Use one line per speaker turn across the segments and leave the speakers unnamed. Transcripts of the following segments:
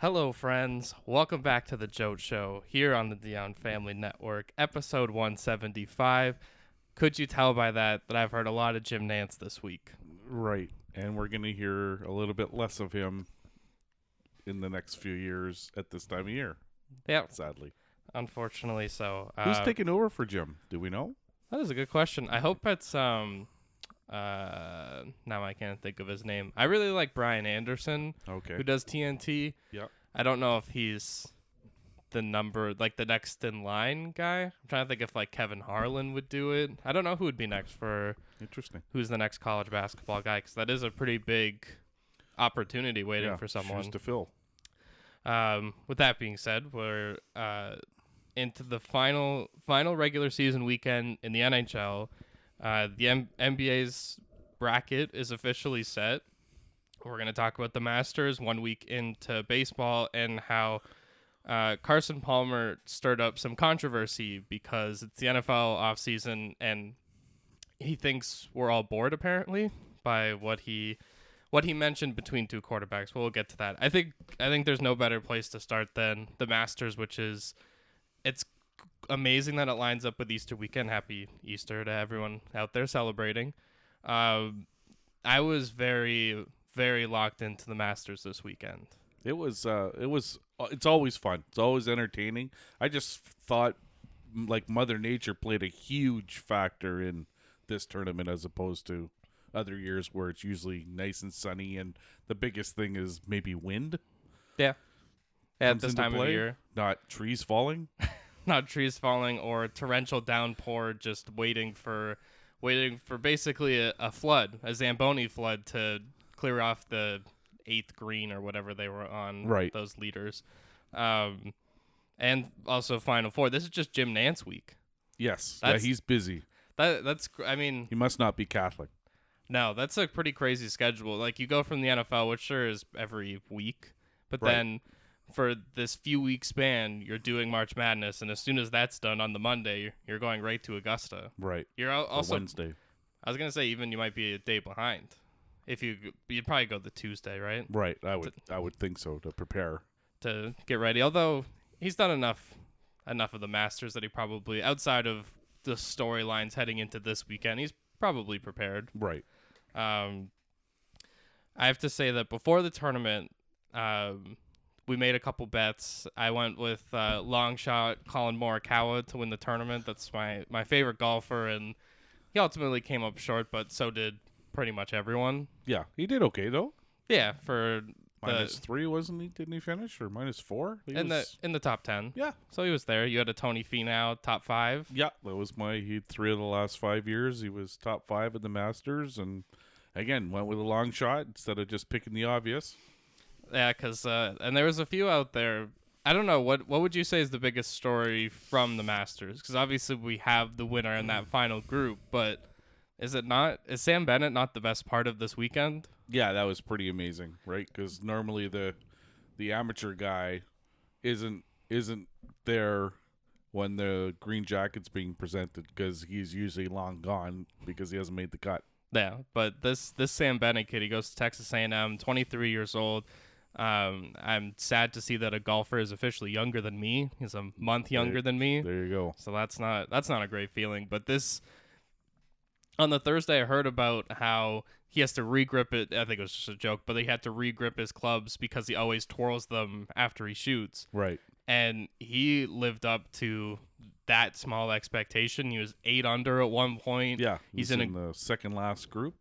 Hello, friends. Welcome back to the Jote Show here on the Dion Family Network, episode 175. Could you tell by that that I've heard a lot of Jim Nance this week?
Right. And we're going to hear a little bit less of him in the next few years at this time of year,
Yep,
sadly.
unfortunately so.
Who's
Uh,
taking over for Jim? Do we know?
That is a good question. I hope it's um uh now I can't think of his name. I really like Brian Anderson
Okay.
who does TNT.
Yep.
I don't know if he's the number like the next in line guy. I'm trying to think if like Kevin Harlan would do it. I don't know who would be next for
Interesting.
who's the next college basketball guy cuz that is a pretty big opportunity waiting
Yeah,
for someone.
Shoes to fill.
Um, with that being said, we're uh, into the final final regular season weekend in the NHL. Uh, the M- NBA's bracket is officially set. We're going to talk about the Masters one week into baseball and how uh, Carson Palmer stirred up some controversy because it's the NFL offseason and he thinks we're all bored apparently by what he what he mentioned between two quarterbacks. We'll get to that. I think I think there's no better place to start than the Masters, which is it's amazing that it lines up with Easter weekend. Happy Easter to everyone out there celebrating. Um, I was very very locked into the Masters this weekend.
It was. Uh, it was. uh, It's always fun. It's always entertaining. I just thought, m- like Mother Nature played a huge factor in this tournament as opposed to other years where it's usually nice and sunny, and the biggest thing is maybe wind
Yeah. At
comes
this
into
time of
play,
year,
not trees falling.
not trees falling or torrential downpour, just waiting for waiting for basically a, a flood, a Zamboni flood to clear off the eighth green or whatever they were on
Right.
those leaders. Um, and also Final Four. This is just Jim Nance week.
Yes,
That's-
yeah, he's busy.
That that's cr- I mean
He must not be Catholic.
no, that's a pretty crazy schedule. Like you go from the NFL, which sure is every week, but
Right.
then for this few week span, you're doing March Madness, and as soon as that's done on the Monday, you're going right to Augusta.
Right.
You're al-
Or
also.
Wednesday.
I was gonna say even you might be a day behind. If you g- you'd probably go the Tuesday, right,
Right. I would. I would think so to prepare.
to get ready. Although he's done enough enough of the Masters that he probably outside of the storylines heading into this weekend, he's probably prepared.
Right.
Um, I have to say that before the tournament, um, we made a couple bets. I went with uh, long shot Colin Morikawa to win the tournament. That's my my favorite golfer, and he ultimately came up short, but so did pretty much everyone.
Yeah. He did okay though.
Yeah, for
Minus
the
three wasn't he? Didn't he finish or minus four? He
in the
was-
in the top ten.
yeah.
So he was there. You had a Tony Finau top five.
Yeah, that was my he three of the last five years. He was top five at the Masters, and again went with a long shot instead of just picking the obvious.
Yeah, because uh, and there was a few out there. I don't know what what would you say is the biggest story from the Masters? Because obviously we have the winner in that final group, but is it not? Is Sam Bennett not the best part of this weekend?
Yeah, that was pretty amazing, right? Because normally the the amateur guy isn't isn't there when the green jacket's being presented because he's usually long gone because he hasn't made the cut.
Yeah, but this this Sam Bennett kid, he goes to Texas A&M, 23 years old. Um, I'm sad to see that a golfer is officially younger than me. He's a month younger than me.
There you go.
So that's not that's not a great feeling. But this on the Thursday, I heard about how he has to regrip it. I think it was just a joke, but he had to regrip his clubs because he always twirls them after he shoots.
Right.
And he lived up to that small expectation. He was eight under at one point
Yeah,
He's
he's
in
in,
a-
the second last group.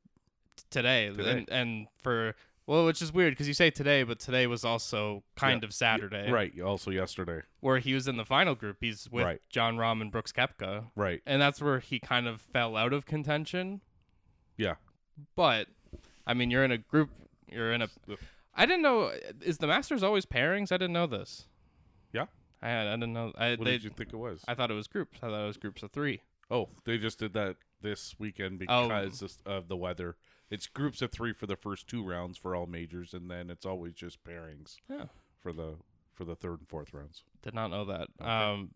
today,
Today.
And, and for well, which is weird because you say today, but today was also kind of Saturday,
Right. Also yesterday.
Where he was in the final group. He's with
Right.
John Rahm and Brooks Kepka.
Right.
and that's where he kind of fell out of contention.
Yeah.
But I mean, you're in a group. You're in a. I didn't know. Is the Masters always pairings? I didn't know this.
Yeah.
I I didn't know. I
What
they,
did you think it was?
I thought it was groups. I thought it was groups of three.
Oh, they just did that this weekend
Oh.
because this- of the weather. It's groups of three for the first two rounds for all majors, and then it's always just pairings
Yeah.
for the for the third and fourth rounds.
Did not know that.
Okay.
Um.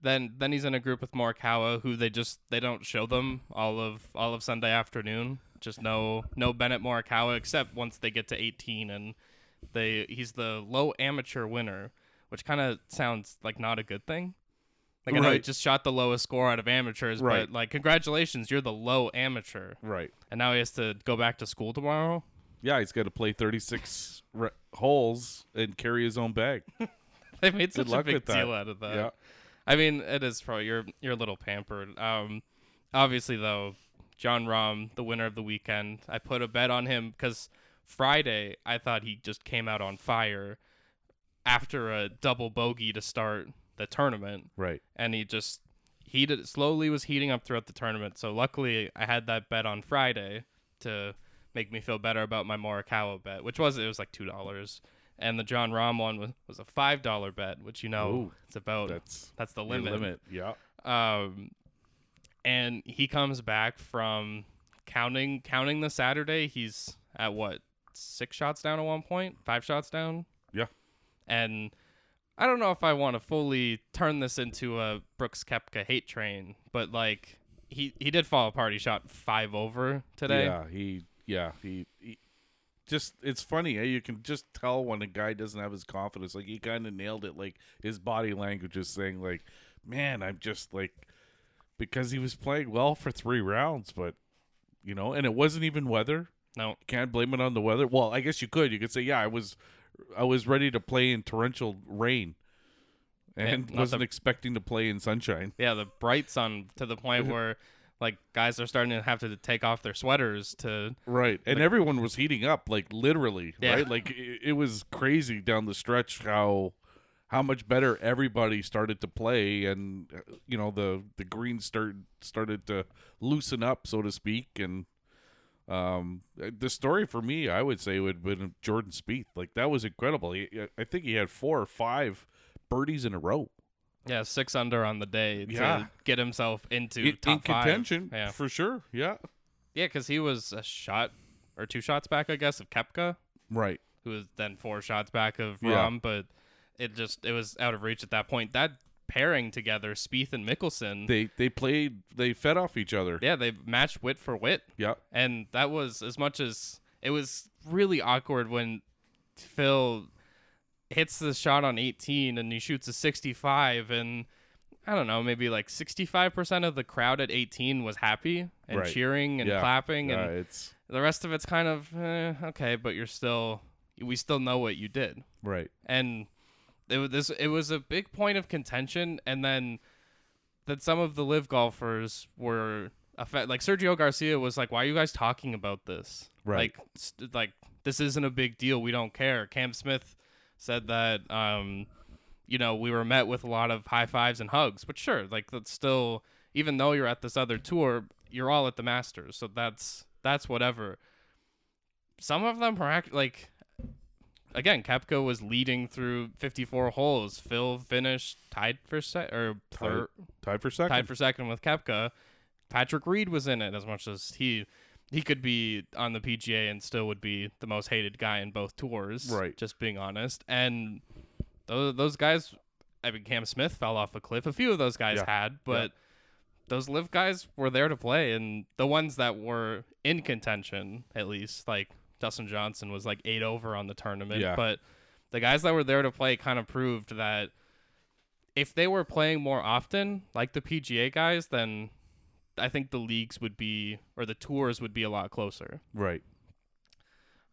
Then then he's in a group with Morikawa, who they just they don't show them all of all of Sunday afternoon. Just no no Bennett Morikawa, except once they get to 18 and They he's the low amateur winner, which kind of sounds like not a good thing. Like I know he
Right.
just shot the lowest score out of amateurs,
Right.
but like congratulations, you're the low amateur,
Right.
and now he has to go back to school tomorrow.
Yeah, he's got to play 36 re- holes and carry his own bag.
They made
Good
such a
luck
big
with that.
deal out of that.
yeah.
I mean, it is probably you're you're a little pampered. Um, obviously though, John Rahm, the winner of the weekend, I put a bet on him because Friday I thought he just came out on fire after a double bogey to start the tournament,
Right.
and he just heated slowly was heating up throughout the tournament. So luckily, I had that bet on Friday to make me feel better about my Morikawa bet, which was it was like two dollars. And the John Rahm one was, was a five dollar bet, which you know
Ooh,
it's about
That's
that's the
the
limit.
limit. Yeah.
Um, and he comes back from counting counting the Saturday. He's at what six shots down at one point, five shots down.
Yeah.
And I don't know if I want to fully turn this into a Brooks Kepka hate train, but like he he did fall apart. He shot five over today.
Yeah, he yeah, he, he just it's funny, eh? You can just tell when a guy doesn't have his confidence. Like he kinda nailed it. Like his body language is saying like, Man, I'm just like because he was playing well for three rounds, but you know, and it wasn't even weather.
No.
Can't blame it on the weather. Well, I guess you could. You could say, Yeah, I was I was ready to play in torrential rain. And
Eh, not
wasn't
the-
expecting to play in sunshine.
Yeah, the bright sun to the point where like guys are starting to have to take off their sweaters to
Right. And everyone was heating up, like literally,
Yeah.
right? Like it, it was crazy down the stretch how how much better everybody started to play and uh, you know the the green start started to loosen up so to speak and um uh, the story for me I would say would have been Jordan Spieth. Like that was incredible. He, uh, I think he had four or five birdies in a row.
yeah, six under on the day to
Yeah.
get himself into
In,
top
in
five.
contention
Yeah.
for sure. Yeah.
Yeah, because he was a shot or two shots back, I guess, of Kepka,
Right.
who was then four shots back of
Yeah.
Rom, but it just it was out of reach at that point. That pairing together, Spieth and Mickelson,
They they played they fed off each other.
yeah, they matched wit for wit,
yeah.
and that was as much as it was really awkward when Phil hits the shot on 18 and he shoots a 65 and I don't know, maybe like 65% of the crowd at 18 was happy and
Right.
cheering and
Yeah.
clapping and
Yeah, Uh, it's
the rest of it's kind of eh, okay, but you're still we still know what you did,
right.
and it was this it was a big point of contention, and then that some of the live golfers were affect like Sergio Garcia was like, "Why are you guys talking about this?
Right.
Like, st- like this isn't a big deal. We don't care." Cam Smith said that. Um, you know, we were met with a lot of high fives and hugs, but sure, like that's still even though you're at this other tour, you're all at the Masters, so that's that's whatever. Some of them are act- like again, Kepka was leading through 54 holes. Phil finished tied for se- or third,
Tied for second.
tied for second with Kepka. Patrick Reed was in it as much as he he could be on the PGA and still would be the most hated guy in both tours.
Right.
Just being honest. And those those guys I mean Cam Smith fell off a cliff. A few of those guys
Yeah.
had, but those live guys were there to play and the ones that were in contention at least, like Dustin Johnson was like eight over on the tournament.
Yeah.
But the guys that were there to play kind of proved that if they were playing more often, like the PGA guys, then I think the leagues would be or the tours would be a lot closer.
right.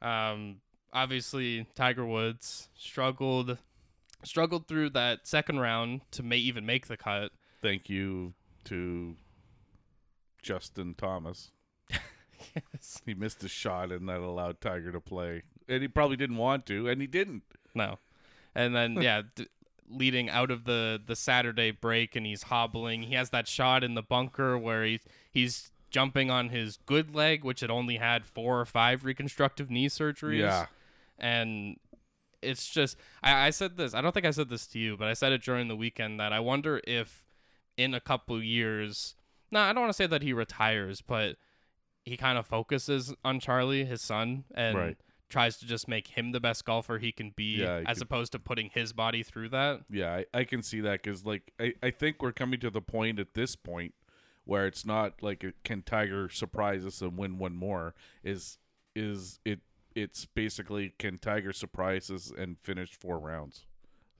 Um, obviously, Tiger Woods struggled struggled through that second round to may even make the cut.
Thank you to Justin Thomas.
Yes.
He missed a shot and that allowed Tiger to play. And he probably didn't want to, and he didn't.
No, and then yeah, d- leading out of the the Saturday break, and he's hobbling. He has that shot in the bunker where he's he's jumping on his good leg, which had only had four or five reconstructive knee surgeries.
Yeah.
and it's just I, I said this i don't think i said this to you but i said it during the weekend that i wonder if in a couple years no i don't want to say that he retires but he kind of focuses on charlie his son and
Right.
tries to just make him the best golfer he can be
Yeah, he
as
could-
opposed to putting his body through that
Yeah, I, I can see that because, like, I, I think we're coming to the point at this point where uh, it's not like can Tiger surprise us and win one more? Is is it it's basically can Tiger surprises and finish four rounds.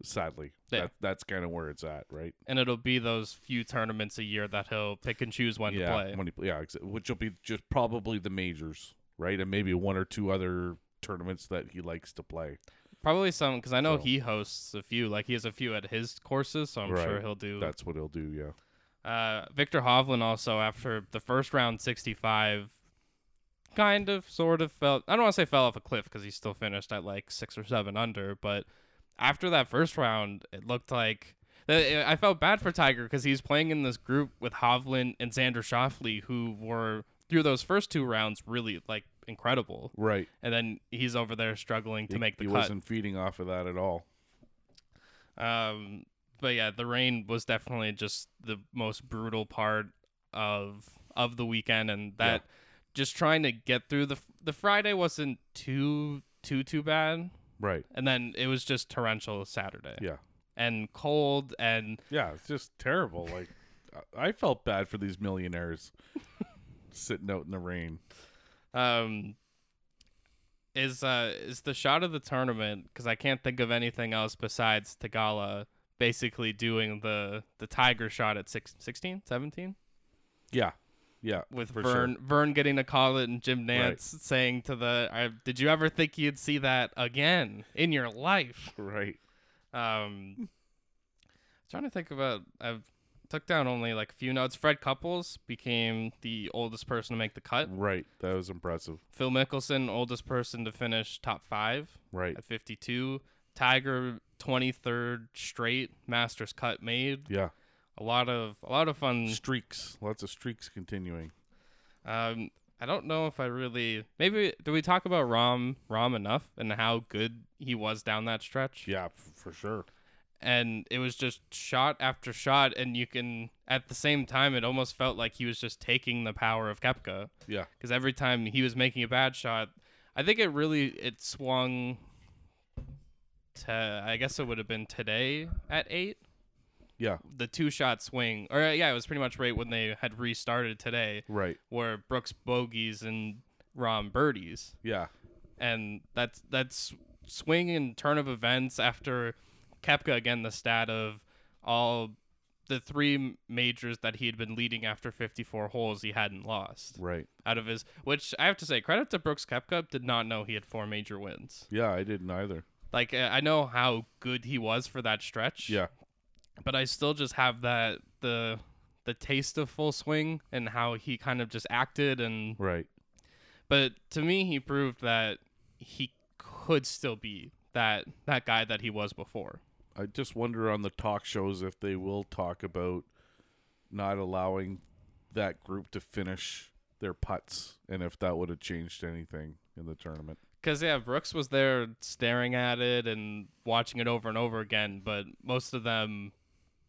Sadly,
Yeah.
that, that's kind of where it's at, right?
and it'll be those few tournaments a year that he'll pick and choose when
yeah,
to play.
when he- yeah, exa- which will be just probably the majors, right, and maybe one or two other tournaments that he likes to play.
Probably some because I know
So-
he hosts a few. Like he has a few at his courses, so I'm sure
Right.
he'll do.
That's what he'll do. Yeah,
Uh, Victor Hovland also after the first round 65, kind of sort of felt. I don't want to say fell off a cliff because he still finished at like six or seven under, but after that first round, it looked like. uh, I I felt bad for Tiger because he's playing in this group with Hovland and Xander Shoffley, who were through those first two rounds really like incredible,
right.
and then he's over there struggling to
He-
make the
he
cut.
wasn't feeding off of that at all.
Um, but yeah, the rain was definitely just the most brutal part of of the weekend, and
Yeah.
that just trying to get through the the Friday wasn't too too too bad,
Right.
and then it was just torrential Saturday
Yeah.
and cold and
Yeah. It's just terrible. Like I I felt bad for these millionaires sitting out in the rain.
um. Is uh is the shot of the tournament because I can't think of anything else besides Tagala basically doing the the tiger shot at six, 16, 17?
Yeah. Yeah.
with
for
Vern
sure.
Vern getting a call it and Jim Nance saying to the I, did you ever think you'd see that again in your life
Right.
um trying to think about I've took down only like a few notes Fred Couples became the oldest person to make the cut
Right. That was impressive.
Phil Mickelson oldest person to finish top 5
Right.
at 52 Tiger 23rd straight Masters cut made
Yeah.
a lot of a lot of fun
Streaks. Lots of streaks continuing.
Um, I don't know if I really. Maybe did we talk about Rom Rom enough and how good he was down that stretch?
Yeah, f- for sure.
And it was just shot after shot, and you can at the same time it almost felt like he was just taking the power of Kepka
Yeah.
because every time he was making a bad shot, I think it really it swung. To I guess it would have been today at eight
Yeah.
the two shot swing or uh, yeah it was pretty much right when they had restarted today
Right.
were Brooks bogeys and Rom birdies,
Yeah.
and that's that's swing and turn of events after Kepka again the stat of all the three majors that he had been leading after 54 holes he hadn't lost
Right.
out of his which I have to say credit to Brooks Kepka did not know he had four major wins
Yeah, I didn't either.
like uh, I know how good he was for that stretch
Yeah.
but I still just have that the the taste of full swing and how he kind of just acted and
Right.
but to me, he proved that he could still be that that guy that he was before.
I just wonder on the talk shows if they will talk about not allowing that group to finish their putts and if that would have changed anything in the tournament.
Because yeah, Brooks was there staring at it and watching it over and over again. But most of them,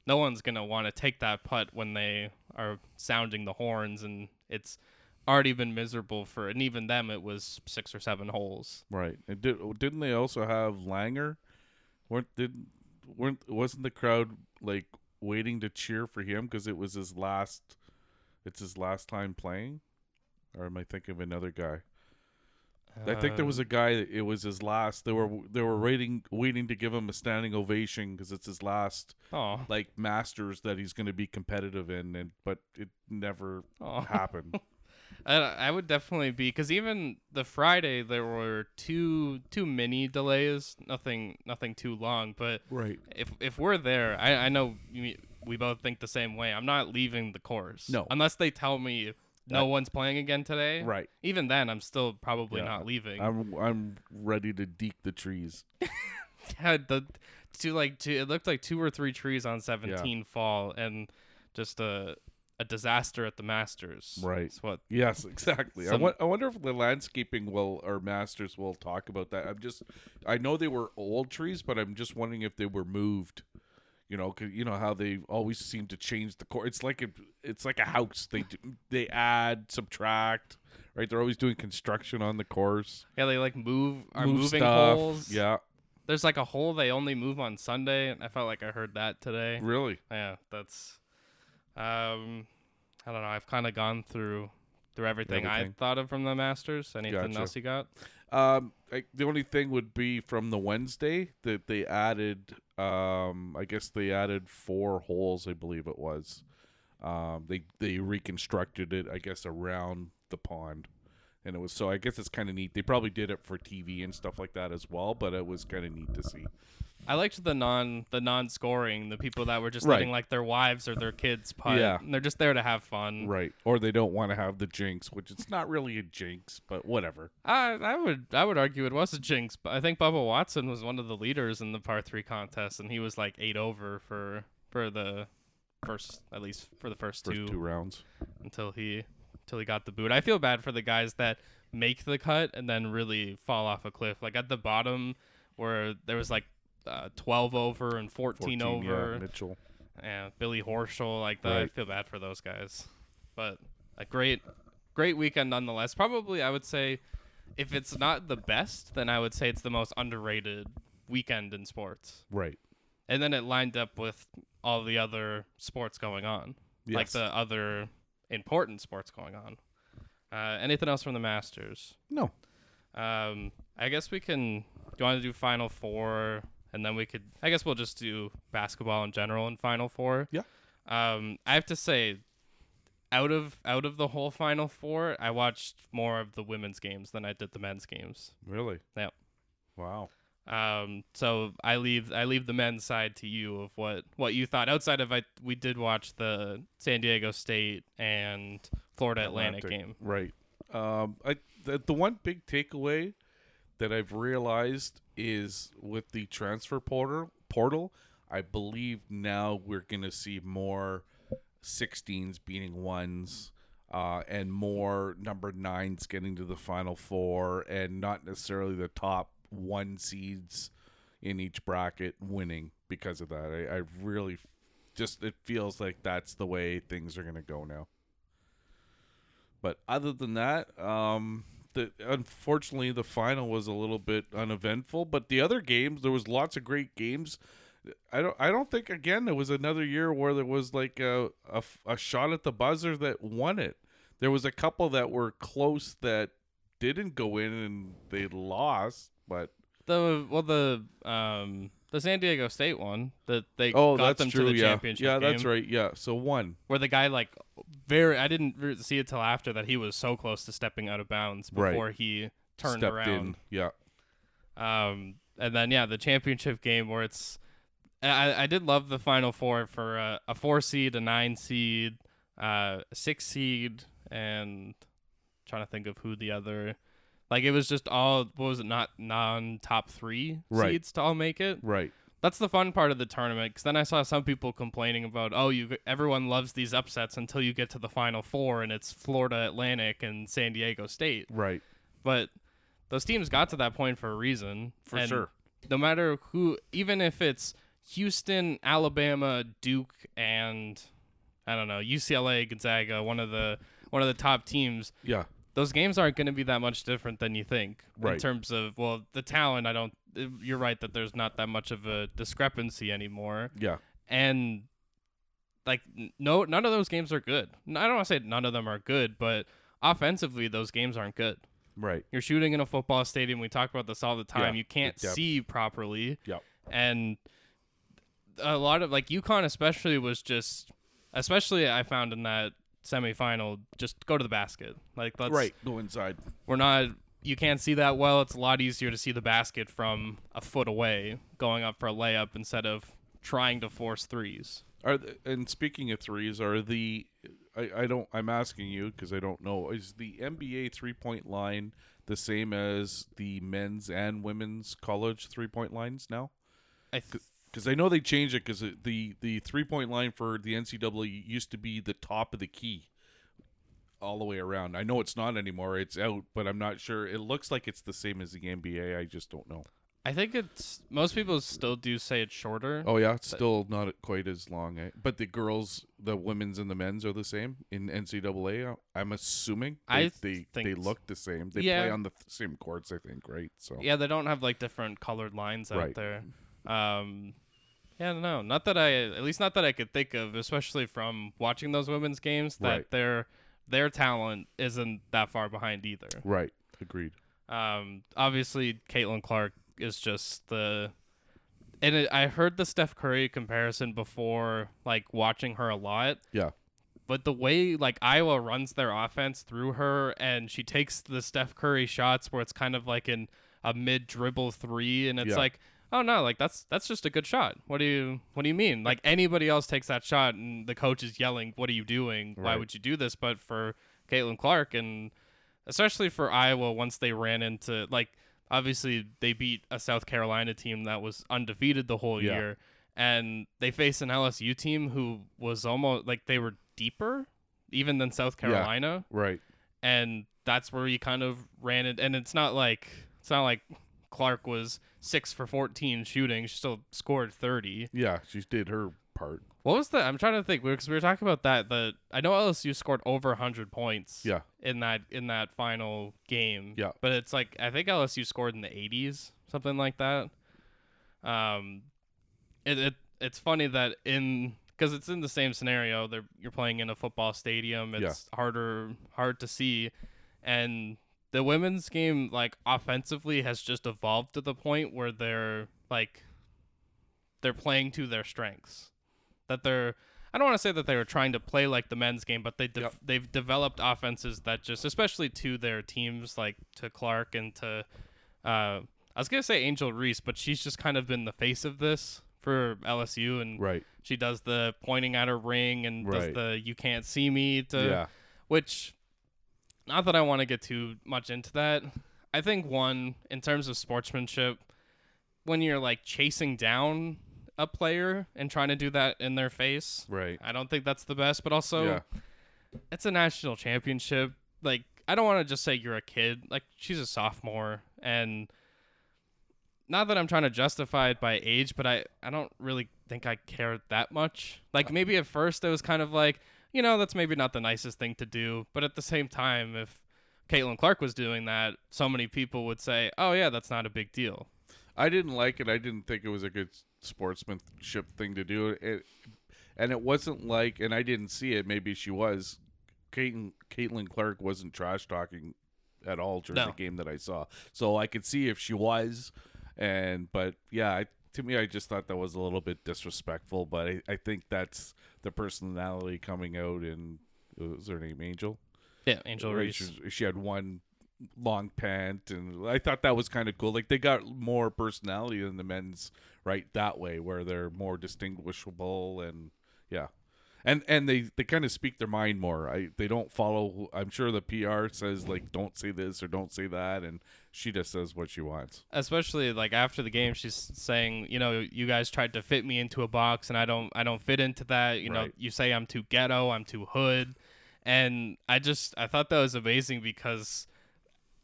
no one's gonna want to take that putt when they are sounding the horns, and it's already been miserable for. And even them, it was six or seven holes.
Right. And did, oh, didn't they also have Langer? Weren't did weren't wasn't the crowd like waiting to cheer for him because it was his last it's his last time playing? Or am I thinking of another guy? I think there was a guy. It was his last. They were they were waiting waiting to give him a standing ovation because it's his last
oh
like Masters that he's going to be competitive in, and but it never
Oh.
happened.
I, I would definitely be because even the Friday there were two two mini delays, nothing nothing too long. But
right.
if if we're there, I I know you, we both think the same way. I'm not leaving the course.
No.
unless they tell me no one's playing again today.
Right.
Even then, I'm still probably
Yeah,
not leaving.
I'm I'm ready to deke the trees.
Had the two like two. It looked like two or three trees on 17 fall and just a a disaster at the Masters.
Right.
It's what
Yes, exactly. I
Some-
won- I wonder if the landscaping will or Masters will talk about that. I'm just I know they were old trees, but I'm just wondering if they were moved. You know, 'cause you know how they always seem to change the core. It's like a, it's like a house. They do- they add, subtract, right? They're always doing construction on the course.
yeah they like move are
Move
moving
stuff.
holes.
Yeah,
There's like a hole they only move on Sunday, and I felt like I heard that today.
really.
Yeah, that's. Um, I don't know. I've kind of gone through through everything, I
Everything.
thought of from the Masters. Anything
Gotcha.
else you got?
Um, I, the only thing would be from the Wednesday that they added. Um, I guess they added four holes. I believe it was. Um, they they reconstructed it. I guess around the pond, and it was so. I guess it's kind of neat. They probably did it for TV and stuff like that as well. But it was kind of neat to see.
I liked the non the non scoring, the people that were just
Right.
letting like their wives or their kids putt.
Yeah.
And they're just there to have fun.
Right. Or they don't want to have the jinx, which it's not really a jinx, but whatever.
I I would I would argue it was a jinx, but I think Bubba Watson was one of the leaders in the par three contest and he was like eight over for for the first at least for the first,
First
two,
two rounds.
until he until he got the boot. I feel bad for the guys that make the cut and then really fall off a cliff. Like at the bottom where there was like uh, twelve over and fourteen,
14,
over.
Yeah, Mitchell.
Yeah, Billy Horschel, like the, I
Right.
feel bad for those guys, but a great, great weekend nonetheless. Probably, I would say, if it's not the best, then I would say it's the most underrated weekend in sports.
Right.
And then it lined up with all the other sports going on, like
Yes.
the other important sports going on. Uh, anything else from the Masters?
No.
Um, I guess we can. Do you want to do Final Four, and then we could? I guess we'll just do basketball in general and Final Four.
Yeah.
Um, I have to say, out of out of the whole Final Four, I watched more of the women's games than I did the men's games.
Really?
Yep.
Wow.
Um, so I leave I leave the men's side to you of what what you thought. Outside of I, we did watch the San Diego State and Florida Atlantic, game.
Right. Um, I the, the one big takeaway that I've realized is with the transfer portal portal, I believe now we're gonna see more 16s beating ones. Uh, and more number nines getting to the final four, and not necessarily the top one seeds in each bracket winning because of that. I, I really f- just it feels like that's the way things are going to go now. But other than that, um, the unfortunately the final was a little bit uneventful. But the other games, there was lots of great games. I don't. I don't think again there was another year where there was like a a f- a shot at the buzzer that won it. There was a couple that were close that didn't go in and they lost. But
The well the um the San Diego State one that they
oh,
got
that's
them
true.
to the
yeah,
championship
yeah,
game,
that's right. Yeah, so one.
where the guy like very I didn't re- see it till after that he was so close to stepping out of bounds
Right.
before he turned
stepped
around.
in. Yeah,
Um and then yeah the championship game where it's I, I did love the final four for uh, a four seed a nine seed uh a six seed and trying to think of who the other like it was just all what was it not non top three
Right.
seeds to all make it
right.
that's the fun part of the tournament because then I saw some people complaining about, oh, you everyone loves these upsets until you get to the final four and it's Florida Atlantic and San Diego State.
Right.
But those teams got to that point for a reason.
For
and
sure.
No matter who, even if it's Houston, Alabama, Duke, and I don't know UCLA, Gonzaga, one of the one of the top teams,
Yeah.
those games aren't going to be that much different than you think in
Right.
terms of well the talent i don't you're right that there's not that much of a discrepancy anymore
Yeah.
and like n- no none of those games are good N- i don't want to say none of them are good but offensively those games aren't good
Right.
you're shooting in a football stadium we talk about this all the time
Yeah,
you can't
the depth.
see properly
Yep.
and a lot of like UConn especially was just especially i found in that semifinal just go to the basket like let's
right. Go inside.
we're not you can't see that well it's a lot easier to see the basket from a foot away going up for a layup instead of trying to force threes
Are the, and speaking of threes, are the I, I don't I'm asking you because I don't know is the NBA three point line the same as the men's and women's college three point lines now?
i th-
Because I know they changed it because the the three point line for the NCAA used to be the top of the key, all the way around. I know it's not anymore; it's out, but I'm not sure. It looks like it's the same as the NBA. I just don't know.
i think it's most people still do say it's shorter
Oh yeah, it's still not quite as long. eh? But the girls, the women's and the men's are the same in NCAA. uh, I'm assuming they,
I
they,
think
they
so.
look the same. They
Yeah.
play on the th- same courts, I think. Right? So
yeah they don't have like different colored lines out
Right.
there um yeah no not that i at least not that i could think of especially from watching those women's games that
Right.
their their talent isn't that far behind either
right, agreed.
Um, obviously, Caitlin Clark is just the. And it, I heard the Steph Curry comparison before, like watching her a lot.
Yeah.
But the way like Iowa runs their offense through her, and she takes the Steph Curry shots where it's kind of like in a mid dribble three, and it's
Yeah.
like, oh no, like that's that's just a good shot. What do you what do you mean? Like anybody else takes that shot, and the coach is yelling, "What are you doing? Why
Right.
would you do this?" But for Caitlin Clark and especially for Iowa once they ran into like obviously they beat a South Carolina team that was undefeated the whole
Yeah.
year and they faced an LSU team who was almost like they were deeper even than South
Yeah.
Carolina
Right.
and that's where you kind of ran it and it's not like it's not like Clark was 6 for 14 shooting she still scored 30
Yeah, she did her part.
what was the? I'm trying to think because we were talking about that. The I know LSU scored over 100 points.
Yeah.
In that in that final game.
Yeah.
But it's like I think LSU scored in the 80s, something like that. Um, it, it it's funny that in because it's in the same scenario. They're you're playing in a football stadium.
Yeah.
It's harder hard to see, and the women's game like offensively has just evolved to the point where they're like they're playing to their strengths. That they're I don't want to say that they were trying to play like the men's game, but they de-
Yep.
they've developed offenses that just especially to their teams like to Clark and to uh, I was gonna say Angel Reese, but she's just kind of been the face of this for LSU and
Right.
she does the pointing at her ring and
Right.
does the you can't see me to
yeah.
which not that I want to get too much into that. I think one in terms of sportsmanship when you're like chasing down a player and trying to do that in their face,
Right.
I don't think that's the best, but also
yeah.
it's a national championship. Like I don't want to just say you're a kid. Like she's a sophomore and not that I'm trying to justify it by age, but I I don't really think I care that much. Like maybe at first it was kind of like, you know, that's maybe not the nicest thing to do, but at the same time if Caitlin Clark was doing that, so many people would say, "Oh yeah, that's not a big deal."
I didn't like it. I didn't think it was a good sportsmanship thing to do. It, and it wasn't like, and I didn't see it. Maybe she was. Caitlin, Caitlin Clark wasn't trash talking at all during
No.
the game that I saw, so I could see if she was. And but yeah, I, to me, I just thought that was a little bit disrespectful. But I, I think that's the personality coming out. And what was her name Angel?
Yeah, Angel
Right,
Reese.
She, she had one long pant, and I thought that was kind of cool. Like they got more personality than the men's right that way, where they're more distinguishable and yeah, and and they they kind of speak their mind more. I they don't follow. I'm sure the PR says like don't say this or don't say that, and she just says what she wants.
especially like after the game she's saying you know you guys tried to fit me into a box and i don't i don't fit into that you know
Right.
you say i'm too ghetto i'm too hood and i just i thought that was amazing because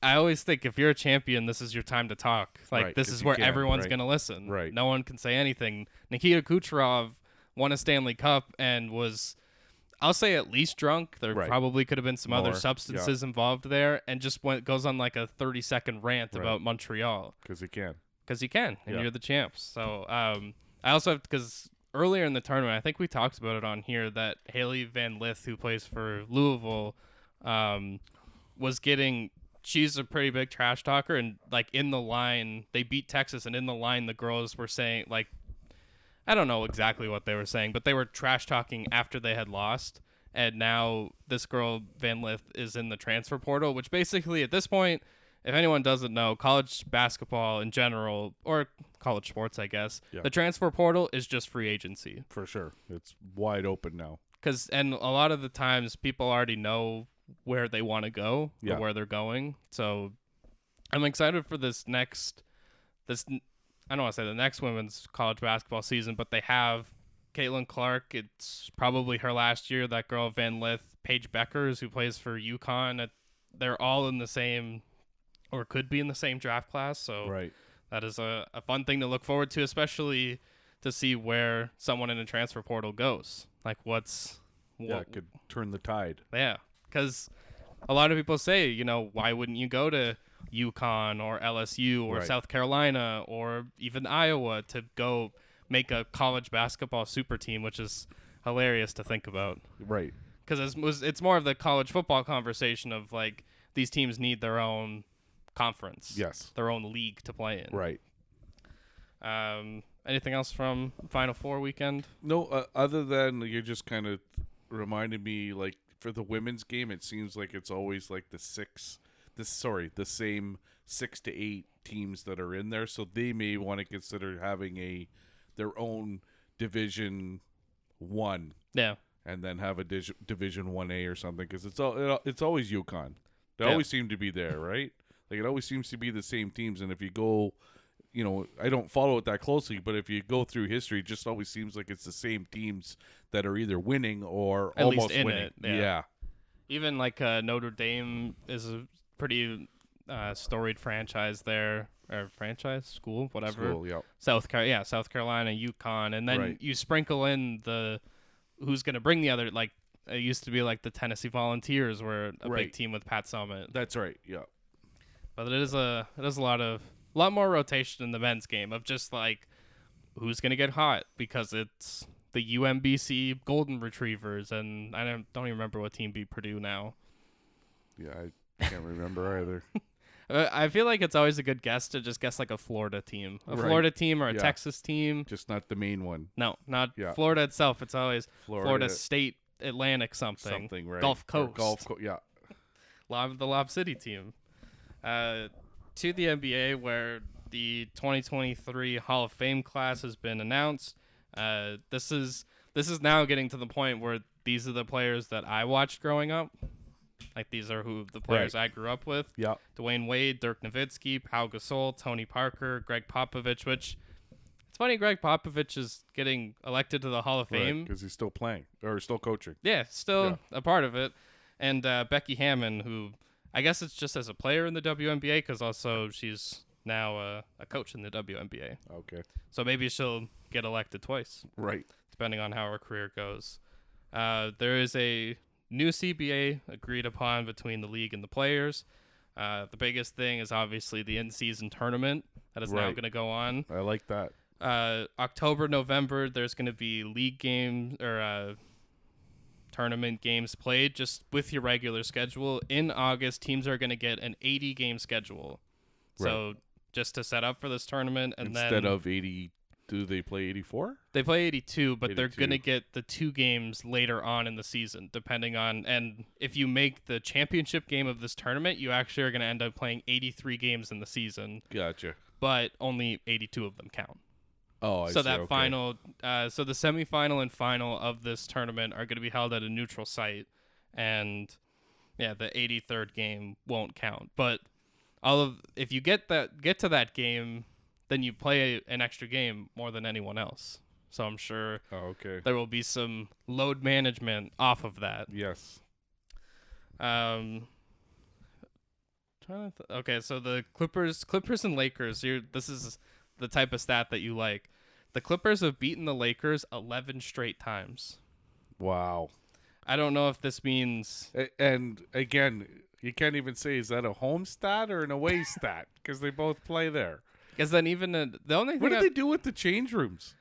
i always think if you're a champion this is your time to talk like
Right,
this
'cause
is
you
where
can,
everyone's
right.
going to listen
Right.
no one can say anything nikita kucherov won a stanley cup and was I'll say at least drunk. There
Right.
probably could have been some
More,
other
yeah.
substances involved there, and just went goes on like a thirty second rant
Right.
about Montreal
Because they can.
because you can and
Yeah.
you're the champs. So um, I also have because earlier in the tournament, I think we talked about it on here that Haley Van Lith, who plays for Louisville, um, was getting. She's a pretty big trash talker, and like in the line, they beat Texas, and in the line, the girls were saying like, I don't know exactly what they were saying, but they were trash talking after they had lost. And now this girl Van Lith is in the transfer portal, which basically at this point if anyone doesn't know, college basketball in general, or college sports, I guess,
Yeah.
the transfer portal is just free agency.
For sure, it's wide open now.
Cause, and a lot of the times people already know where they want to go
Yeah.
or where they're going. So I'm excited for this next, this, n- I don't want to say the next women's college basketball season, but they have Caitlin Clark. It's probably her last year. That girl, Van Lith, Paige Beckers, who plays for UConn. It- They're all in the same, or could be in the same draft class. So,
Right.
that is a, a fun thing to look forward to, especially to see where someone in a transfer portal goes. Like, what's
Yeah,
what,
it could turn the tide.
yeah, because a lot of people say, you know, why wouldn't you go to UConn or LSU or
Right.
South Carolina or even Iowa to go make a college basketball super team, which is hilarious to think about
Right.
because it's, it's more of the college football conversation of like these teams need their own conference.
Yes.
Their own league to play in.
Right.
Um, anything else from Final Four weekend?
No, uh, other than you're just kind of reminded me, like for the women's game, it seems like it's always like the six, the sorry, the same six to eight teams that are in there. So they may want to consider having a their own division one,
Yeah.
and then have a dis- division one A or something, because it's all it, it's always UConn. They
Yeah.
always seem to be there, right? Like it always seems to be the same teams, and if you go. You know, I don't follow it that closely, but if you go through history, it just always seems like it's the same teams that are either winning or
At least
almost
in
winning.
it, yeah.
yeah,
Even like uh, Notre Dame is a pretty uh, storied franchise there, or franchise school, whatever.
School, yeah.
South Car- yeah, South Carolina, Yukon, and then
Right.
you sprinkle in the who's going to bring the other like it used to be like the Tennessee Volunteers were a big
Right.
team with Pat Summit,
That's right. Yeah.
but it is a it is a lot of a lot more rotation in the men's game of just like who's going to get hot because it's the UMBC Golden Retrievers and I don't don't even remember what team beat Purdue now.
Yeah, I can't remember either.
Uh, I feel like it's always a good guess to just guess like a Florida team, a
Right.
Florida team or a
Yeah.
Texas team.
Just not the main one.
No, not
Yeah.
Florida itself. It's always
Florida-
Florida, State, Atlantic something.
Something, right?
Gulf
Or
Coast.
Gulf Coast. Yeah.
Lob, the Lob City team. Uh, to the NBA, where the 2023 Hall of Fame class has been announced. Uh, this is this is now getting to the point where these are the players that I watched growing up. Like these are who the players I grew up with.
Yeah.
Dwayne Wade, Dirk Nowitzki, Pau Gasol, Tony Parker, Greg Popovich. Which it's funny, Greg Popovich is getting elected to the Hall of Fame.
Because he's still playing or still coaching.
Yeah, still a part of it. And uh, Becky Hammond, who I guess it's just as a player in the WNBA, because also she's now uh, a coach in the WNBA.
Okay.
So maybe she'll get elected twice,
Right.
depending on how her career goes. Uh, there is a new CBA agreed upon between the league and the players. Uh, the biggest thing is obviously the in-season tournament that is now
Right.
going to go on
I like that.
uh, October, November, there's going to be league games or uh, tournament games played just with your regular schedule. In August, teams are going to get an 80 game schedule. So just to set up for this tournament, and
Instead
then
of 80, do they play 84?
they play 82, but they're
82.
going to get the two games later on in the season, depending on. And if you make the championship game of this tournament, you actually are going to end up playing 83 games in the season,
Gotcha.
but only 82 of them count.
Oh, I
so
see,
that
okay.
final uh, so the semifinal and final of this tournament are going to be held at a neutral site and yeah the 83rd game won't count but all of if you get that get to that game then you play an extra game more than anyone else so i'm sure
Oh, okay.
there will be some load management off of that
Yes.
um trying to th- okay, so the Clippers, Clippers and Lakers. You, this is the type of stat that you like. The Clippers have beaten the Lakers eleven straight times.
Wow.
I don't know if this means
A- And again, you can't even say is that a home stat or an away stat because they both play there.
because then even a, the only thing
What do
that-
they do with the change rooms?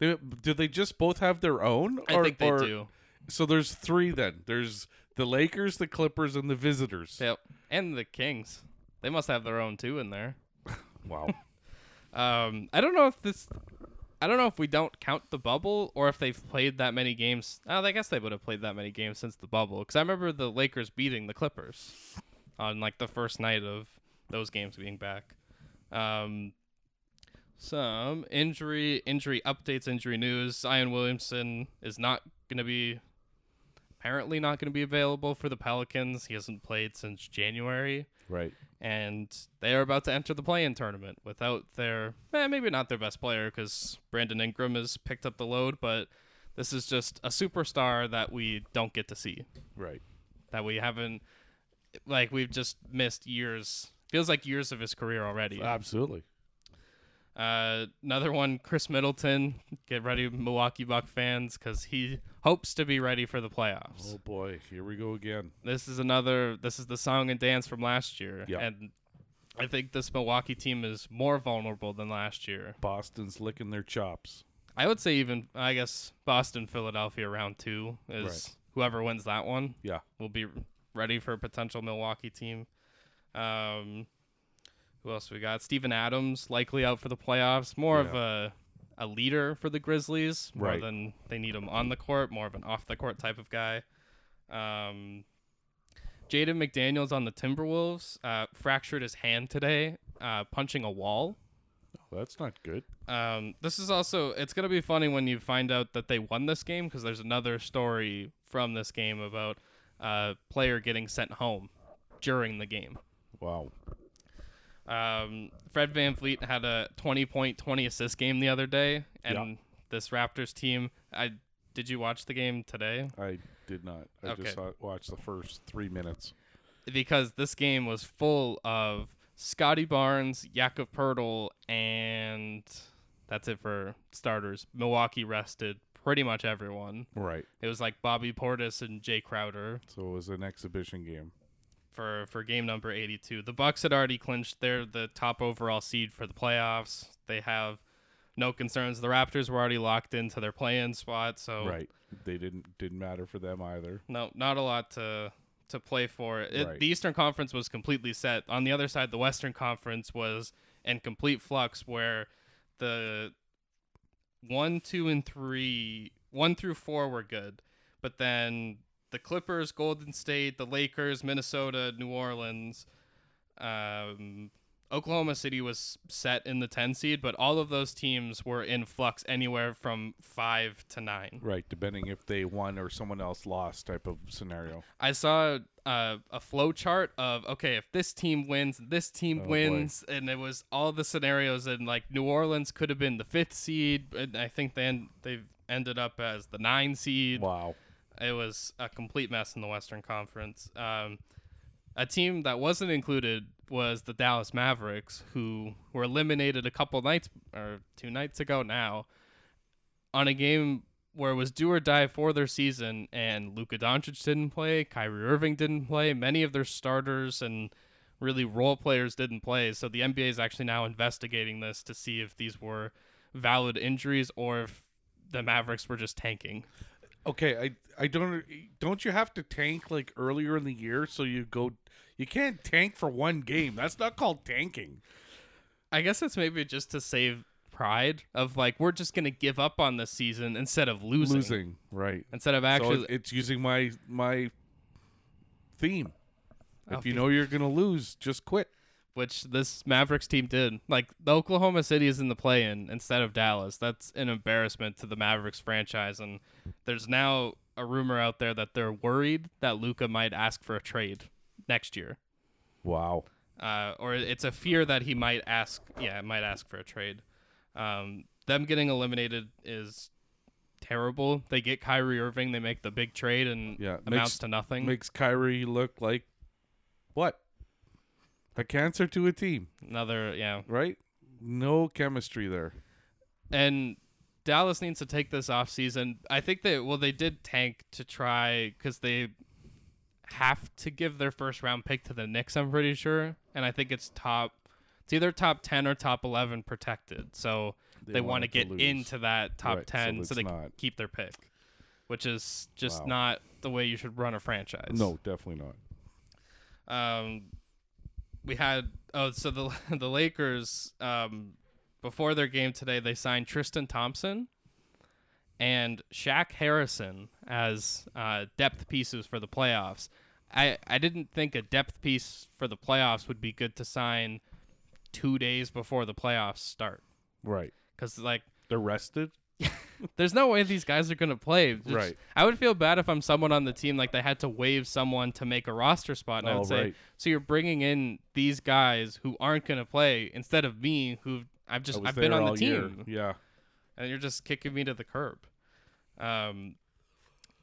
They, do they just both have their own?
I
Or-
think they
or-
do.
So there's three then. There's the Lakers, the Clippers, and the visitors.
Yep, and the Kings. They must have their own two in there.
Wow.
Um, I don't know if this. I don't know if we don't count the bubble or if they've played that many games. Oh, I guess they would have played that many games since the bubble because I remember the Lakers beating the Clippers on like the first night of those games being back. Um, some injury injury updates, injury news. Zion Williamson is not going to be apparently not going to be available for the Pelicans. He hasn't played since January
right.
and they are about to enter the play-in tournament without their eh, maybe not their best player because Brandon Ingram has picked up the load, but this is just a superstar that we don't get to see,
Right.
that we haven't like we've just missed years. Feels like years of his career already.
Absolutely.
Uh, another one, Chris Middleton. Get ready, Milwaukee Buck fans, because he hopes to be ready for the playoffs
Oh boy, here we go again.
this is another this is the song and dance from last year
Yeah.
and i think this milwaukee team is more vulnerable than last year
Boston's licking their chops.
i would say even i guess boston philadelphia round two is
Right.
whoever wins that one
Yeah.
will be ready for a potential milwaukee team um, Who else we got? Steven Adams likely out for the playoffs. More of a a leader for the Grizzlies more
Right.
than they need him on the court. More of an off the court type of guy. Um, Jaden McDaniels on the Timberwolves uh, fractured his hand today, uh, punching a wall.
That's not good.
Um, this is also it's gonna be funny when you find out that they won this game because there's another story from this game about a player getting sent home during the game.
Wow.
Um, Fred Van Fleet had a 20 point, 20 assist game the other day, and
Yeah.
this Raptors team. I did you watch the game today?
I did not. I
Okay.
just saw, watched the first three minutes.
Because this game was full of Scotty Barnes, Jakob Pertl, and that's it for starters. Milwaukee rested pretty much everyone.
Right.
It was like Bobby Portis and Jay Crowder
So it was an exhibition game.
for for game number 82. The Bucks had already clinched they're the top overall seed for the playoffs. They have no concerns. The Raptors were already locked into their play-in spot, so
Right. They didn't didn't matter for them either.
no, not a lot to to play for. It,
Right.
The Eastern Conference was completely set. On the other side, the Western Conference was in complete flux, where the one, two, and three, one through four were good, but then the Clippers, Golden State, the Lakers, Minnesota, New Orleans, um, Oklahoma City was set in the ten seed, but all of those teams were in flux anywhere from five to nine.
Right. Depending if they won or someone else lost type of scenario.
I saw uh, a flow chart of okay, if this team wins, this team
boy.
wins, and it was all the scenarios. And like New Orleans could have been the fifth seed, and I think then they've ended up as the nine seed.
Wow.
It was a complete mess in the Western Conference. Um, a team that wasn't included was the Dallas Mavericks, who were eliminated a couple nights or two nights ago now on a game where it was do or die for their season, and Luka Doncic didn't play, Kyrie Irving didn't play, many of their starters and really role players didn't play. So the NBA is actually now investigating this to see if these were valid injuries or if the Mavericks were just tanking.
Okay, I I don't don't you have to tank like earlier in the year so you go you can't tank for one game. That's not called tanking.
I guess it's maybe just to save pride of like we're just gonna give up on this season instead of losing,
right.
instead of
Actually,
actually.
so it's- it's using my my theme.
Oh,
If you
fe-
know you're going to lose, just quit.
which this Mavericks team did. Like the Oklahoma City is in the play-in instead of Dallas. That's an embarrassment to the Mavericks franchise, and there's now a rumor out there that they're worried that Luca might ask for a trade next year,
Wow.
uh, or it's a fear that he might ask. Yeah, might ask for a trade. Um, them getting eliminated is terrible. They get Kyrie Irving. They make the big trade and
Yeah,
amounts
makes-
to nothing.
Makes Kyrie look like what? A cancer to a team,
Another yeah.
right? No chemistry there.
and Dallas needs to take this off season. I think they well they did tank to try because they have to give their first round pick to the Knicks. I'm pretty sure, and I think it's top. It's either top ten or top eleven protected. So they, want to
wanted to
get
lose.
into that top
Right, so
ten so,
it's
they can
not-
keep their pick, which is just
Wow.
not the way you should run a franchise.
No, definitely not.
Um, we had oh, so the the Lakers um, before their game today, they signed Tristan Thompson and Shaq Harrison as uh, depth pieces for the playoffs. I I didn't think a depth piece for the playoffs would be good to sign two days before the playoffs start
Right.
because like
They're rested?
there's no way these guys are gonna play. Just-
Right.
I would feel bad if I'm someone on the team like they had to waive someone to make a roster spot. And I
Oh,
would say,
right.
so you're bringing in these guys who aren't gonna play instead of me, who I've
I
just
was
I've been
there
on the
all
team,
year. Yeah.
and you're just kicking me to the curb. Um,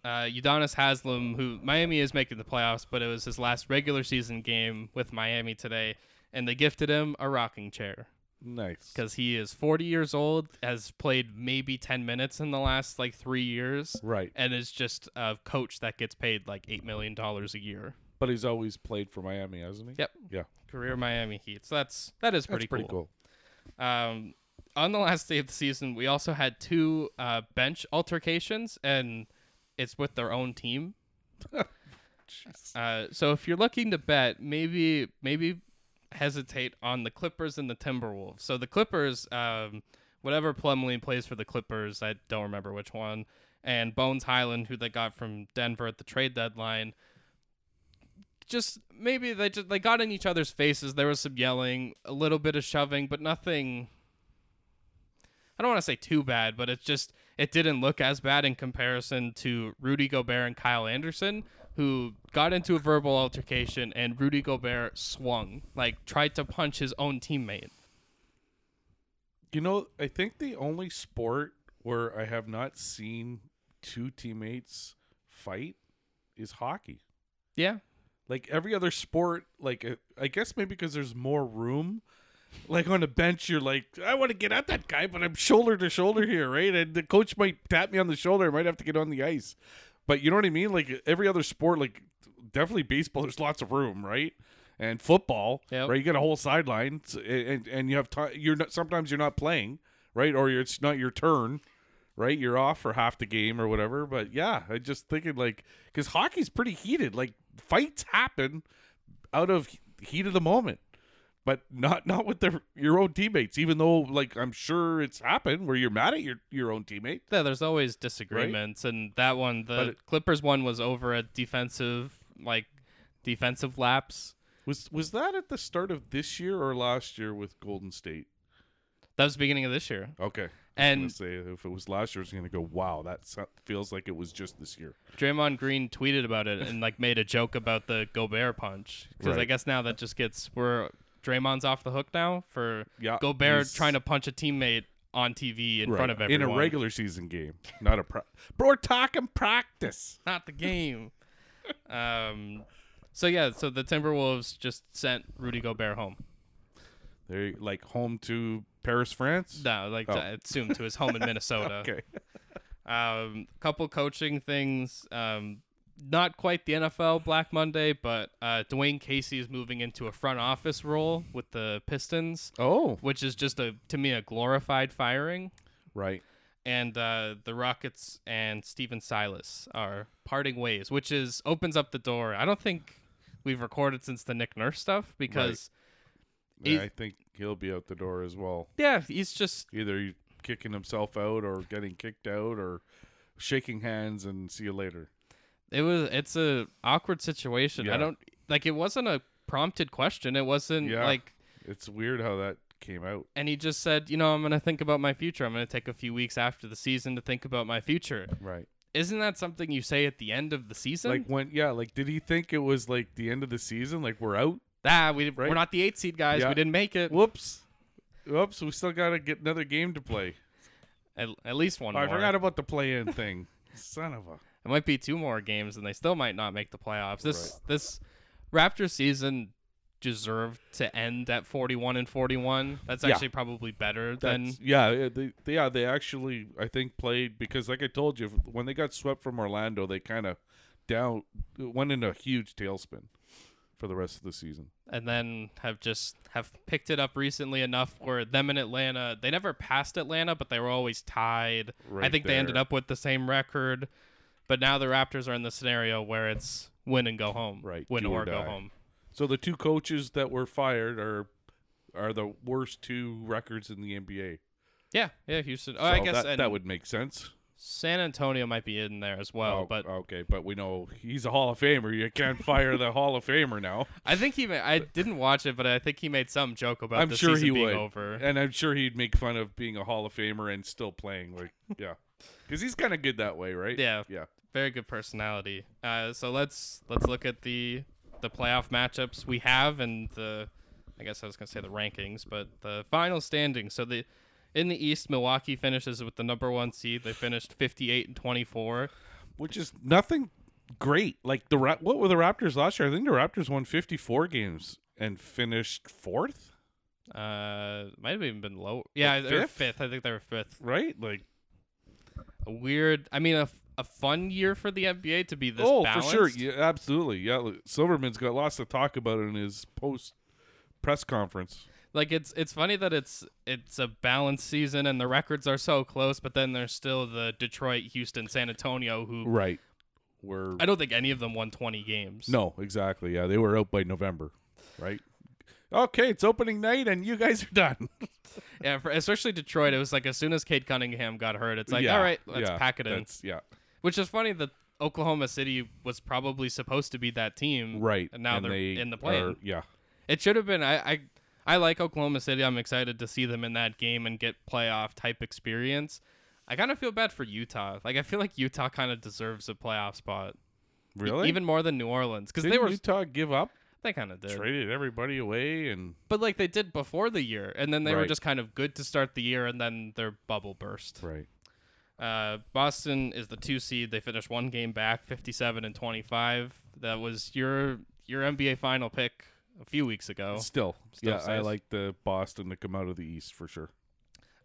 uh, Udonis Haslam, who Miami is making the playoffs, but it was his last regular season game with Miami today, and they gifted him a rocking chair
Nice.
because he is 40 years old, has played maybe 10 minutes in the last like three years,
Right.
and is just a coach that gets paid like $8 million a year.
But he's always played for Miami, hasn't he?
Yep.
Yeah.
Career Miami Heat. So that's, that is
That's
pretty, cool. Um, on the last day of the season, we also had two uh, bench altercations, and it's with their own team.
Jeez.
Uh, so if you're looking to bet, maybe maybe hesitate on the Clippers and the Timberwolves. So the Clippers, um, whatever Plumlee plays for the Clippers, I don't remember which one, and Bones Highland, who they got from Denver at the trade deadline. Just maybe they just they got in each other's faces. There was some yelling, a little bit of shoving, but nothing. I don't want to say too bad, but it's just it didn't look as bad in comparison to Rudy Gobert and Kyle Anderson, who got into a verbal altercation and Rudy Gobert swung, like tried to punch his own teammate.
You know, I think the only sport where I have not seen two teammates fight is hockey.
Yeah.
Like every other sport, like uh, I guess maybe because there's more room. Like on a bench, you're like, I want to get at that guy, but I'm shoulder to shoulder here, right? And the coach might tap me on the shoulder. I might have to get on the ice. But you know what I mean? Like every other sport, like definitely baseball, there's lots of room, right? And football,
Yep.
right? You get a whole sideline, s- and and you have time. You're not sometimes you're not playing, right? Or you're, it's not your turn, right? You're off for half the game or whatever. But yeah, I just thinking like because hockey's pretty heated. Like fights happen out of he- heat of the moment, but not not with their your own teammates. Even though like I'm sure it's happened where you're mad at your your own teammate.
Yeah, there's always disagreements, and that one,
But
the
it-
Clippers one, was over a defensive, like, defensive lapse.
Was was that at the start of this year or last year with Golden State?
That was the beginning of this year,
Okay. I
and
was gonna say if it was last year, I was gonna go. Wow, that so- feels like it was just this year.
Draymond Green tweeted about it and like made a joke about the Gobert punch because I
Right.
guess now that just gets we're Draymond's off the hook now for
Yeah,
Gobert
he's-
trying to punch a teammate on TV in front of
in
everyone
a regular season game, not a pro. Bro, we're talking practice.
not the game. um, so yeah, so the Timberwolves just sent Rudy Gobert home.
They're like home to Paris, France.
No, like
Oh.
I assume to his home in Minnesota.
Okay,
Um, couple coaching things. Um, not quite the NFL Black Monday, but uh, Dwayne Casey is moving into a front office role with the Pistons,
Oh,
which is just a to me a glorified firing.
right.
And uh, the Rockets and Steven Silas are parting ways, which is opens up the door. I don't think we've recorded since the Nick Nurse stuff because He's-
I think he'll be out the door as well.
yeah, he's just
Either he- kicking himself out, or getting kicked out, or shaking hands and see you later.
it was it's a awkward situation. I
Yeah.
don't like it wasn't a prompted question. It wasn't
Yeah.
like
It's weird how that came out.
and he just said, you know, I'm going to think about my future. I'm going to take a few weeks after the season to think about my future.
Right.
Isn't that something you say at the end of the season?
Like when, yeah. Like, did he think it was like the end of the season? Like we're out.
ah, we,
right?
we're not the eight seed guys.
Yeah.
We didn't make it.
Whoops. Whoops. We still gotta get another game to play.
At, at least one
Oh, I
more.
forgot about the play-in thing. Son of a.
It might be two more games, and they still might not make the playoffs. This this Raptors season deserved to end at 41 and 41. That's
Yeah.
actually probably better than
That's- yeah, yeah, they, they- yeah, they actually I think played because like I told you when they got swept from Orlando, they kind of down went in a huge tailspin for the rest of the season.
and then have just have picked it up recently enough where them in Atlanta they never passed Atlanta but they were always tied. I
Right
think they ended
there.
up with the same record, but now the Raptors are in the scenario where it's win and go home,
Right,
Win
do
or,
or
go
die.
home.
So the two coaches that were fired are are the worst two records in the NBA.
Yeah, yeah, Houston. Oh, I
So
guess
that,
and
that would make sense.
San Antonio might be in there as well,
oh,
but
okay, but we know he's a Hall of Famer. You can't fire the Hall of Famer now.
I think he. Ma- I didn't watch it, but I think he made some joke about.
I'm
the
sure
season
he
being
would,
over.
and I'm sure he'd make fun of being a Hall of Famer and still playing. Like, yeah, because he's kind of good that way, right?
Yeah,
yeah.
very good personality. Uh, so let's let's look at the the playoff matchups we have and the I guess I was gonna say the rankings, but the final standing. So the in the East, Milwaukee finishes with the number one seed. They finished fifty eight and twenty four.
which is nothing great. Like the Ra- what were the Raptors last year? I think the Raptors won 54 games and finished fourth,
Uh, might have even been low. Yeah,
Like
they were
fifth?
fifth. I think they were fifth.
right? Like
A weird. I mean, a, f- a fun year for the NBA to be this.
oh, for sure,
balanced.
yeah, absolutely, yeah. look, Silverman's got lots to talk about in his post press conference.
like it's it's funny that it's it's a balanced season and the records are so close, but then there's still the Detroit, Houston, San Antonio who
Right, where
I don't think any of them won 20 games.
no, exactly, yeah, they were out by November, right? okay, it's opening night and you guys are done.
Yeah, for, especially Detroit. It was like as soon as Cade Cunningham got hurt, it's like,
Yeah,
all right, let's
yeah,
pack it in.
that's- Yeah.
Which is funny that Oklahoma City was probably supposed to be that team,
Right.
And now
and
they're
they
in the E-, play.
are- yeah.
It should have been. I, I I like Oklahoma City. I'm excited to see them in that game and get playoff type experience. I kind of feel bad for Utah. Like I feel like Utah kind of deserves a playoff spot, E-
Really?
even more than New Orleans, because
Didn't
they were
Utah give up,
they kind of did,
traded everybody away, and
but like they did before the year, and then they were
Right.
just kind of good to start the year, and then their bubble burst.
right.
Uh, Boston is the two seed. They finished one game back, 57 and 25. That was your your NBA final pick a few weeks ago.
Still,
Still
yeah, I
says.
like the Boston to come out of the East for sure.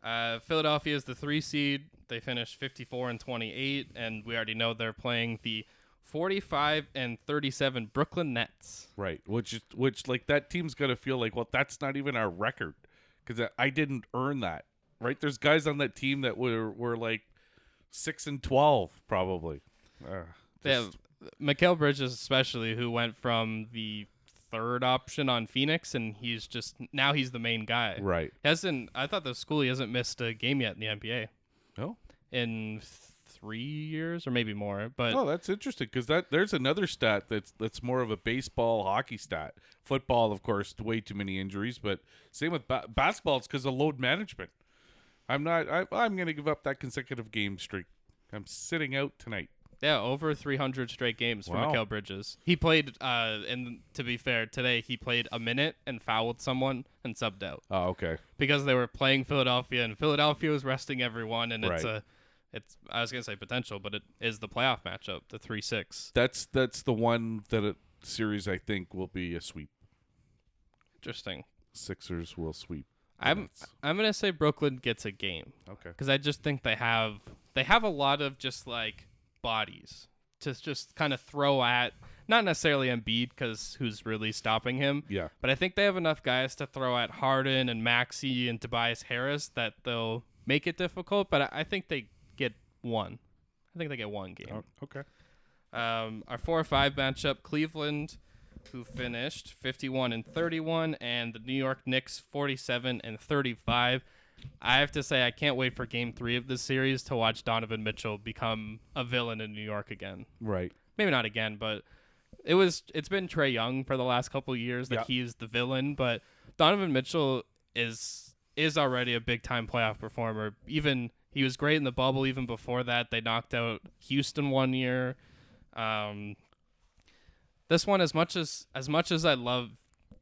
Uh, Philadelphia is the three seed. They finished 54 and 28, and we already know they're playing the 45 and 37 Brooklyn Nets.
Right, which is which like that team's gonna feel like, well, that's not even our record because I didn't earn that. Right, there's guys on that team that were were like six and twelve probably. Uh,
They have Mikael Bridges, especially, who went from the third option on Phoenix, and he's just now he's the main guy.
right.
Hasn't I thought the school he hasn't missed a game yet in the NBA.
Oh,
in three years or maybe more. But
oh, that's interesting because that there's another stat that's that's more of a baseball hockey stat. Football, of course, way too many injuries, but same with ba- basketball. It's because of load management. I'm not. I, I'm going to give up that consecutive game streak. I'm sitting out tonight.
yeah, over 300 straight games for
Wow.
Mikael Bridges. He played, uh, and to be fair, today he played a minute and fouled someone and subbed out
Oh, okay.
because they were playing Philadelphia and Philadelphia was resting everyone. And it's
Right.
a, it's I was gonna say potential, but it is the playoff matchup, the three six.
That's that's the one that it, series I think will be a sweep.
Interesting.
Sixers will sweep. the
I'm
Nets.
I'm gonna say Brooklyn gets a game.
okay.
because I just think they have they have a lot of just like bodies to just kind of throw at. Not necessarily Embiid because who's really stopping him?
Yeah.
But I think they have enough guys to throw at Harden and Maxi and Tobias Harris that they'll make it difficult. But I, I think they get one. I think they get one game.
Oh, okay.
Um, our four or five matchup: Cleveland, who finished fifty-one and thirty-one, and the New York Knicks forty-seven and thirty-five. I have to say, I can't wait for Game Three of this series to watch Donovan Mitchell become a villain in New York again.
Right.
Maybe not again, but it was. It's been Trey Young for the last couple of years that
Yeah.
he's the villain, but Donovan Mitchell is is already a big-time playoff performer. Even he was great in the bubble. Even before that, they knocked out Houston one year. Um, this one, as much as as much as I love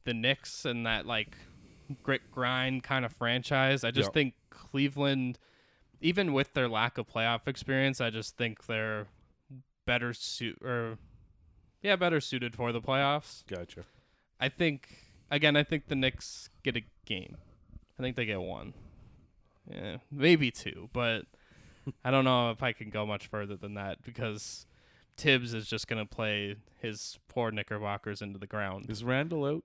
the Knicks and that like grit grind kind of franchise, I just
Yep.
think Cleveland, even with their lack of playoff experience, I just think they're better suit or yeah, better suited for the playoffs.
Gotcha.
I think again, I think the Knicks get a game. I think they get one. Yeah, maybe two, but I don't know if I can go much further than that because Tibbs is just gonna play his poor Knickerbockers into the ground.
Is Randall out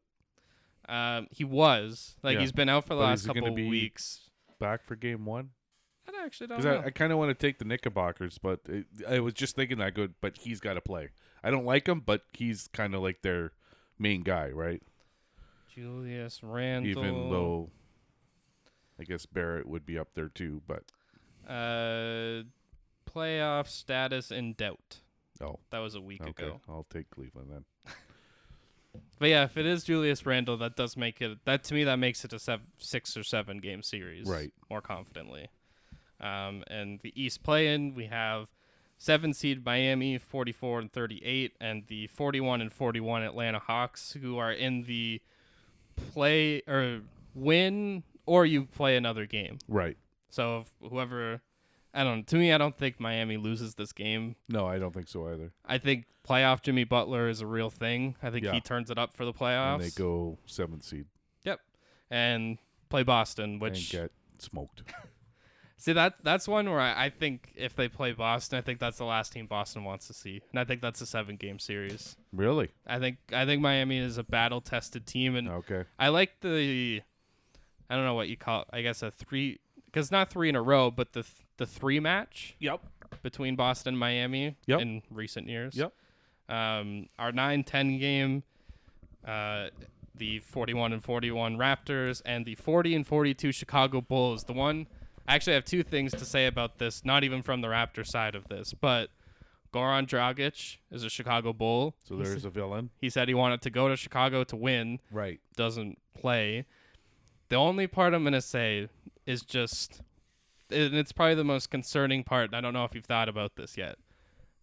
Um, he was like
Yeah.
he's been out for the
But
last
is he gonna
couple
be-
weeks.
back for game one?
I actually don't
Because
know.
I, I kind of want to take the Knickerbockers, but it, I was just thinking that good. But he's got to play. I don't like him, but he's kind of like their main guy, right?
Julius Randle.
Even though I guess Barrett would be up there too. But
uh, playoff status in doubt.
oh,
That was a week
okay,
ago.
I'll take Cleveland then.
But yeah, if it is Julius Randle, that does make it. That to me, that makes it a sev- six or seven game series,
Right.
More confidently. Um, and the East play-in, we have seven seed Miami, forty-four and thirty-eight, and the forty-one and forty-one Atlanta Hawks, who are in the play or win, or you play another game.
Right.
So if whoever, I don't. To me, I don't think Miami loses this game.
No, I don't think so either.
I think playoff Jimmy Butler is a real thing. I think
Yeah.
he turns it up for the playoffs.
And they go seventh seed
Yep. And play Boston,
and
which
get smoked.
see that that's one where I, I think if they play Boston, I think that's the last team Boston wants to see. And I think that's a seven game series.
really?
I think I think Miami is a battle tested team and
Okay.
I like the I don't know what you call it, I guess a three because not three in a row, but the th- the three match
Yep.
between Boston and Miami
Yep.
in recent years.
Yep.
Um, our 9 10 game, uh, the 41 and 41 Raptors and the 40 and 42 Chicago Bulls. The one I actually have two things to say about this, not even from the Raptor side of this, but Goran Dragic is a Chicago Bull.
So there's a villain.
He said he wanted to go to Chicago to win,
Right.
doesn't play. The only part I'm going to say is just and it's probably the most concerning part. and I don't know if you've thought about this yet.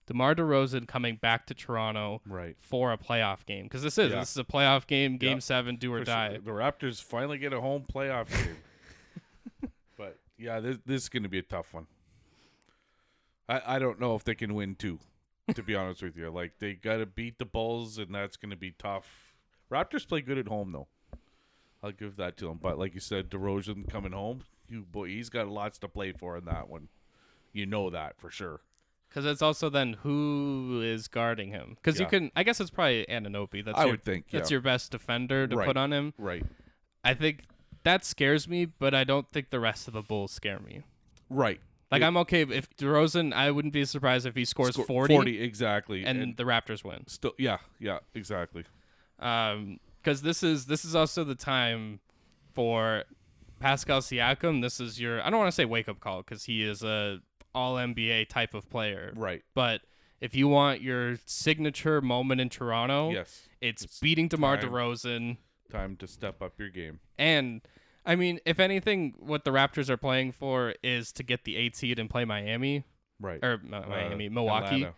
DeMar DeRozan coming back to Toronto
Right.
for a playoff game because this is
Yeah.
this is a playoff game, game
Yeah.
seven, do or
For sure.
die.
The Raptors finally get a home playoff game. but yeah, this, this is going to be a tough one. I, I don't know if they can win two, to be honest with you. Like, they got to beat the Bulls, and that's going to be tough. Raptors play good at home, though. I'll give that to them. But like you said, DeRozan coming home, you boy, he's got lots to play for in that one. You know that for sure.
Because it's also then who is guarding him? Because
Yeah.
you can, I guess it's probably Ananobi. That's
I
your,
would think,
that's
yeah.
your best defender to
Right.
put on him.
Right.
I think that scares me, but I don't think the rest of the Bulls scare me.
Right.
Like I'm okay if- if DeRozan. I wouldn't be surprised if he scores
Score-
40,
40 exactly.
and, the Raptors win.
still, yeah, yeah, exactly.
Because Um, this is this is also the time for Pascal Siakam. This is your I don't want to say wake up call because he is a All NBA type of player,
Right.
But if you want your signature moment in Toronto,
Yes.
it's,
It's
beating DeMar
time.
DeRozan.
Time to step up your game.
And I mean, if anything, what the Raptors are playing for is to get the eight seed and play Miami
Right.
or not
Uh,
Miami, Milwaukee.
Atlanta.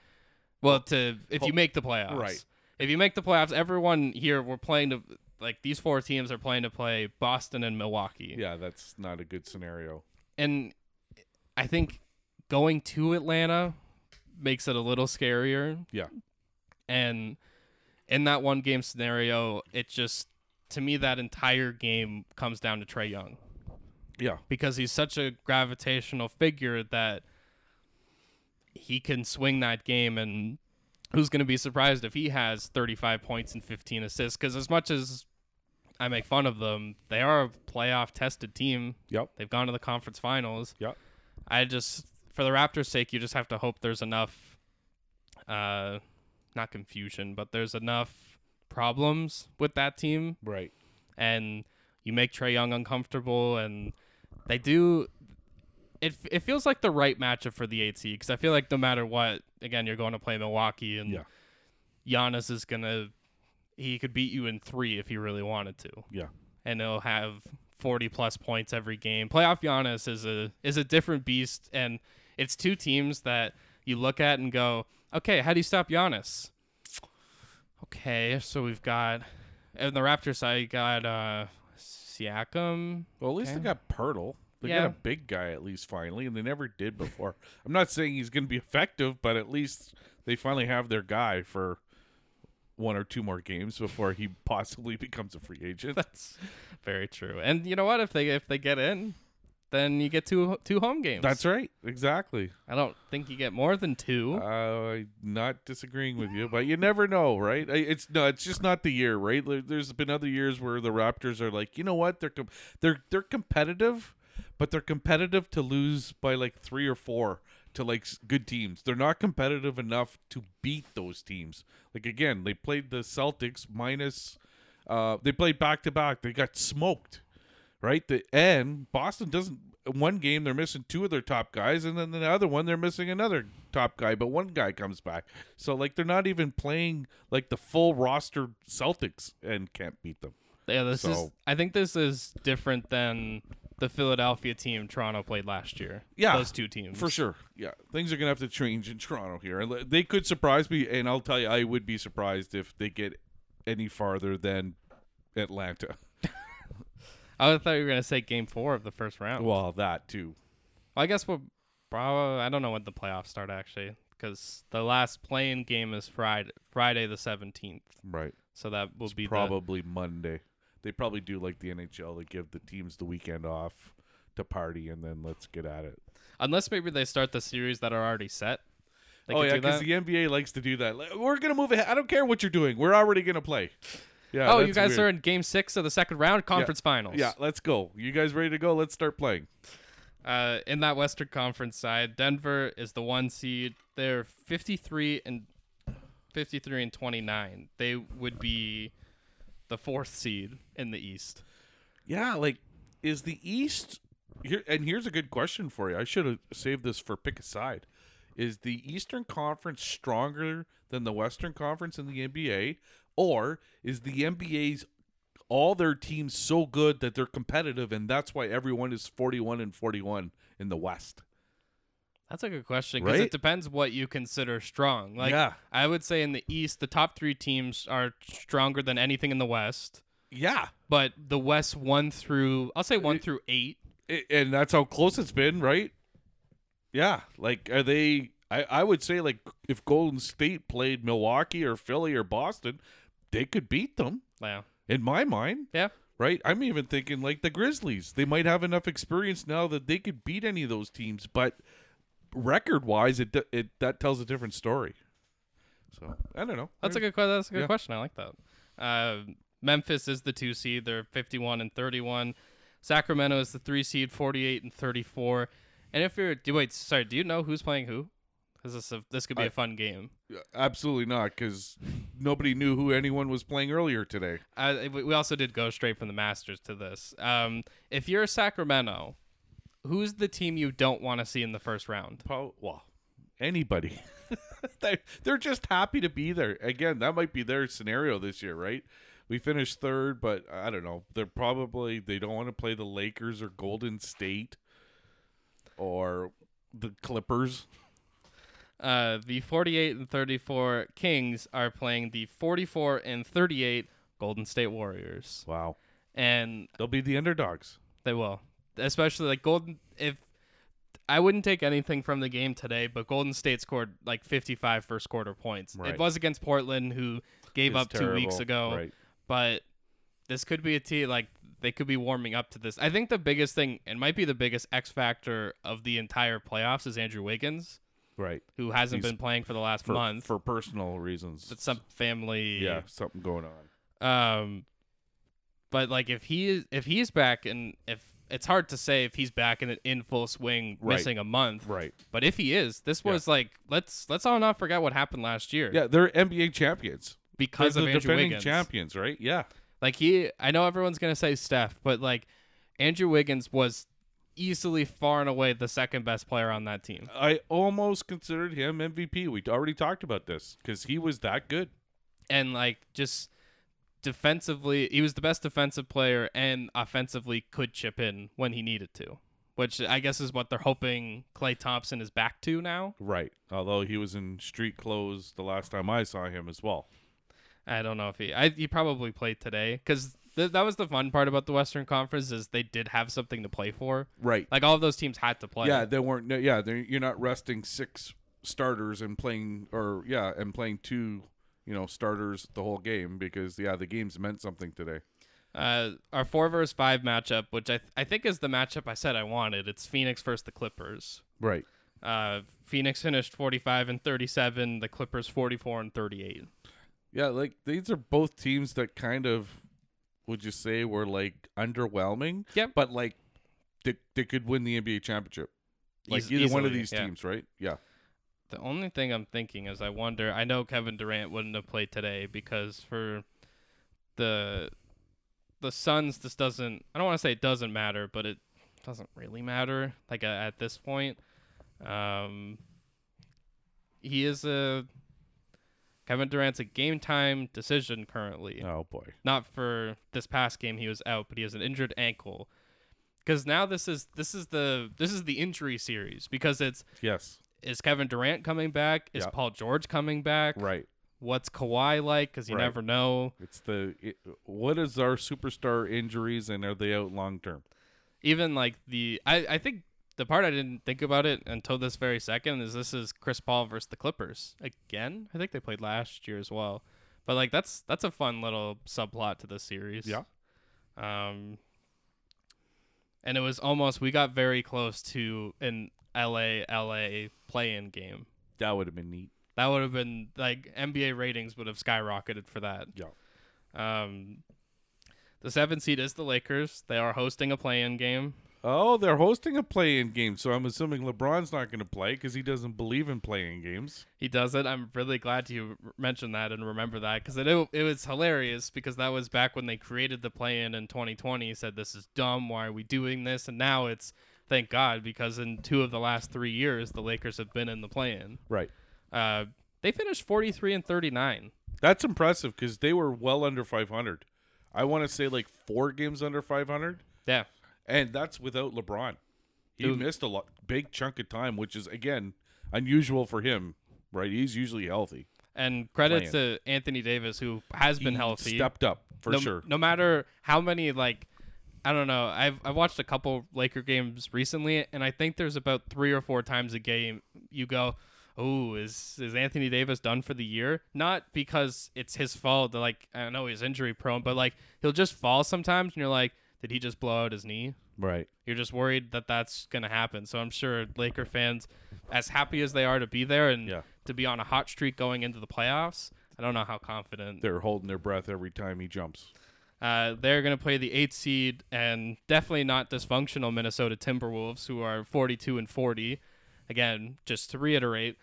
Well, to if you make the playoffs,
right.
If you make the playoffs, everyone here we're playing to like these four teams are playing to play Boston and Milwaukee.
Yeah, that's not a good scenario.
and I think going to Atlanta makes it a little scarier.
Yeah.
And in that one game scenario, it just to me that entire game comes down to Trey Young
Yeah.
because he's such a gravitational figure that he can swing that game and who's going to be surprised if he has 35 points and 15 assists cuz as much as I make fun of them, they are a playoff tested team.
Yep.
They've gone to the conference finals.
Yep.
I just for the Raptors' sake, you just have to hope there's enough uh not confusion, but there's enough problems with that team
Right.
and you make Trey Young uncomfortable and they do it it feels like the right matchup for the 8 seed cuz I feel like no matter what, again, you're going to play Milwaukee and
Yeah.
Giannis is going to he could beat you in 3 if he really wanted to
Yeah.
and he'll have 40 plus points every game. Playoff Giannis is a is a different beast and it's two teams that you look at and go, "Okay, how do you stop Giannis?" Okay, so we've got and the Raptors side you got uh Siakam.
Well, at least
Okay.
they got Pirtle. They
Yeah.
got a big guy at least finally, and they never did before. I'm not saying he's going to be effective, but at least they finally have their guy for one or two more games before he possibly becomes a free agent.
That's very true. And you know what? If they if they get in, then you get two two home games.
That's right. Exactly.
I don't think you get more than two.
I'm not disagreeing with you, but you never know, right? I- It's no, it's just not the year, right? There- There's been other years where the Raptors are like, you know what? They're com- they're they're competitive, but they're competitive to lose by like three or four to like s- good teams. They're not competitive enough to beat those teams. Like again, they played the Celtics minus, uh, they played back to back. They got smoked right? The and Boston doesn't one game they're missing two of their top guys, and then the other one they're missing another top guy, but one guy comes back. So like they're not even playing like the full roster Celtics and can't beat them.
yeah, this is
so-
I think this is different than the Philadelphia team Toronto played last year.
Yeah,
Those two teams.
For sure. Yeah. Things are gonna have to change in Toronto here. And They could surprise me, and I'll tell you I would be surprised if they get any farther than Atlanta.
I would've thought you were gonna say game four of the first round. Well,
Well, that too.
I guess we'll probably I don't know when the playoffs start actually because the last playing game is Friday Friday the seventeenth.
Right.
So that will be the-
probably Monday. They probably do like the NHL. They give the teams the weekend off to party, and then let's get at it.
unless maybe they start the series that are already set. They
oh
could
yeah,
do that.
because the NBA likes to do that. Like, We're gonna move ahead. I don't care what you're doing. We're already gonna play. Yeah.
oh, you
that's
guys
weird.
are in game six of the second round conference finals.
Yeah, let's go. You guys ready to go? Let's start playing.
Uh, in that Western Conference side, Denver is the one seed. They're 53 and 53 and 29. They would be the fourth seed in the East.
Yeah, like is the East here and here's a good question for you. I should have saved this for pick a side. Is the Eastern Conference stronger than the Western Conference in the NBA or is the NBA's all their teams so good that they're competitive and that's why everyone is 41 and 41 in the West?
That's a good question because
Right?
it depends what you consider strong. Like
Yeah.
I would say in the East, the top three teams are stronger than anything in the West.
Yeah.
But the West one through I'll say one through eight.
I and that's how close it's been, right? Yeah, like are they? I I would say like if Golden State played Milwaukee or Philly or Boston, they could beat them
Yeah.
in my mind,
Yeah.
right? I'm even thinking like the Grizzlies. They might have enough experience now that they could beat any of those teams, but record wise, it d- it that tells a different story. So I don't know.
That's
I-
a good question. That's a good
Yeah.
question. I like that. Uh, Memphis is the two seed. They're 51 and 31. Sacramento is the three seed, 48 and 34. And if you're do wait, sorry, do you know who's playing who? Because this a, this could be a fun game.
absolutely not because nobody knew who anyone was playing earlier today.
Uh, we we also did go straight from the Masters to this. Um, if you're Sacramento, who's the team you don't want to see in the first round?
Pro- well, anybody. they they're just happy to be there. Again, that might be their scenario this year, right? We finished third, but I don't know. They're probably they don't want to play the Lakers or Golden State or the Clippers.
Uh, the 48 and 34 Kings are playing the 44 and 38 Golden State Warriors,
Wow.
and
They'll be the underdogs.
They will. Especially like Golden if I wouldn't take anything from the game today, but Golden State scored like 55 first quarter points.
Right.
It was against Portland who gave
It's
up 2 weeks
terrible.
ago,
Right.
but this could be a team like they could be warming up to this. I think the biggest thing and might be the biggest X factor of the entire playoffs is Andrew Wiggins,
Right.
who hasn't
He's-
been playing for the last
For
month.
for personal reasons.
but some family
yeah, something going on.
um, but like if he is if he's back and if it's hard to say if he's back in in full swing,
Right.
missing a month.
Right.
But if he is, this
Yeah.
was like let's let's all not forget what happened last year.
Yeah, they're NBA champions. They're
because
the
of Andrew
defending
Wiggins.
champions, right? Yeah.
Like he, I know everyone's gonna say Steph, but like Andrew Wiggins was easily far and away the second best player on that team.
I almost considered him MVP. We already talked about this because he was that good.
and like just defensively he was the best defensive player and offensively could chip in when he needed to which i guess is what they're hoping clay thompson is back to now
Right. Although he was in street clothes the last time I saw him as well.
i don't know if he I, he probably played today because th- that was the fun part about the western conference is they did have something to play for
Right.
like all of those teams had to play
yeah, they weren't. No, yeah, they're, you're not resting six starters and playing, or yeah, and playing two, you know, starters the whole game because yeah, the games meant something today.
uh, our four versus five matchup which I, th- I think is the matchup i said i wanted it's phoenix versus the clippers
Right.
uh, phoenix finished 45 and 37 the clippers 44 and 38
Yeah, like these are both teams that kind of would you say were like underwhelming.
Yep.
But like they, they could win the NBA championship. Like
Eas-
either one of
easily,
these
yeah.
teams, right? Yeah.
The only thing I'm thinking is I wonder. I know Kevin Durant wouldn't have played today because for the the Suns, this doesn't. I don't want to say it doesn't matter, but it doesn't really matter. Like uh, at this point, um, he is a Kevin Durant's a game time decision currently.
Oh boy.
Not for this past game he was out, but he has an injured ankle. Because now this is this is the this is the injury series because it's
Yes.
is Kevin Durant coming back? Is
Yeah.
Paul George coming back?
Right.
What's Kawhi like? Because you
Right.
never know.
It's the it, what is our superstar injuries and are they out long term?
Even like the, I, I think the part I didn't think about it until this very second is this is Chris Paul versus the Clippers again. I think they played last year as well, but like that's that's a fun little subplot to this series.
Yeah.
Um. And it was almost we got very close to an LA LA play-in game.
That would have been neat.
That would have been like NBA ratings would have skyrocketed for that.
Yeah.
Um, the seventh seed is the Lakers. They are hosting a play-in game.
Oh, they're hosting a play-in game, so I'm assuming LeBron's not going to play because he doesn't believe in playing games.
He does it. I'm really glad you r- mentioned that and remember that because it it was hilarious because that was back when they created the play-in in 2020. Said this is dumb. Why are we doing this? And now it's thank God because in two of the last three years the Lakers have been in the play-in.
Right.
Uh, they finished 43 and 39.
That's impressive because they were well under 500. I want to say like four games under 500,
Yeah,
and that's without LeBron. He
Dude.
missed a lot, big chunk of time, which is again unusual for him. Right? He's usually healthy.
and credit to Anthony Davis who has been
He
healthy.
Stepped up for
no,
sure.
No matter how many like I don't know. I've I've watched a couple Laker games recently and I think there's about 3 or 4 times a game you go, "Oh, is is Anthony Davis done for the year?" Not because it's his fault, that, like I know he's injury prone, but like he'll just fall sometimes and you're like, "Did he just blow out his knee?"
Right.
You're just worried that that's going to happen. So I'm sure Laker fans as happy as they are to be there and
Yeah.
to be on a hot streak going into the playoffs, I don't know how confident
They're holding their breath every time he jumps.
uh, they're going to play the eighth seed and definitely not dysfunctional Minnesota Timberwolves, who are 42 and 40. Again, just to reiterate,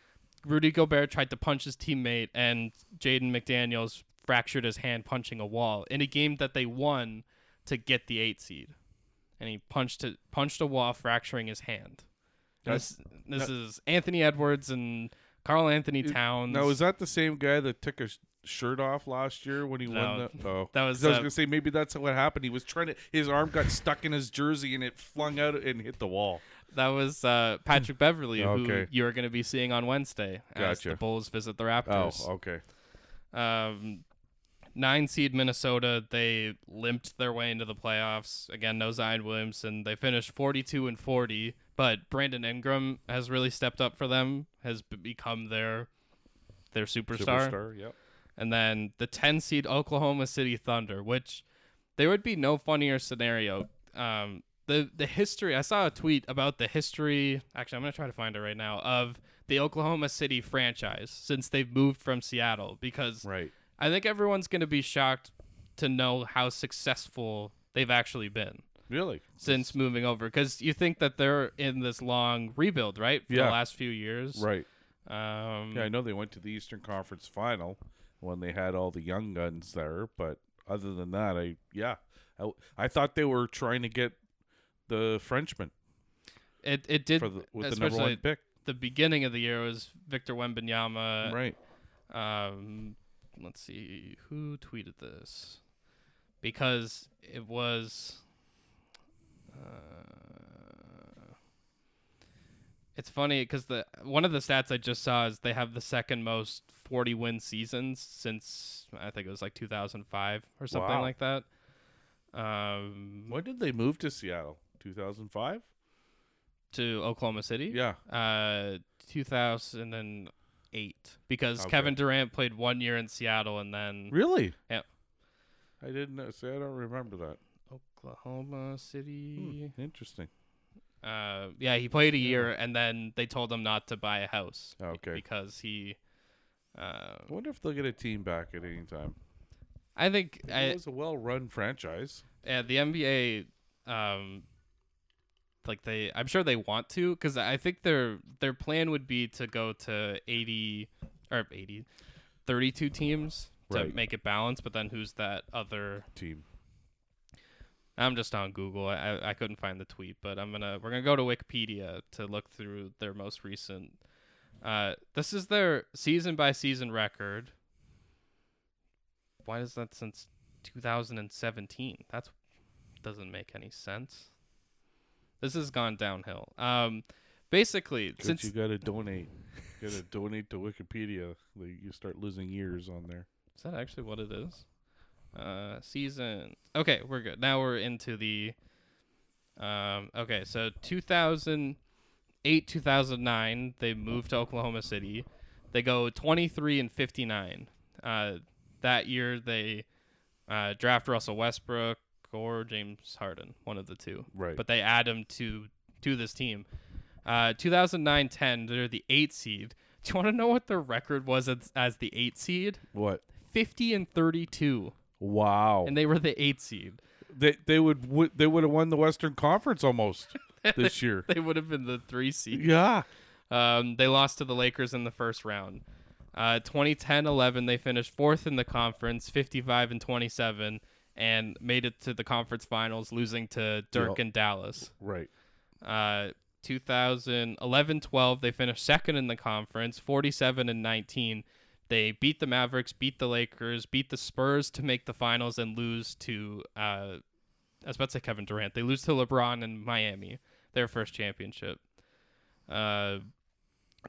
Rudy Gobert tried to punch his teammate, and Jaden McDaniels fractured his hand punching a wall in a game that they won to get the eighth seed. And he punched it, punched a wall, fracturing his hand. And
That's-
This, this is Anthony Edwards and Carl Anthony
It-
Towns.
Now is that the same guy that took a sh- shirt off last year when he
No.
won the? Oh,
That was,
'Cause I was
uh,
gonna say maybe that's what happened. He was trying to. His arm got stuck in his jersey and it flung out and hit the wall.
That was uh, Patrick Beverly, who
Hmm. Okay.
you're going to be seeing on Wednesday as the
Gotcha.
Bulls visit the
Oh,
Raptors.
okay.
Um, nine seed Minnesota, they limped their way into the playoffs. Again, no Zion Williamson. They finished 42 and 40, but Brandon Ingram has really stepped up for them, has b- become their their superstar.
Superstar. Yep.
And then the 10 seed Oklahoma City Thunder, which there would be no funnier scenario. Um, the the history I saw a tweet about the history. Actually, I'm gonna try to find it right now of the Oklahoma City franchise since they've moved from Seattle because
Right.
I think everyone's gonna be shocked to know how successful they've actually been
Really.
since moving over because you think that they're in this long rebuild right for the
Yeah.
last few years
Right.
um
Yeah, I know they went to the Eastern Conference Final when they had all the young guns there, but other than that, I yeah, I, I thought they were trying to get the Frenchman
it, it did
for the, with the number one
especially-
pick.
the beginning of the year was Victor Wembanyama.
right.
Um, let's see who tweeted this because it was. Uh, it's funny because the one of the stats I just saw is they have the second most 40 win seasons since I think it was like 2005 or something
Wow.
like that. Um,
When did they move to Seattle? 2005?
to Oklahoma City.
Yeah.
Uh, 2008 because
Okay.
Kevin Durant played one year in Seattle and then
Really?
Yeah.
I didn't know. See, I don't remember that.
Oklahoma City.
Hmm, interesting. Hmm.
Uh, yeah, he played a year and then they told him not to buy a house be-
Okay.
because he. Uh,
I wonder if they'll get a team back at any time.
I think
it
I,
was a well-run franchise.
yeah, the NBA, um, like they, I'm sure they want to because I think their their plan would be to go to 80 or 80, 32 teams to
Right.
make it balanced. But then who's that other?
Team.
I'm just on Google. I, I- I couldn't find the tweet, but I'm gonna we're gonna go to Wikipedia to look through their most recent. Uh, this is their season by season record. Why is that since 2017? That doesn't make any sense. This has gone downhill. Um, basically,
'Cause
since
you got to donate. got to donate to Wikipedia. Like, You start losing years on there.
Is that actually what it is? Uh, season. Okay, we're good. Now we're into the. Um. Okay, so 2008, 2009, they moved to Oklahoma City. They go 23 and 59. Uh, that year they uh, draft Russell Westbrook or James Harden, one of the two
Right.
but they add him to to this team. Uh, 2009-10, they're the eight seed. Do you want to know what their record was as, as the eight seed?
what?
50 and 32,
Wow.
and they were the eight seed.
they they would w- they would have won the Western Conference almost this year.
They would have been the three seed.
Yeah,
Um, they lost to the Lakers in the first round. Uh, 2010 11, they finished fourth in the conference, 55 and 27, and made it to the conference finals, losing to Dirk
Yeah.
and Dallas.
right.
Uh, 2011 12, they finished second in the conference, 47 and 19. They beat the Mavericks, beat the Lakers, beat the Spurs to make the finals, and lose to, uh, I was about to say Kevin Durant. They lose to LeBron and Miami, their first championship. Uh,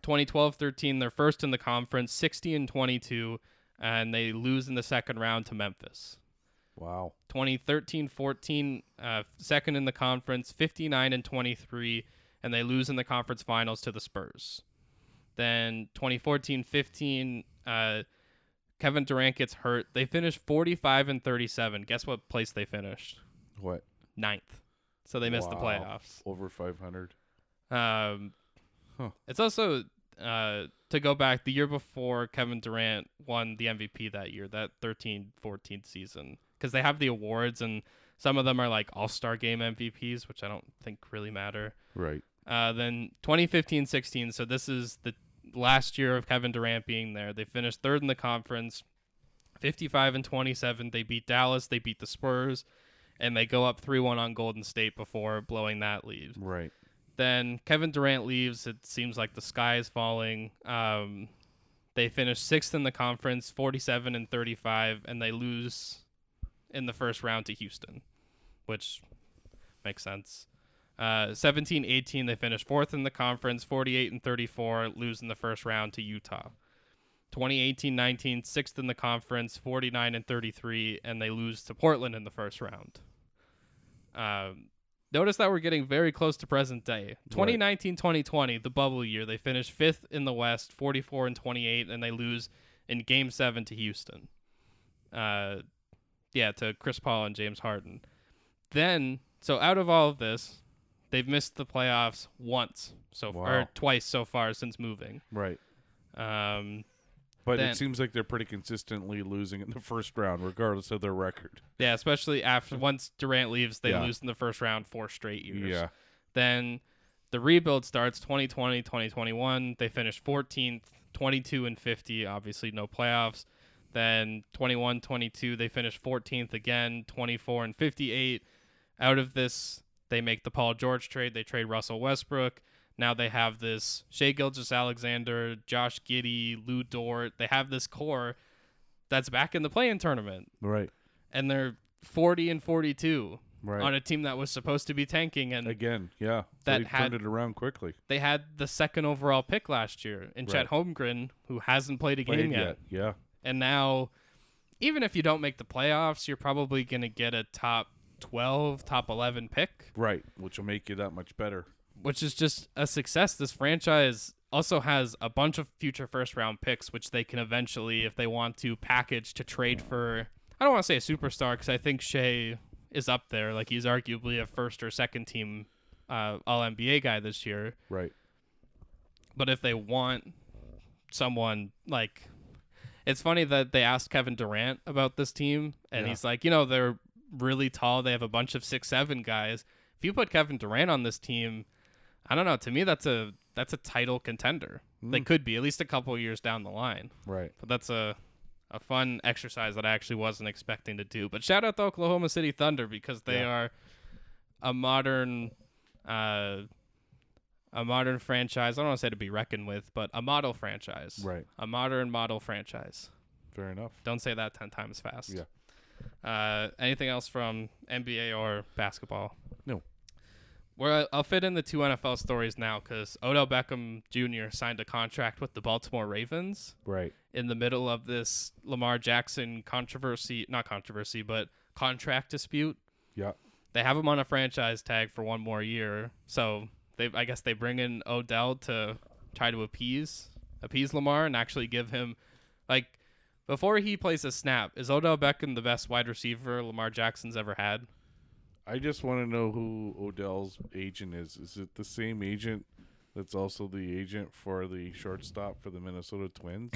2012 13, they're first in the conference, 60 and 22, and they lose in the second round to Memphis.
Wow.
2013 14, uh, second in the conference, 59 and 23, and they lose in the conference finals to the Spurs. Then 2014 15, uh, Kevin Durant gets hurt. They finish 45 and 37. Guess what place they finished?
What?
Ninth. So they missed
Wow.
the
Over five hundred.
playoffs. Um,
Huh.
It's also, uh, to go back, the year before Kevin Durant won the MVP that year, that 13 14 season, because they have the awards and some of them are like All Star Game MVPs, which I don't think really matter.
Right.
Uh, then 2015 16, so this is the last year of Kevin Durant being there. They finished third in the conference, 55 and 27. They beat Dallas, they beat the Spurs, and they go up 3 1 on Golden State before blowing that lead
Right.
then Kevin Durant leaves. It seems like the sky is falling. Um, they finish sixth in the conference, 47 and 35, and they lose in the first round to Houston, which makes sense. Uh, 17 18, they finish fourth in the conference, 48 and 34, lose in the first round to Utah. 2018 19, sixth in the conference, 49 and 33, and they lose to Portland in the first round. Um, notice that we're getting very close to present day. 2019 2020, the bubble year, they finish fifth in the West, 44 and 28, and they lose in game seven to Houston. Uh, yeah, to Chris Paul and James Harden. Then, so out of all of this, they've missed the playoffs once so far,
Wow.
or twice so far since moving.
Right.
Um,
But
Then-
it seems like they're pretty consistently losing in the first round, regardless of their record.
yeah, especially after once Durant leaves, they
Yeah.
lose in the first round four straight years.
Yeah.
Then the rebuild starts 2020, 2021. They finish 14th, 22 and 50, obviously no playoffs. Then 21, 22, they finish 14th again, 24 and 58. Out of this, they make the Paul George trade. They trade Russell Westbrook. Now they have this Shea Gilgis Alexander, Josh Giddy, Lou Dort. They have this core that's back in the playing tournament,
Right.
and they're 40 and 42
Right.
on a team that was supposed to be tanking and
Again, yeah.
That
they
had-
turned it around quickly.
they had the second overall pick last year in Chet Holmgren, who hasn't played a game
Played
yet.
yet. Yeah.
And now, even if you don't make the playoffs, you're probably going to get a top 12, top 11 pick,
Right. Which will make you that much better.
which is just a success. This franchise also has a bunch of future first round picks, which they can eventually, if they want to, package to trade for. I don't want to say a superstar because I think Shea is up there. Like, he's arguably a first or second team uh, All NBA guy this year.
Right.
but if they want someone like it's funny that they asked Kevin Durant about this team and
Yeah.
he's like, you know, they're really tall, they have a bunch of six seven guys. If you put Kevin Durant on this team, I don't know, to me that's a that's a title contender. They could be at least a couple years down the line.
Right.
But that's a a fun exercise that I actually wasn't expecting to do. But shout out to Oklahoma City Thunder because they
Yeah.
are a modern uh, a modern franchise. I don't want to say to be reckoned with, but a model franchise.
Right.
A modern model franchise.
Fair enough.
Don't say that ten times fast.
Yeah.
Uh, anything else from NBA or basketball?
No.
Well, I'll fit in the two NFL stories now because Odell Beckham Jr. signed a contract with the Baltimore Ravens
Right.
in the middle of this Lamar Jackson controversy, not controversy, but contract dispute.
Yeah.
They have him on a franchise tag for one more year. So they I guess they bring in Odell to try to appease appease Lamar and actually give him like before he plays a snap, is Odell Beckham the best wide receiver Lamar Jackson's ever had?
I just want to know who Odell's agent is. Is it the same agent that's also the agent for the shortstop for the Minnesota Twins,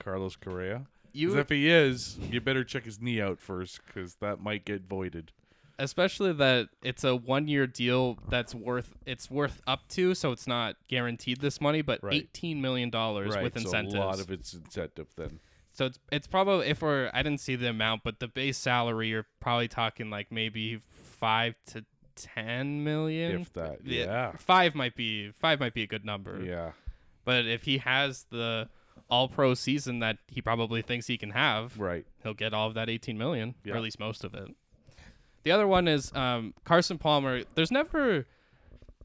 Carlos Correa?
You
'Cause if he is, you better check his knee out first because that might get voided.
especially that it's a one year deal that's worth it's worth up to, so it's not guaranteed this money, but
Right.
eighteen million dollars with
so
incentives.
a lot of it's incentive then.
So it's it's probably if we're I didn't see the amount, but the base salary you're probably talking like maybe five to ten million.
If that,
The-
yeah.
Five might be five might be a good number.
Yeah.
But if he has the all pro season that he probably thinks he can have,
Right.
he'll get all of that 18 million or
Yeah.
at least most of it the other one is um, carson palmer there's never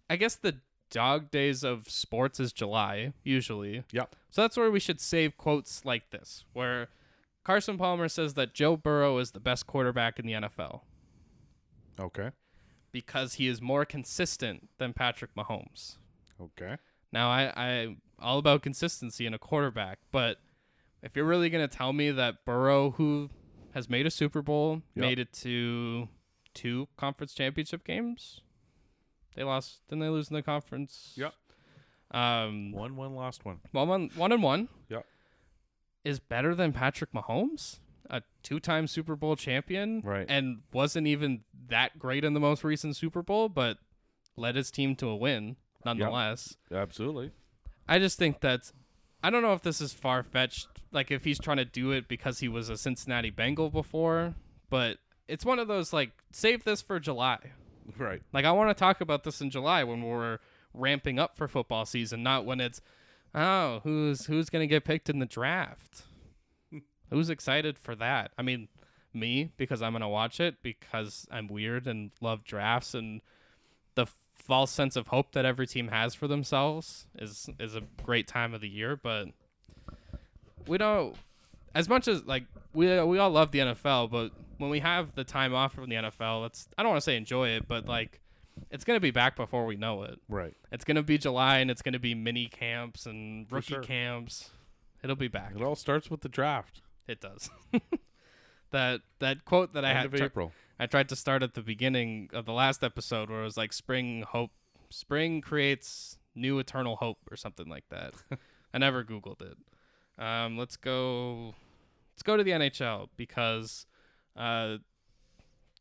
i guess the dog days of sports is july usually
Yeah.
so that's where we should save quotes like this where carson palmer says that joe burrow is the best quarterback in the nfl
Okay.
because he is more consistent than patrick mahomes
Okay.
now I I all about consistency in a quarterback, but if you're really gonna tell me that Burrow, who has made a Super Bowl,
Yep.
made it to two conference championship games, they lost. Didn't they lose in the conference?
Yep.
Um,
One, one, lost one.
one one one and one.
Yep.
Is better than Patrick Mahomes, a two-time Super Bowl champion,
Right.
And wasn't even that great in the most recent Super Bowl, but led his team to a win nonetheless.
Absolutely.
I just think that's. I don't know if this is far fetched. Like if he's trying to do it because he was a Cincinnati Bengal before, but it's one of those like save this for July.
Right.
Like I want to talk about this in July when we're ramping up for football season, not when it's oh who's who's gonna get picked in the draft. who's excited for that? I mean, me because I'm gonna watch it because I'm weird and love drafts and the false sense of hope that every team has for themselves is is a great time of the year, but we don't as much as like we we all love the NFL, but when we have the time off from the NFL, it's I don't want to say enjoy it, but like it's gonna be back before we know it.
Right.
It's gonna be July and it's gonna be mini camps and rookie
sure.
camps. It'll be back.
It all starts with the draft.
It does. that that quote that I
End
had
of
tr-
April.
I tried to start at the beginning of the last episode where it was like spring hope spring creates new eternal hope or something like that. I never googled it. Um, let's go let's go to the NHL because uh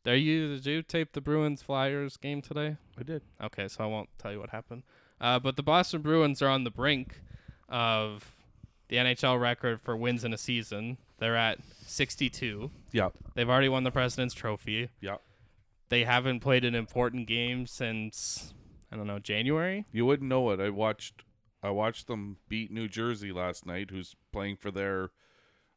there you did you tape the Bruins Flyers game today?
I did.
Okay, so I won't tell you what happened. Uh, but the Boston Bruins are on the brink of the NHL record for wins in a season. They're at 62.
Yeah.
They've already won the President's Trophy.
Yeah.
They haven't played an important game since I don't know January.
You wouldn't know it. I watched I watched them beat New Jersey last night, who's playing for their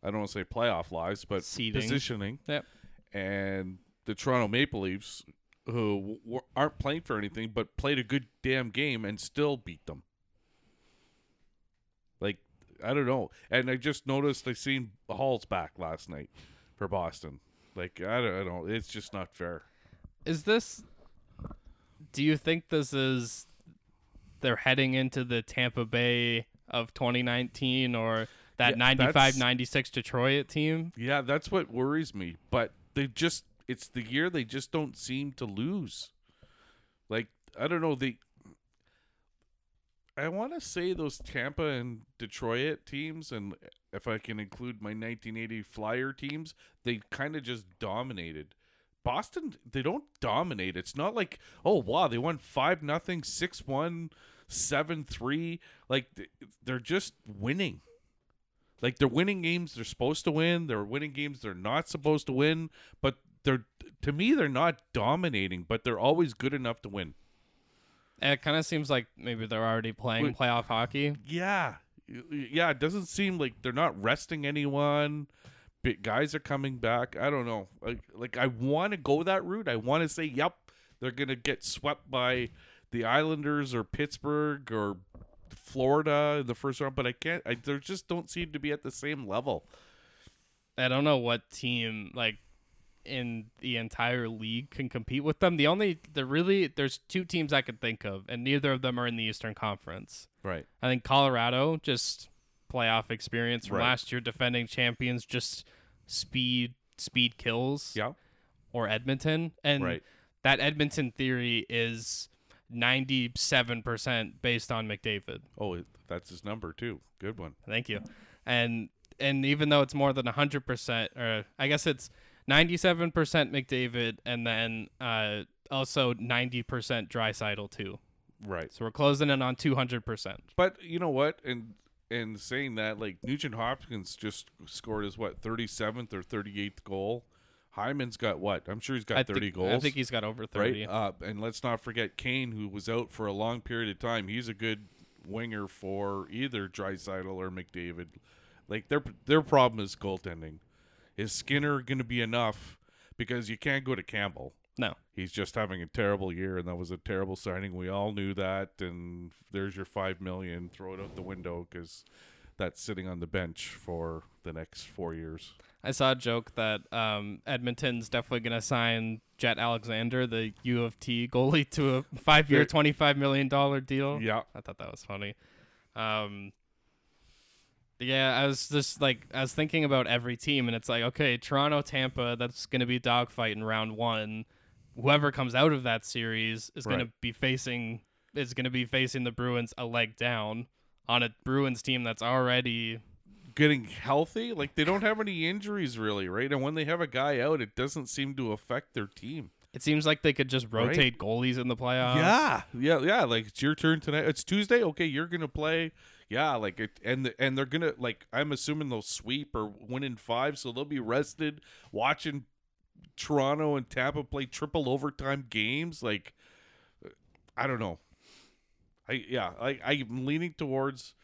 I don't want to say playoff lives, but
Seeding.
positioning.
Yep.
And the Toronto Maple Leafs, who w- aren't playing for anything, but played a good damn game and still beat them. Like I don't know. And I just noticed I seen Hall's back last night for Boston. Like I don't, I don't. It's just not fair.
Is this? Do you think this is? They're heading into the Tampa Bay of 2019 or that
Yeah,
95
that's-
96 Detroit team?
Yeah, that's what worries me. But they just it's the year they just don't seem to lose. Like I don't know, they I want to say those Tampa and Detroit teams and if I can include my 1980 Flyer teams, they kind of just dominated. Boston, they don't dominate. It's not like, oh wow, they won 5 nothing, 6-1, 7-3. Like th- they're just winning. Like they're winning games they're supposed to win. They're winning games they're not supposed to win. But they're to me they're not dominating, but they're always good enough to win.
It kind of seems like maybe they're already playing
Wait.
playoff hockey.
Yeah, yeah. It doesn't seem like they're not resting anyone. Big guys are coming back. I don't know. Like, like I want to go that route. I want to say, yep, they're gonna get swept by the Islanders or Pittsburgh or Florida in the first round. But I can't. I, they just don't seem to be at the same level.
I don't know what team like in the entire league can compete with them. The only the really there's two teams I could think of, and neither of them are in the Eastern Conference.
Right.
I think Colorado just playoff experience from
Right.
last year, defending champions, just speed speed kills.
Yeah.
Or Edmonton, and
Right.
that Edmonton theory is ninety seven percent based on McDavid.
Oh, it- that's his number too. Good one.
Thank you. And and even though it's more than 100%, or I guess it's 97% McDavid, and then uh, also 90% Drysidle too.
Right.
So we're closing in on 200%.
But you know what? And and saying that, like Nugent Hopkins just scored his what thirty seventh or thirty eighth goal. Hyman's got what? I'm sure he's got
I
thirty
think,
goals.
I think he's got over 30.
Right. Uh, and let's not forget Kane, who was out for a long period of time. He's a good winger for either Drysidle or McDavid. Like their their problem is goaltending. Is Skinner going to be enough? Because you can't go to Campbell.
No.
He's just having a terrible year, and that was a terrible signing. We all knew that. And there's your five million. Throw it out the window because that's sitting on the bench for the next four years.
I saw a joke that um, Edmonton's definitely going to sign Jet Alexander, the U of T goalie, to a five year,
They're-
$25 million deal.
Yeah.
I thought that was funny. Um, yeah, I was just like I was thinking about every team, and it's like, okay, Toronto, Tampa, that's gonna be a dogfight in round one. Whoever comes out of that series is gonna
Right.
be facing is gonna be facing the Bruins a leg down on a Bruins team that's already
getting healthy. Like they don't have any injuries really, right? And when they have a guy out, it doesn't seem to affect their team.
it seems like they could just
Right.
rotate goalies in the playoffs.
yeah, Um, yeah, yeah. Like it's your turn tonight. It's Tuesday. Okay, you're gonna play. Yeah, like it, and the, and they're gonna like. I'm assuming they'll sweep or win in five, so they'll be rested watching Toronto and Tampa play triple overtime games. Like, uh, I don't know. I yeah, I I'm leaning towards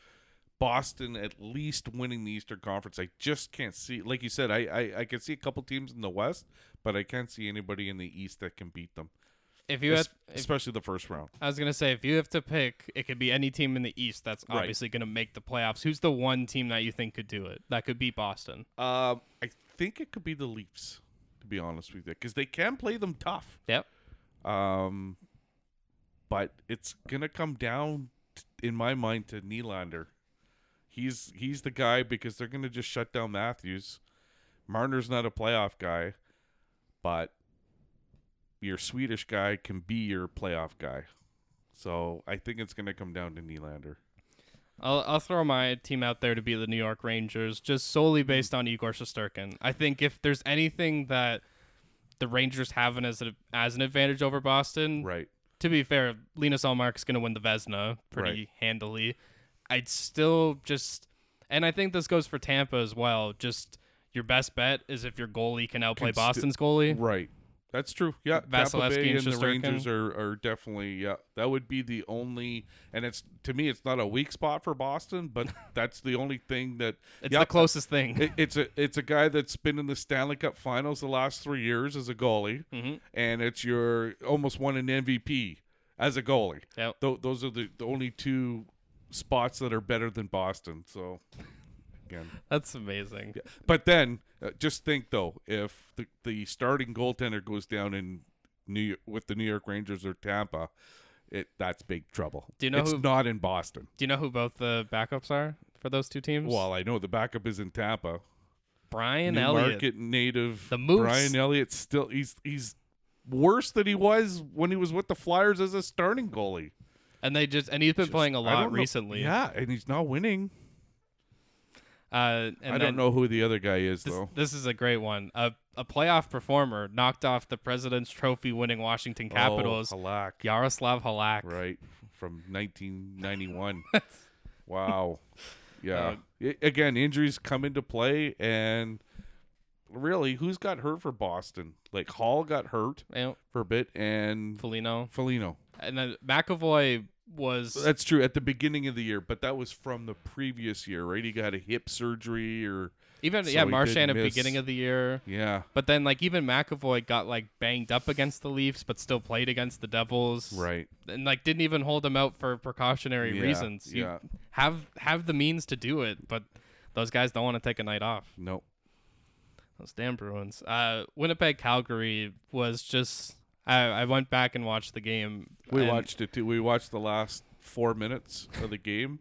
Boston at least winning the Eastern Conference. I just can't see, like you said, I I, I can see a couple teams in the West, but I can't see anybody in the East that can beat them,
If you had
Es-
if,
especially the first round.
I was gonna say if you have to pick, it could be any team in the East that's
Right.
obviously gonna make the playoffs. Who's the one team that you think could do it? That could beat Boston.
Um, I think it could be the Leafs, to be honest with you, because they can play them tough.
Yep.
Um, but it's gonna come down, t- in my mind, to Nylander. He's he's the guy because they're gonna just shut down Matthews. Marner's not a playoff guy, but your Swedish guy can be your playoff guy. So I think it's gonna come down to Nylander.
I'll, I'll throw my team out there to be the New York Rangers just solely based on Igor Shesterkin. I think if there's anything that the Rangers have an, as, a, as an advantage over Boston,
Right.
to be fair, Linus Allmark's going to win the Vesna pretty handily. I'd still just, and I think this goes for Tampa as well, just your best bet is if your goalie can outplay
Can sti-
Boston's goalie.
Right. That's true. Yeah, Tampa
Vasilevsky
Bay
and
and the
Shesterkin.
Rangers are, are definitely yeah. That would be the only, and it's to me, it's not a weak spot for Boston, but that's the only thing that
It's
yeah,
the closest thing.
it- it's a it's a guy that's been in the Stanley Cup Finals the last three years as a goalie,
Mm-hmm.
and it's your almost won an MVP as a goalie.
Yep.
Tho- those are the, the only two spots that are better than Boston. So again.
That's amazing.
But then, uh, just think though, if the, the starting goaltender goes down in New York, with the New York Rangers or Tampa, it that's big trouble.
Do you know
it's
who-
not in Boston?
Do you know who both the backups are for those two teams?
Well, I know the backup is in Tampa.
Brian
New
Elliott.
Market native
The Moose.
Brian Elliott still he's he's worse than he was when he was with the Flyers as a starting goalie.
And they just and he's been playing a
I don't
lot
know-
recently.
Yeah, and he's not winning.
Uh, and
I don't
then
know who the other guy is
This,
though.
this is a great one. A a playoff performer knocked off the President's Trophy winning Washington Capitals.
Oh, Halak.
Yaroslav Halak.
right from 1991 wow yeah
Uh,
I- again injuries come into play and really who's got hurt for boston like hall got hurt
You know,
for a bit and
Foligno.
felino
And then McAvoy was
that's true at the beginning of the year but that was from the previous year right he got a hip surgery or
even
so
yeah,
he
Marchand
did
at the
miss.
beginning of the year.
yeah
But then like even McAvoy got like banged up against the Leafs but still played against the Devils.
right
And like didn't even hold him out for precautionary
Yeah,
reasons. You
yeah.
have have the means to do it, but those guys don't want to take a night off.
no
Those damn Bruins. Uh, Winnipeg Calgary was just. I, I went back and watched the game.
we
and
watched it too we watched the last four minutes of the game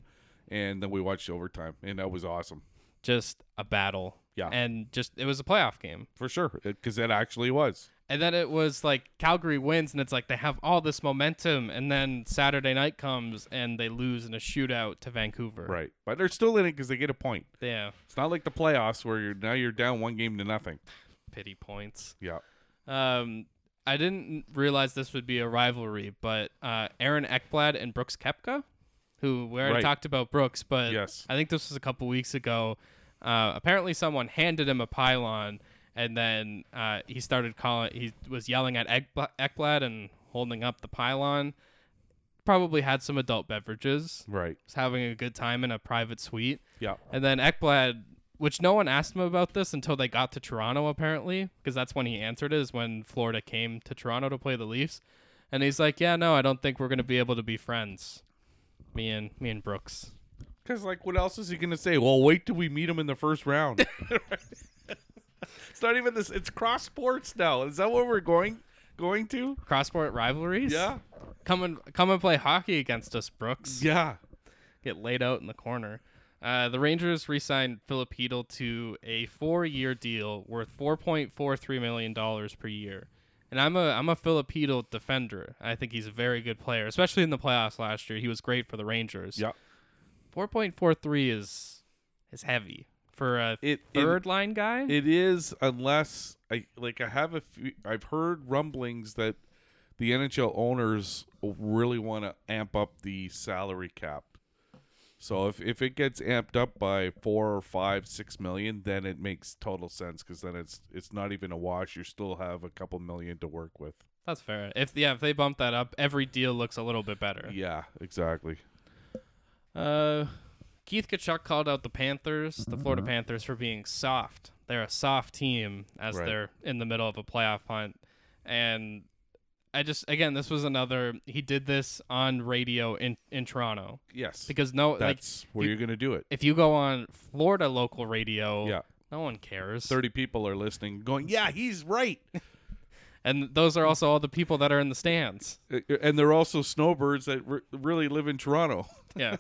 and then we watched overtime and that was awesome
just a battle.
Yeah.
And just it was a playoff game.
for sure because it actually was
And then it was like Calgary wins, and it's like they have all this momentum, and then Saturday night comes and they lose in a shootout to Vancouver.
Right. But they're still in it because they get a point.
Yeah.
It's not like the playoffs where you're now you're down one game to nothing.
pity points.
Yeah.
Um, I didn't realize this would be a rivalry, but uh, Aaron Ekblad and Brooks Kepka, who we already
Right.
talked about Brooks, but
Yes.
I think this was a couple weeks ago. Uh, apparently, someone handed him a pylon, and then uh, he started calling. He was yelling at Ekblad, Ekblad and holding up the pylon. Probably had some adult beverages.
Right.
Was having a good time in a private suite.
Yeah.
And then Ekblad, which no one asked him about this until they got to Toronto, apparently, because that's when he answered it, is when Florida came to Toronto to play the Leafs. And he's like, Yeah, no, I don't think we're gonna be able to be friends. Me and me and Brooks.
Because, like, what else is he going to say? Well, wait till we meet him in the first round. it's not even this. It's cross sports now. Is that what we're going going to?
Cross sport rivalries?
Yeah.
Come and come and play hockey against us, Brooks.
Yeah.
Get laid out in the corner. Uh, the Rangers re-signed Philip Hedel to a four-year deal worth four point four three million dollars per year. And I'm a I'm a Philip Hedel defender. I think he's a very good player, especially in the playoffs last year. He was great for the Rangers.
Yeah.
Four point four three is is heavy for a
It- it-
third line guy.
It is, unless I like. I have a few. I've heard rumblings that the NHL owners really want to amp up the salary cap. So if if it gets amped up by four or five, six million, then it makes total sense because then it's it's not even a wash. You still have a couple million to work with.
That's fair. If yeah, if they bump that up, every deal looks a little bit better.
Yeah, exactly.
Uh, Keith Kachuk called out the Panthers, the Florida
Mm-hmm.
Panthers, for being soft. They're a soft team as
Right.
they're in the middle of a playoff hunt. And I just, again, this was another, he did this on radio in, in Toronto
Yes,
because no, like,
that's where
you- Oh.
you, are gonna do it.
if you go on Florida local radio,
Yeah,
no one cares.
thirty people are listening, going, "Yeah, he's right."
And those are also all the people that are in the stands.
and they're also snowbirds that re- really live in Toronto.
Yeah.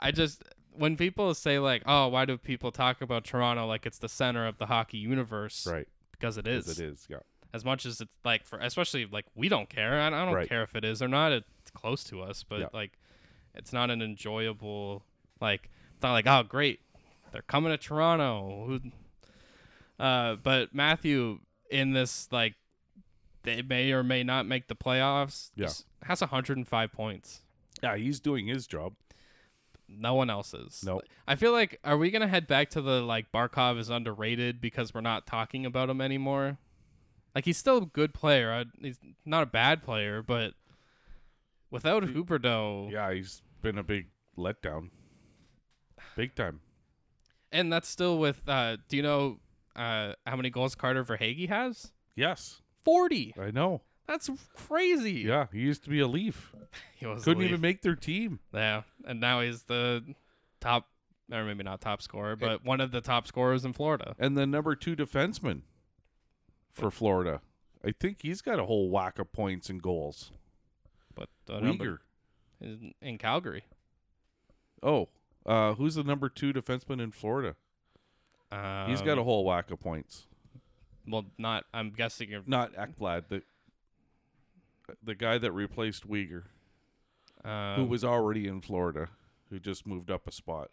I just when people say like, "Oh, why do people talk about Toronto like it's the center of the hockey universe?"
Right.
Because it
Yes,
is.
it is. Yeah.
As much as it's like for especially like we don't care. I, I don't
Right.
care if it is or not. It's close to us, but
Yeah.
like it's not an enjoyable like it's not like, "Oh, great. They're coming to Toronto." Who Uh, but Matthew in this like they may or may not make the playoffs.
Yeah.
just has 105 points.
Yeah, he's doing his job.
No one else's.
Nope.
I feel like are we gonna head back to the like Barkov is underrated because we're not talking about him anymore? Like he's still a good player. I, he's not a bad player, but without Huberdeau,
Yeah, he's been a big letdown. Big time.
and that's still with. Uh, do you know uh, how many goals Carter Verhage has?
Yes,
Forty.
I know.
That's crazy.
Yeah, he used to be a Leaf.
He was
Couldn't
the lead-
even make their team.
Yeah, and now he's the top, or maybe not top scorer, but one of the top scorers in Florida.
And the number two defenseman for Florida. I think he's got a whole whack of points and goals.
But uh, no, but
Uyghur.
in, in Calgary.
Oh, uh, who's the number two defenseman in Florida?
Um,
He's got a whole whack of points.
Well, not. I'm guessing you're.
Not Ekblad, the the guy that replaced Uyghur,
Um,
who was already in Florida, who just moved up a spot.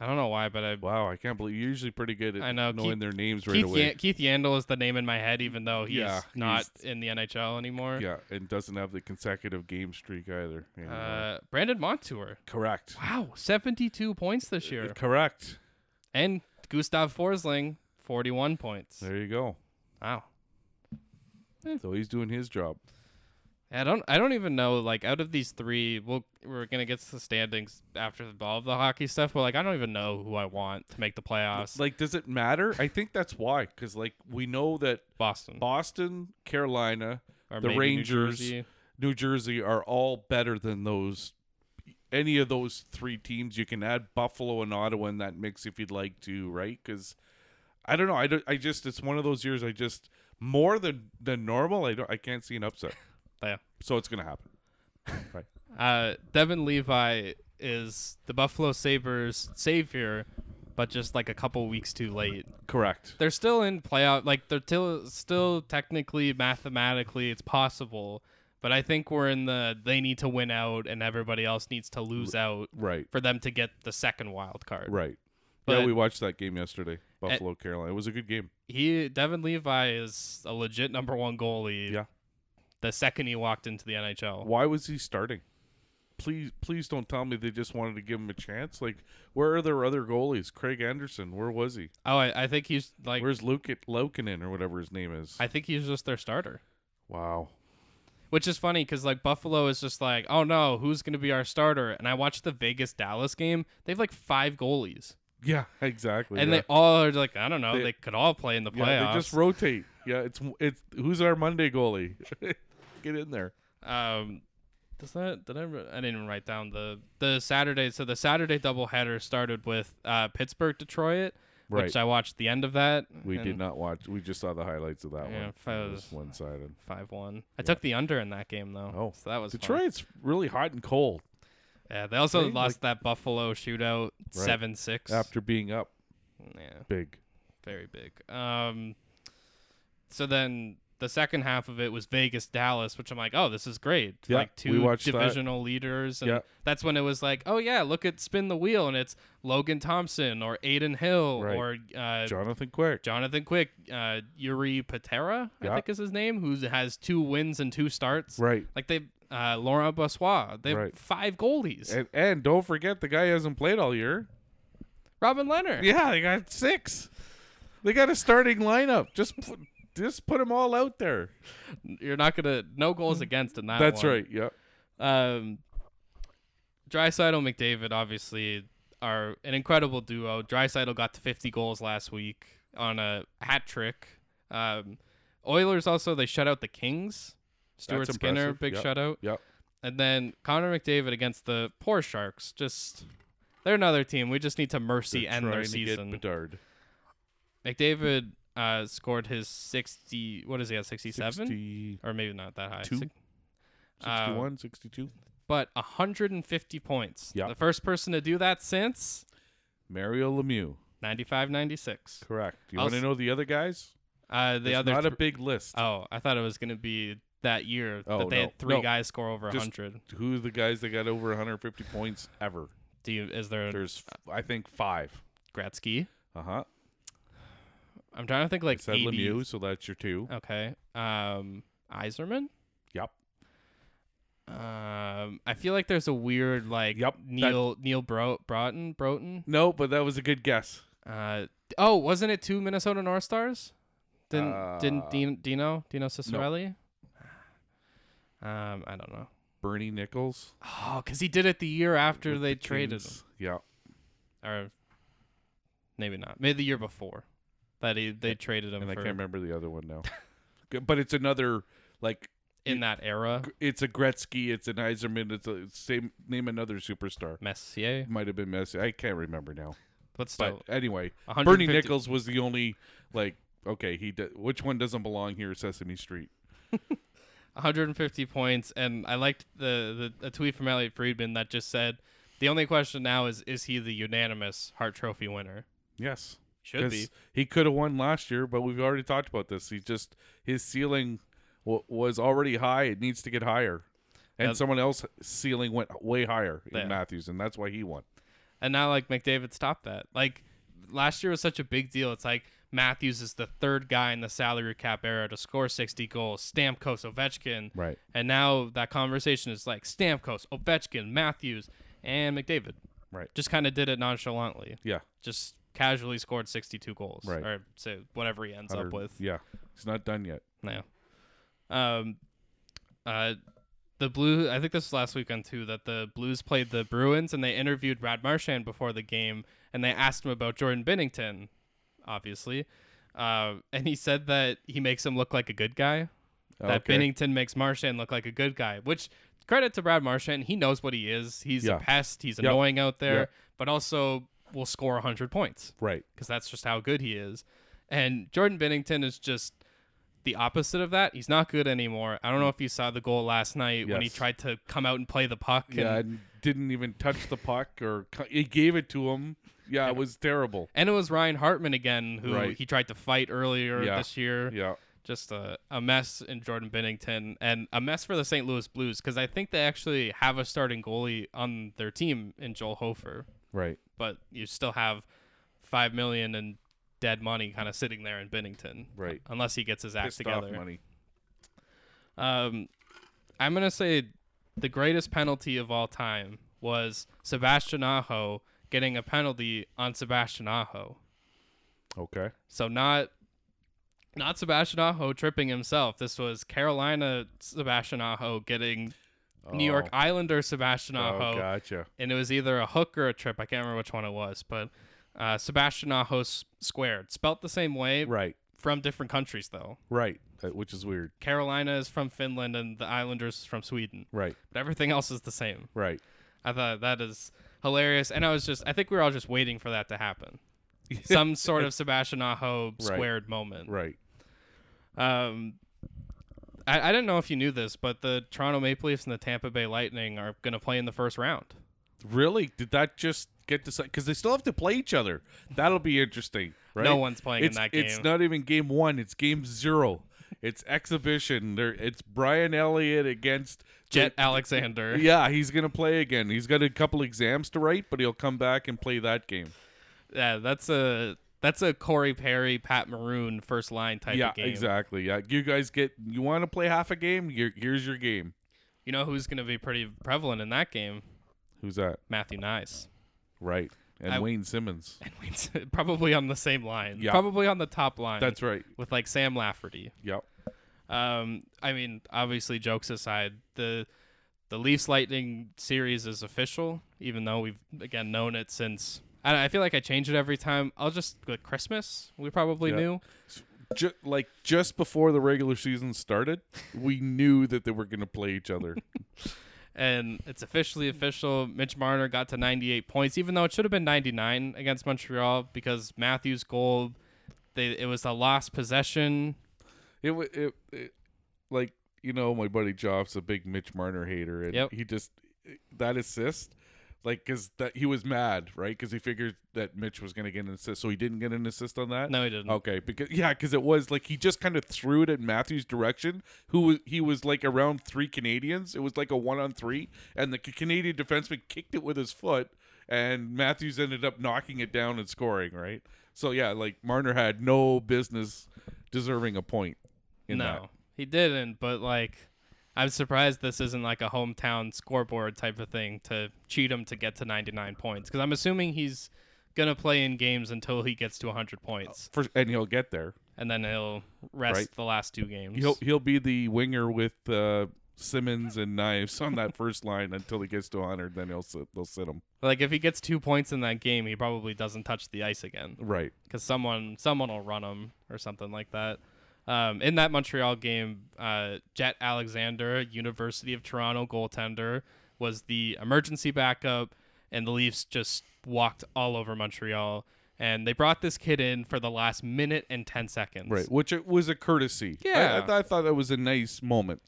I don't know why, but I.
Wow, I can't believe you're usually pretty good at
I know,
knowing
Keith-
their names right
Keith,
away.
Yan- Keith Yandel is the name in my head, even though he's
Yeah,
not
he's-
in the NHL anymore.
yeah, and doesn't have the consecutive game streak either. Yeah.
Uh, Brandon Montour.
correct.
Wow, 72 points this
Uh,
year,
Correct.
and Gustav Forsling, 41 points.
There you go.
Wow.
So he's doing his job.
I don't. I don't even know. Like out of these three, we'll we're gonna get to the standings after the all of the hockey stuff. But like, I don't even know who I want to make the playoffs.
Like, does it matter? I think that's why, because like we know that
Boston
Boston, Carolina,
or
the
maybe New
Rangers.
Jersey.
New Jersey are all better than those any of those three teams. You can add Buffalo and Ottawa in that mix if you'd like to, right? Because I don't know. I, don't, I just it's one of those years. I just more than than normal. I don't. I can't see an upset.
Yeah.
So it's gonna happen. Right.
Uh, Devin Levi is the Buffalo Sabres savior, but just like a couple weeks too late.
Correct.
They're still in playoff. Like they're till, still technically, mathematically, it's possible. But I think we're in the they need to win out and everybody else needs to lose out
Right.
for them to get the second wild card.
Right. yeah,
But-
we watched that game yesterday. Buffalo, Carolina. It was a good game.
He Devin Levi is a legit number one goalie.
Yeah.
The second he walked into the NHL,
Why was he starting? Please, please don't tell me they just wanted to give him a chance. Like, where are their other goalies? Craig Anderson, where was he?
oh, I, I think he's like,
Where's Luke Lokinen or whatever his name is?
I think he's just their starter.
wow.
Which is funny because like Buffalo is just like, oh no, who's gonna be our starter? And I watched the Vegas Dallas game. They have like five goalies,
Yeah, exactly.
and
yeah.
they all are like, I don't know, they,
They-
could all play in the playoffs.
Yeah, they just rotate. Yeah, it's it's who's our Monday goalie? Get in there.
um, does that did I? wri- I didn't even write down the the Saturday. So the Saturday doubleheader started with uh, Pittsburgh Detroit, which
Right.
I watched the end of that.
We did not watch. We just saw the highlights of that
Yeah, if I
one. It
was-
was one sided.
five one. I took the under in that game though.
Oh,
so that was fun.
Detroit's really hot and cold
Yeah, they also
Right,
lost that Buffalo shootout seven six.
after being up
Yeah.
big.
very big. Um, so then the second half of it was Vegas Dallas, which I'm like, oh, this is great.
Yeah,
like
we
two
watched that.
divisional leaders, and
Yeah.
that's when it was like, oh yeah, look at spin the wheel, and it's Logan Thompson or Aiden Hill
Right.
or uh,
Jonathan Quick.
Jonathan Quick, uh, Yuri Patera, I
Yeah.
think is his name, who has two wins and two starts.
Right.
Like they, uh, Laurent Bossois, they have
Right.
five goalies.
And, and don't forget the guy hasn't played all year.
Robin Leonard.
Yeah, they got six. They got a starting lineup. Just put, just put them all out there.
You're not gonna no goals against in that.
Mm-hmm. That's
one.
right. Yeah.
Um, Drysidle McDavid obviously are an incredible duo. Drysidle got to 50 goals last week on a hat trick. Um, Oilers also they shut out the Kings. Stuart
That's
Skinner
impressive.
big
Yep.
shutout,
Yep.
and then Connor McDavid against the poor Sharks. Just they're another team. We just need to mercy end their
trying to get
season.
Bedard.
McDavid uh, scored his 60. What is he at 67
60,
or maybe not that high.
Two.
Six- Uh,
61, 62.
but 150 points.
Yeah.
The first person to do that since
Mario Lemieux.
95 96.
Correct. You
I'll
want to
s-
know the other guys?
Uh, the
It's
other.
not a
thr-
big list.
oh, I thought it was going to be that year
Oh,
that they
no,
had three
no.
guys score over a
Just-
100.
Who are the guys that got over 150 points ever?
Do you, is there a
There's, I think, five.
Gretzky?
Uh huh.
I'm trying to think like
I said
80.
Lemieux, so that's your two.
Okay. Um, Iserman?
Yep.
Um, I feel like there's a weird like
Yep, that-
Neil Neil Bro- Broughton Broughton.
No, but that was a good guess.
Uh, oh, wasn't it two Minnesota North Stars? Didn't
Uh,
didn't Dino Dino, Dino Cicerelli? Um, I don't know.
Bernie Nichols.
Oh, because he did it the year after
with
they
the
traded him,
Kings. Yeah.
or maybe not, maybe the year before that he they traded him
And I can't
for
remember the other one now. G- but it's another, like,
in that era.
it's a Gretzky, it's an Eiserman, it's a same, name another superstar.
Messier,
It might have been Messi. I can't remember now.
but
But
still,
anyway,
150
Bernie Nichols was the only like okay he did, which one doesn't belong here Sesame Street
150 points, and I liked the, the a tweet from Elliot Friedman that just said, "The only question now is is he the unanimous Hart Trophy winner?
yes
Should be."
'Cause he could have won last year but we've already talked about this he just his ceiling w- was already high it needs to get higher and
Yeah.
someone else ceiling went way higher in
Yeah.
Matthews and that's why he won
And now like McDavid stopped that. Like last year was such a big deal. It's like Matthews is the third guy in the salary cap era to score 60 goals. Stamkos, Ovechkin.
Right.
And now that conversation is like Stamkos, Ovechkin, Matthews, and McDavid.
Right.
Just kind of did it nonchalantly.
yeah
Just casually scored 62 goals.
Right.
Or so whatever he ends up
Hundred-
with.
yeah he's not done yet
No. Um, uh, the Blue. I think this was last weekend too. That the Blues played the Bruins, and they interviewed Brad Marchand before the game, and they asked him about Jordan Binnington, obviously, uh, and he said that he makes him look like a good guy. That
Okay.
Binnington makes Marchand look like a good guy, which credit to Brad Marchand. He knows what he is. He's
Yeah.
a pest. He's
Yeah.
annoying out there,
Yeah.
but also will score 100 points
right
because that's just how good he is. And Jordan Bennington is just the opposite of that. He's not good anymore. I don't know if you saw the goal last night when he
Yes.
tried to come out and play the puck. And,
yeah and didn't even touch the puck or cu- he gave it to him yeah it was terrible
and it was Ryan Hartman again who
Right.
he tried to fight earlier
Yeah.
this year.
yeah
Just a, a mess in Jordan Bennington and a mess for the St. Louis Blues because I think they actually have a starting goalie on their team in Joel Hofer,
right
but you still have five million and dead money kind of sitting there in Bennington,
Right.
Unless he gets his act
Pissed
together.
off money.
Um, I'm gonna say the greatest penalty of all time was Sebastian Aho getting a penalty on Sebastian Aho.
Okay.
So not not Sebastian Aho tripping himself. This was Carolina Sebastian Aho getting New York
Oh,
Islander Sebastian
oh,
Aho,
gotcha.
and it was either a hook or a trip. I can't remember which one it was, but uh, Sebastian Aho s- squared, spelt the same way
Right.
from different countries though.
Right. Uh, which is weird.
Carolina is from Finland and the Islanders is from Sweden,
Right.
but everything else is the same.
Right.
I thought that is hilarious, and I was just I think we were all just waiting for that to happen, some sort of Sebastian Aho squared moment.
Right.
Um, I, I didn't know if you knew this, but the Toronto Maple Leafs and the Tampa Bay Lightning are going to play in the first round.
Really? Did that just get decided? Because they still have to play each other. That'll be interesting, right?
No one's playing in
It's-
that
It's
game.
not even game one. It's game zero. It's exhibition. There. It's Brian Elliott against
Jet Alexander.
Yeah, he's gonna play again. He's got a couple exams to write, but he'll come back and play that game.
Yeah, that's a that's a Corey Perry, Pat Maroon first line type
yeah,
of game.
exactly. Yeah, you guys get. You want to play half a game? Here- Here's your game.
You know who's going to be pretty prevalent in that game?
Who's that?
Matthew Nice.
Right. And
I-
Wayne Simmons.
And Wayne's- probably on the same line.
Yeah.
Probably on the top line.
That's right.
with like Sam Lafferty.
Yep.
Um, I mean, obviously, jokes aside, the the Leafs Lightning series is official, even though we've again known it since. I, I feel like I change it every time. I'll just like Christmas. We probably
Yeah.
knew.
Ju- like just before the regular season started, we knew that they were going to play each other.
and it's officially official. Mitch Marner got to 98 points, even though it should have been 99 against Montreal because Matthews' goal, they it was a lost possession.
It, wa- it, it like you know, my buddy Joff's a big Mitch Marner hater, and
Yep.
he just that assist, like because that he was mad, right? Because he figured that Mitch was going to get an assist, so he didn't get an assist on that.
No, he didn't.
Okay, because yeah, because it was like he just kind of threw it in Matthew's direction. Who was he was like around three Canadians. It was like a one on three, and the C- Canadian defenseman kicked it with his foot, and Matthews ended up knocking it down and scoring. Right. So yeah, like Marner had no business deserving a point. In
no,
that.
he didn't. But like, I'm surprised this isn't like a hometown scoreboard type of thing to cheat him to get to 99 points. Because I'm assuming he's gonna play in games until he gets to 100 points,
For, and he'll get there.
and then he'll rest
Right.
the last two games.
He'll he'll be the winger with uh, Simmons and Knives on that first line until he gets to 100. Then he'll sit, they'll sit him.
like if he gets two points in that game, he probably doesn't touch the ice again
Right.
because someone someone will run him or something like that. Um, in that Montreal game, uh, Jet Alexander, University of Toronto goaltender, was the emergency backup, and the Leafs just walked all over Montreal. And they brought this kid in for the last minute and ten seconds.
Right, which it was a courtesy. I- I,
Yeah.
th- I thought that was a nice moment.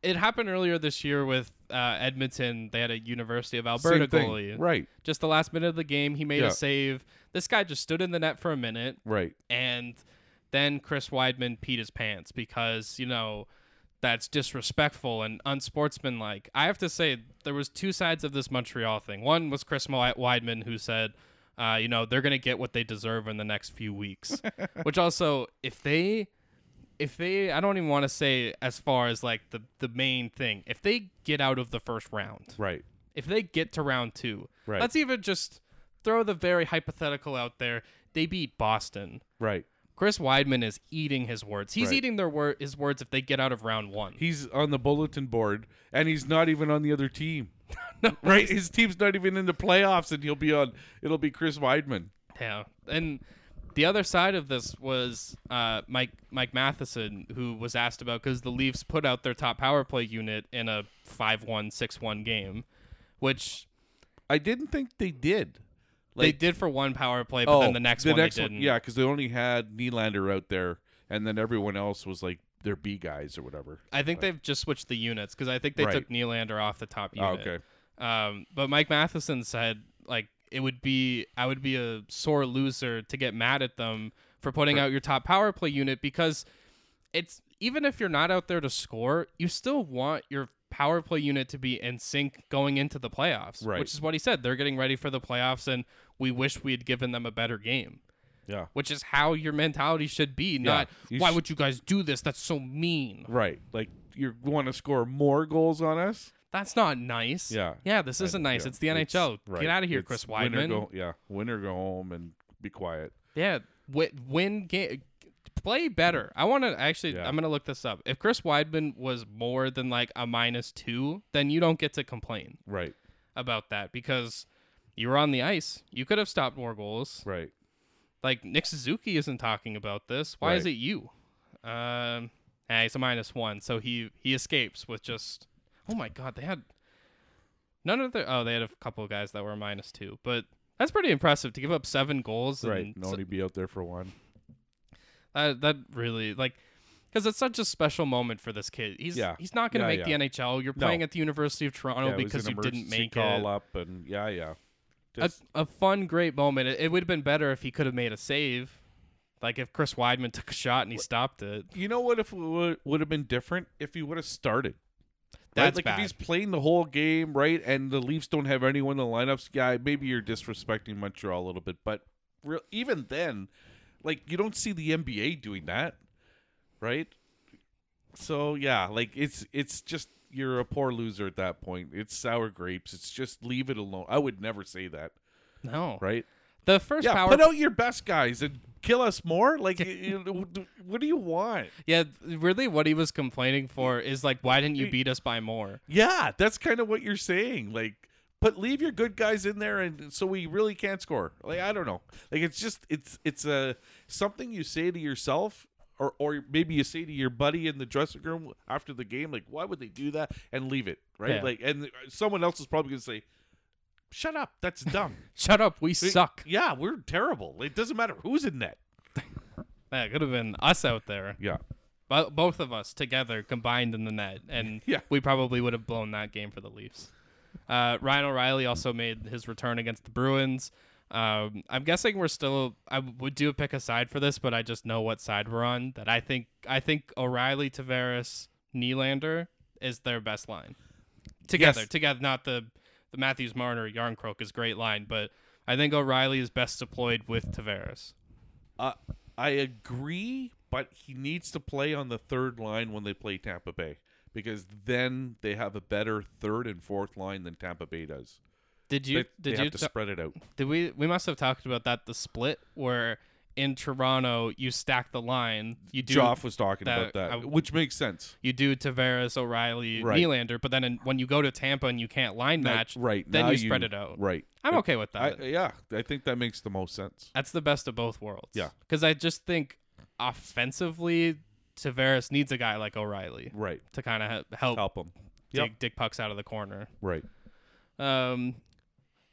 It happened earlier this year with uh, Edmonton. They had a University of Alberta
Same thing.
goalie.
Right,
Just the last minute of the game, he made
Yeah.
a save. This guy just stood in the net for a minute.
right,
and then Chris Weidman peed his pants because you know that's disrespectful and unsportsmanlike. I have to say there was two sides of this Montreal thing. One was Chris Mo- Weidman who said, uh, you know, they're gonna get what they deserve in the next few weeks. Which also, if they, if they, I don't even want to say as far as like the the main thing. If they get out of the first round,
right.
if they get to round two,
Right.
let's even just throw the very hypothetical out there. They beat Boston.
Right.
Chris Weidman is eating his words. He's
Right.
eating their wor- his words if they get out of round one.
He's on the bulletin board, and he's not even on the other team. right, his team's not even in the playoffs, and he'll be on. It'll be Chris Weidman.
yeah. And the other side of this was uh, Mike Mike Matheson, who was asked about because the Leafs put out their top power play unit in a 5-1, 6-1 game, which
I didn't think they did.
they did for one power play, but
Oh,
then the next one they didn't.
yeah, because they only had Nylander out there, and then everyone else was like their B guys or whatever.
I think they've just switched the units because I think they
Right.
took Nylander off the top unit.
Oh, okay,
Um, but Mike Matheson said like it would be I would be a sore loser to get mad at them for putting out your top power play unit because it's even if you're not out there to score, you still want your power play unit to be in sync going into the playoffs,
Right.
which is what he said. They're getting ready for the playoffs and we wish we had given them a better game.
Yeah.
which is how your mentality should be. Not
You
why
sh-
would you guys do this? That's so mean.
Right. Like you want to score more goals on us?
That's not nice.
Yeah.
yeah, this isn't nice.
Yeah.
It's the NHL.
right.
Get out of here,
It's
Chris
win or
Weidman.
Go, yeah. Win or go home and be quiet.
Yeah, win, win game, play better. I want to actually.
Mm. Yeah.
I'm gonna look this up. If Chris Weidman was more than like a minus two, then you don't get to complain
Right.
about that because you were on the ice. You could have stopped more goals.
Right.
Like Nick Suzuki isn't talking about this. Why is it
Right.
you? Um, eh, he's a minus one, so he he escapes with just. Oh my God, they had none of the. Oh, they had a couple of guys that were minus two, but. That's pretty impressive to give up seven goals and
Right. No
s-
need to be out there for one.
that that really like because it's such a special moment for this kid. He's
Yeah.
he's not going to
Yeah,
make
yeah.
the NHL. You're
No.
playing at the University of Toronto
Yeah, it was
because
an
you didn't
emergency
make
call
it. Uh,
up and yeah, yeah.
A,
Just,
a fun, great moment. It, it would have been better if he could have made a save, like if Chris Weidman took a shot and he stopped it.
you know what if it would have been different if he would have started.
That's
right? like
bad.
if he's playing the whole game, right, and the Leafs don't have anyone in the lineups, yeah, maybe you're disrespecting Montreal a little bit, but real, even then, like you don't see the NBA doing that, right? So yeah, like it's it's just you're a poor loser at that point. It's sour grapes. It's just leave it alone. I would never say that,
no,
right?
the first
Yeah,
power.
put out your best guys and kill us more. Like, you- you- what do you want?
yeah, really, what he was complaining for is like, why didn't you beat us by more?
Yeah, that's kind of what you're saying. Like, but leave your good guys in there, and so we really can't score. Like, I don't know. Like, it's just it's it's a something you say to yourself, or or maybe you say to your buddy in the dressing room after the game. Like, why would they do that? And leave it right.
Yeah.
Like, and someone else is probably gonna say, "Shut up, that's dumb."
Shut up, we suck.
yeah, we're terrible. It doesn't matter who's in net.
That could have been us out there.
Yeah.
Bo- both of us together combined in the net, and
Yeah.
we probably would have blown that game for the Leafs. Uh, Ryan O'Reilly also made his return against the Bruins. Um, I'm guessing we're still. I would do a pick a side for this, but I just know what side we're on. That I think I think O'Reilly, Tavares, Nylander is their best line together.
Yes.
Together, not the the Matthews Marner Yarncroke is a great line, but I think O'Reilly is best deployed with Tavares.
Uh, I agree, but he needs to play on the third line when they play Tampa Bay because then they have a better third and fourth line than Tampa Bay does.
Did you
they,
did
they
you
have to
ta-
spread it out?
Did we we must have talked about that the split where in Toronto you stack the line. You do
Joff was talking
that-
about that,
I-
which makes sense.
you do Tavares, O'Reilly,
Right.
Nylander, but then in, when you go to Tampa and you can't line
Like,
match,
right?
then
now
you spread it out.
Right.
I'm okay with
I,
that.
yeah, I think that makes the most sense.
That's the best of both worlds.
Yeah.
Cuz I just think offensively Tavares needs a guy like O'Reilly
Right.
to kind of help,
Help him.
dig,
Yep.
dig pucks out of the corner.
Right.
Um,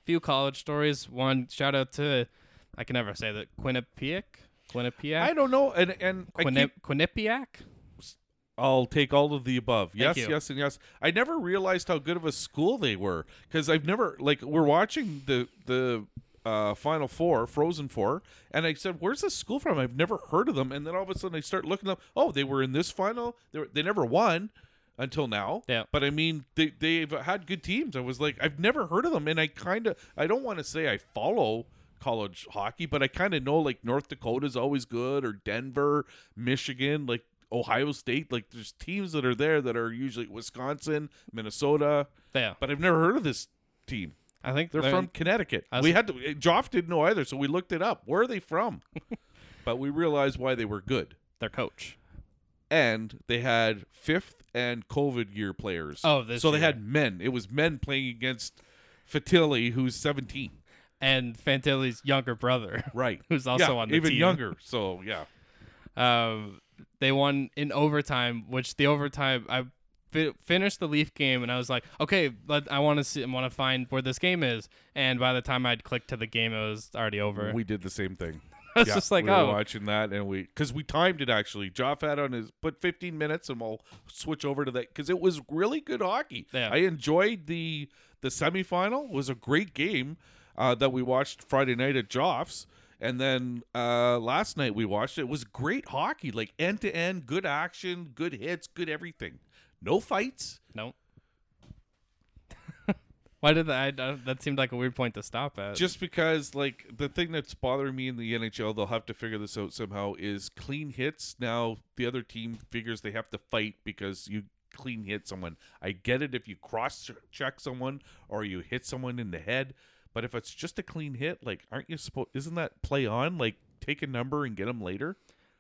few college stories. One shout out to I can never say that Quinnipiac. Quinnipiac.
I don't know, and and I keep
Quinni- Quinnipiac?
I'll take all of the above. yes,
you.
yes, and yes. I never realized how good of a school they were because I've never like we're watching the the uh, Final Four, Frozen Four, and I said, "Where's this school from?" I've never heard of them, and then all of a sudden I start looking up. Oh, they were in this final. They were, they never won until now.
Yeah.
But I mean, they they've had good teams. I was like, I've never heard of them, and I kind of I don't want to say I follow college hockey, but I kind of know like North Dakota's always good or Denver, Michigan, like Ohio State, like there's teams that are there that are usually Wisconsin, Minnesota,
Yeah,
but I've never heard of this team.
I think
They're from Connecticut.
I was-
we had to eh, Joff didn't know either, so we looked it up. Where are they from? but we realized why they were good.
their coach.
And they had fifth and COVID year players.
Oh, this
so they
year.
had men. It was men playing against Fatili, who's seventeen.
And Fantilli's younger brother,
Right.
who's also
Yeah,
on the
even
team.
younger. So yeah.
Um, they won in overtime, which the overtime I fi- finished the Leaf game, and I was like, okay, let, I want to see, I want to find where this game is. And by the time I'd clicked to the game, it was already over.
We did the same thing.
I was just like,
we
oh.
were watching that, and we because we timed it actually. Joff had on his put 15 minutes, and we'll switch over to that because it was really good hockey.
Yeah.
I enjoyed the the semifinal. It was a great game uh, that we watched Friday night at Joff's, and then uh, last night we watched it. It was great hockey, like end to end, good action, good hits, good everything. No fights.
no. Why did that? I, don't- that seemed like a weird point to stop at.
Just because, like, the thing that's bothering me in the NHL, they'll have to figure this out somehow, is clean hits. Now, the other team figures they have to fight because you clean hit someone. I get it if you cross check someone or you hit someone in the head, but if it's just a clean hit, like, aren't you supposed, isn't that play on? Like, take a number and get them later?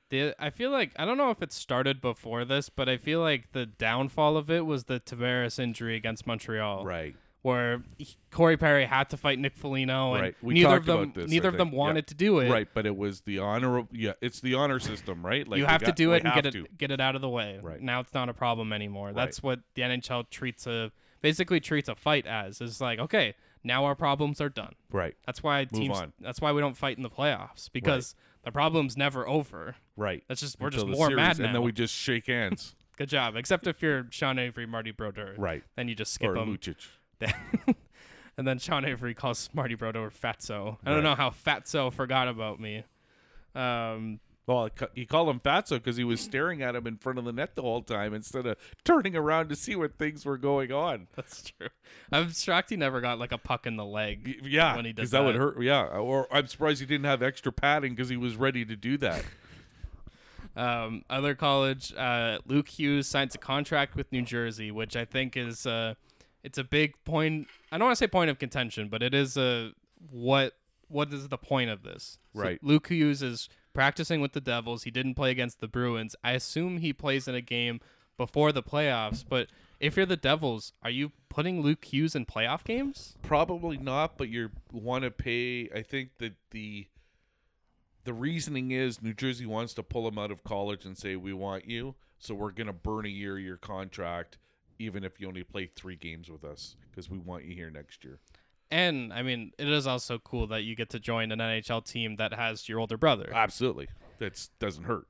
The- I feel like I don't know if it started before this, but I feel like the downfall of it was the Tavares injury against Montreal,
Right.
where he- Corey Perry had to fight Nick Foligno, and
Right. We
neither of
talked about
them
this, I
neither of them
think. Yeah.
wanted to do it.
Right, but it was the honor, yeah, it's the honor system, right? Like,
you
we
have to
got-
do
we
it and get
have
it
to.
get it out of the way.
Right.
Now it's not a problem anymore. That's what the NHL treats a basically treats a fight as. It's like, okay, now our problems are done.
Right,
That's why teams
on.
that's why we don't fight in the playoffs because the problem's never over.
right.
That's just we're
Until
just
the
more
series,
mad now.
And then we just shake hands.
Good job. Except if you're Sean Avery, Marty Brodeur.
Right.
Then you just skip
or
them.
Lucic.
and then Sean Avery calls Marty Brodeur Fatso. I don't know how Fatso forgot about me. Um,
Well, you call him Fatso because he was staring at him in front of the net the whole time instead of turning around to see what things were going on.
that's true. I'm shocked he never got like a puck in the leg.
Y- Yeah,
When he did
because that, would
that.
hurt. Yeah, or I'm surprised he didn't have extra padding because he was ready to do that.
Um, other college, uh, Luke Hughes signs a contract with New Jersey, which I think is uh, it's a big point. I don't want to say point of contention, but it is a what what is the point of this? So
Right.
Luke Hughes is practicing with the Devils. He didn't play against the Bruins. I assume he plays in a game before the playoffs. But if you're the Devils, are you putting Luke Hughes in playoff games?
Probably not, but you want to pay. I think that the the reasoning is New Jersey wants to pull him out of college and say we want you, so we're going to burn a year of your contract, even if you only play three games with us, because we want you here next year.
And I mean, it is also cool that you get to join an NHL team that has your older brother.
Absolutely, that doesn't hurt.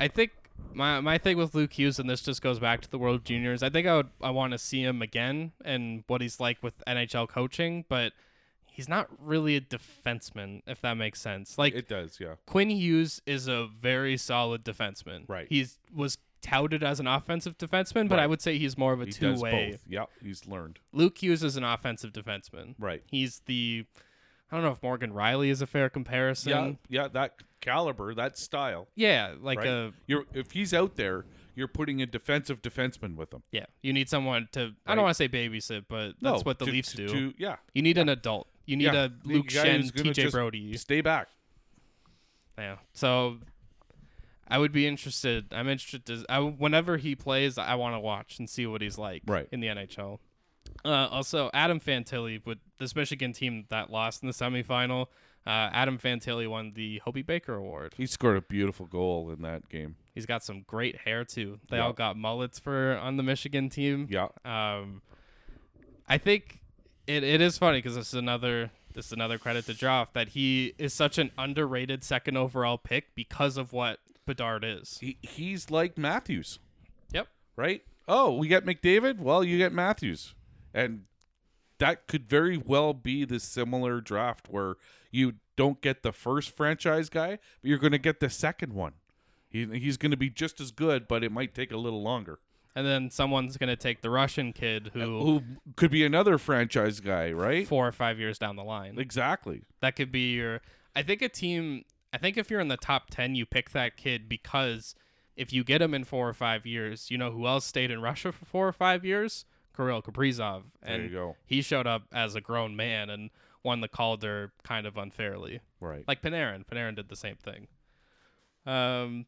I think my my thing with Luke Hughes, and this just goes back to the World Juniors. I think I would I want to see him again and what he's like with NHL coaching, but he's not really a defenseman, if that makes sense. Like
It does, yeah.
Quinn Hughes is a very solid defenseman.
Right.
He's was touted as an offensive defenseman, but I
Right.
would say he's more of a
He
two
does
way.
both. Yeah, he's learned.
Luke Hughes is an offensive defenseman.
Right.
He's the I don't know if Morgan Riley is a fair comparison.
Yeah, yeah, that caliber, that style.
Yeah, like
Right?
a
you're if he's out there, you're putting a defensive defenseman with him.
Yeah, you need someone to. I
Right.
don't want to say babysit, but
No,
that's what the
to-
Leafs
to-
do.
to- yeah,
you need an adult. You need
yeah.
a
The
Luke
guy
Shen,
who's gonna
TJ
just
Brody.
Stay back.
Yeah. So I would be interested. I'm interested. To, I, whenever he plays, I want to watch and see what he's like
Right.
in the NHL. Uh, also, Adam Fantilli with this Michigan team that lost in the semifinal. Uh, Adam Fantilli won the Hobie Baker Award.
He scored a beautiful goal in that game.
He's got some great hair too. They
Yeah.
all got mullets for on the Michigan team.
Yeah,
Um, I think it, it is funny because this is another this is another credit to Draft that he is such an underrated second overall pick because of what Bedard is.
he, he's like Matthews,
Yep.
right? Oh, we get McDavid. Well, you get Matthews, and that could very well be the similar draft where you don't get the first franchise guy, but you're going to get the second one. He, he's going to be just as good, but it might take a little longer.
And then someone's gonna take the Russian kid who
Who could be another franchise guy, right?
four or five years down the line.
Exactly.
That could be your. I think a team. I think if you're in the top ten, you pick that kid because if you get him in four or five years, you know who else stayed in Russia for four or five years? Kirill Kaprizov.
There
And
you go.
he showed up as a grown man and won the Calder kind of unfairly.
Right.
Like Panarin. Panarin did the same thing. Um,